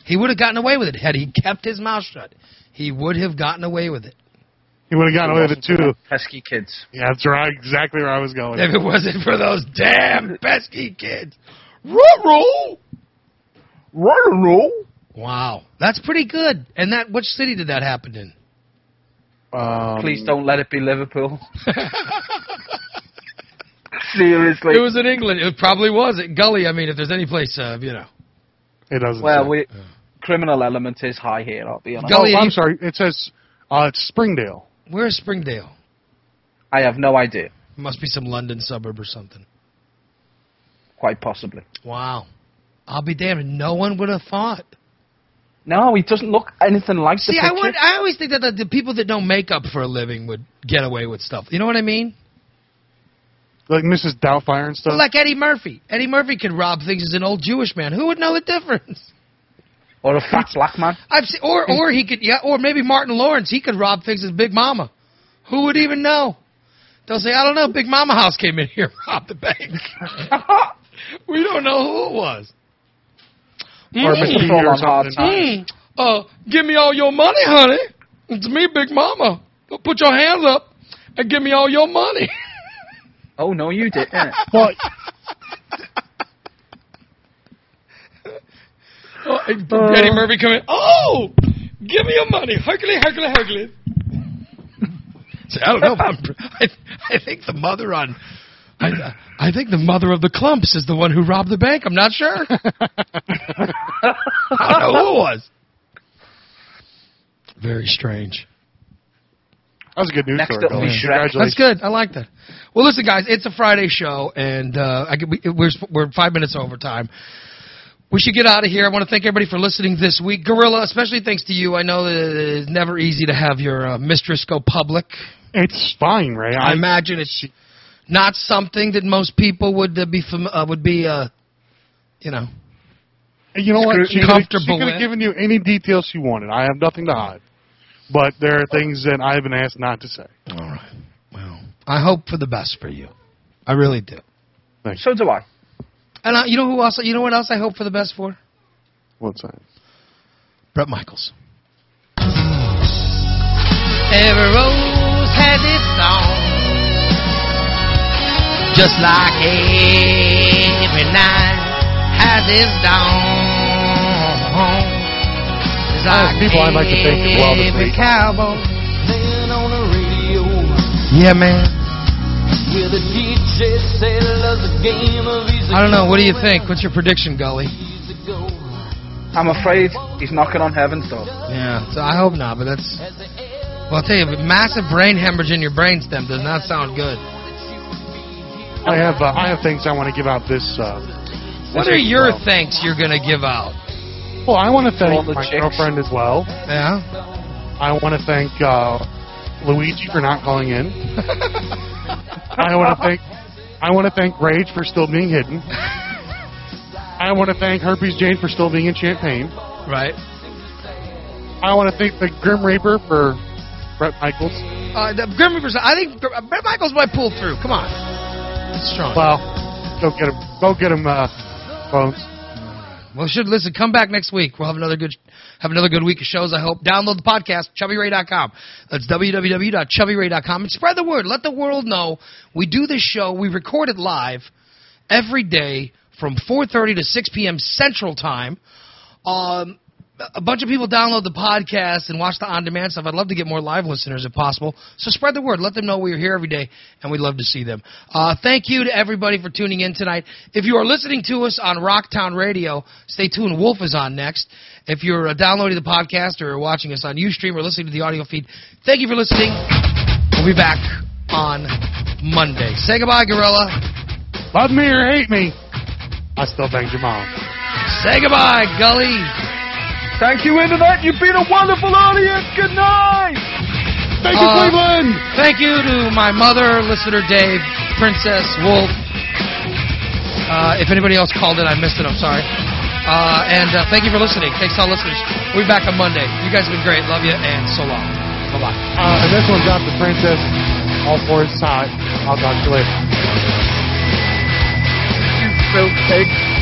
Speaker 1: He would have gotten away with it had he kept his mouth shut. He would have gotten away with it.
Speaker 3: He would have gotten away with it too.
Speaker 2: Pesky kids.
Speaker 3: Yeah, that's right. Exactly where I was going.
Speaker 1: If it wasn't for those damn pesky kids. Ruh-roh! Wow. That's pretty good. And that which city did that happen in?
Speaker 3: Um,
Speaker 2: Please don't let it be Liverpool.
Speaker 1: it
Speaker 2: Seriously.
Speaker 1: was in England. It probably was. At Gully, I mean, if there's any place, uh, you know.
Speaker 3: It doesn't.
Speaker 2: well,
Speaker 3: say.
Speaker 2: we criminal element is high here. I'll be honest.
Speaker 1: Gully-
Speaker 3: oh, I'm sorry. It says uh, it's Springdale.
Speaker 1: Where's Springdale?
Speaker 2: I have no idea.
Speaker 1: Must be some London suburb or something.
Speaker 2: Quite possibly.
Speaker 1: Wow. I'll be damned. No one would have thought.
Speaker 2: No, he doesn't look anything like
Speaker 1: See,
Speaker 2: the
Speaker 1: I
Speaker 2: picture.
Speaker 1: would. I always think that the, the people that don't make up for a living would get away with stuff. You know what I mean?
Speaker 3: Like Mrs. Doubtfire and stuff.
Speaker 1: Like Eddie Murphy. Eddie Murphy could rob things as an old Jewish man. Who would know the difference?
Speaker 2: Or a fat black man.
Speaker 1: I've seen, or or he could yeah, or maybe Martin Lawrence he could rob things as Big Mama. Who would even know? They'll say, I don't know. Big Mama House came in here and robbed the bank. we don't know who it was. Hmm.
Speaker 3: or Mr.
Speaker 2: Mm.
Speaker 3: Bean or
Speaker 2: Full-on hard
Speaker 3: something.
Speaker 2: time.
Speaker 1: Mm, uh, give me all your money, honey. It's me, Big Mama. Put your hands up and give me all your money.
Speaker 2: Oh no, you didn't.
Speaker 3: Well,
Speaker 1: Oh, Eddie Murphy come in. Oh, give me your money, Hercules, Hercules, Hercules. See, I don't know. if I'm, I, I think the mother on, I, I think the mother of the clumps is the one who robbed the bank. I'm not sure. I don't know who it was. Very strange.
Speaker 3: that was a good news
Speaker 2: Next
Speaker 3: story.
Speaker 2: up,
Speaker 3: Bill.
Speaker 2: we Shrek.
Speaker 1: That's
Speaker 3: Congratulations.
Speaker 1: good. I like that. Well, listen, guys, it's a Friday show, and uh, I, could- we, we're we're five minutes over time. We should get out of here. I want to thank everybody for listening this week. Gorilla, especially thanks to you. I know that it's never easy to have your uh, mistress go public.
Speaker 3: It's fine, Ray.
Speaker 1: I
Speaker 3: I,
Speaker 1: imagine it's not something that most people would uh, be fam- uh, would be, uh, you know.
Speaker 3: you know what? She could
Speaker 1: comfortable with.
Speaker 3: have given you any details she wanted. I have nothing to hide. But there are things that I've been asked not to say.
Speaker 1: All right. Well, I hope for the best for you. I really do.
Speaker 2: so do I.
Speaker 1: And I, you know who else? You know what else I hope for the best for?
Speaker 3: What's that?
Speaker 1: Brett Michaels. Every rose has its song, just like every night has its dawn. It's
Speaker 3: Uh, people I'd like to thank as well this
Speaker 1: every
Speaker 3: week.
Speaker 1: Cowboy. Yeah, man.
Speaker 12: Will the DJ say love's a game of easy
Speaker 1: I don't know. What do you think? What's your prediction, Gully?
Speaker 2: I'm afraid he's knocking on heaven's door.
Speaker 1: Yeah. So I hope not, but that's. Well, I'll tell you, but massive brain hemorrhage in your brainstem does not sound good.
Speaker 3: I have uh, I have things I want to give out this. Uh,
Speaker 1: What are
Speaker 3: this week as
Speaker 1: your
Speaker 3: well.
Speaker 1: thanks you're going to give out?
Speaker 3: Well, I want to
Speaker 1: All
Speaker 3: thank
Speaker 1: the
Speaker 3: my
Speaker 1: chicks.
Speaker 3: girlfriend as well.
Speaker 1: Yeah.
Speaker 3: I want to thank uh, Luigi for not calling in. I want to thank I want to thank Rage for still being hidden. I want to thank Herpes Jane for still being in Champagne.
Speaker 1: Right.
Speaker 3: I want to thank the Grim Reaper for Brett Michaels.
Speaker 1: Uh, the Grim Reaper's. I think Gr- Brett Michaels might pull through. Come on. It's strong.
Speaker 3: Well, go get him. Go get him. Uh, phones.
Speaker 1: Well, should listen. Come back next week. We'll have another good, have another good week of shows. I hope. Download the podcast, chubbyray.com. That's www.chubbyray.com. And spread the word. Let the world know we do this show. We record it live every day from 4:30 to 6 p.m. Central Time. Um, a bunch of people download the podcast and watch the on-demand stuff. I'd love to get more live listeners if possible. So spread the word. Let them know we're here every day, and we'd love to see them. Uh, thank you to everybody for tuning in tonight. If you are listening to us on Rocktown Radio, stay tuned. Wolf is on next. If you're uh, downloading the podcast or watching us on UStream or listening to the audio feed, thank you for listening. We'll be back on Monday. Say goodbye, Gorilla.
Speaker 3: Love me or hate me, I still banged your mom.
Speaker 1: Say goodbye, Gully.
Speaker 2: Thank you, Internet. You've been a wonderful audience. Good night.
Speaker 3: Thank you, Cleveland.
Speaker 1: Thank you to my mother, listener Dave, Princess Wolf. Uh, if anybody else called it, I missed it. I'm sorry. Uh, and uh, thank you for listening. Thanks to all listeners. We'll be back on Monday. You guys have been great. Love you, and so long. Bye bye.
Speaker 3: Uh, and this one's out to Princess. All four is hot. I'll talk to you later.
Speaker 2: You filth pig.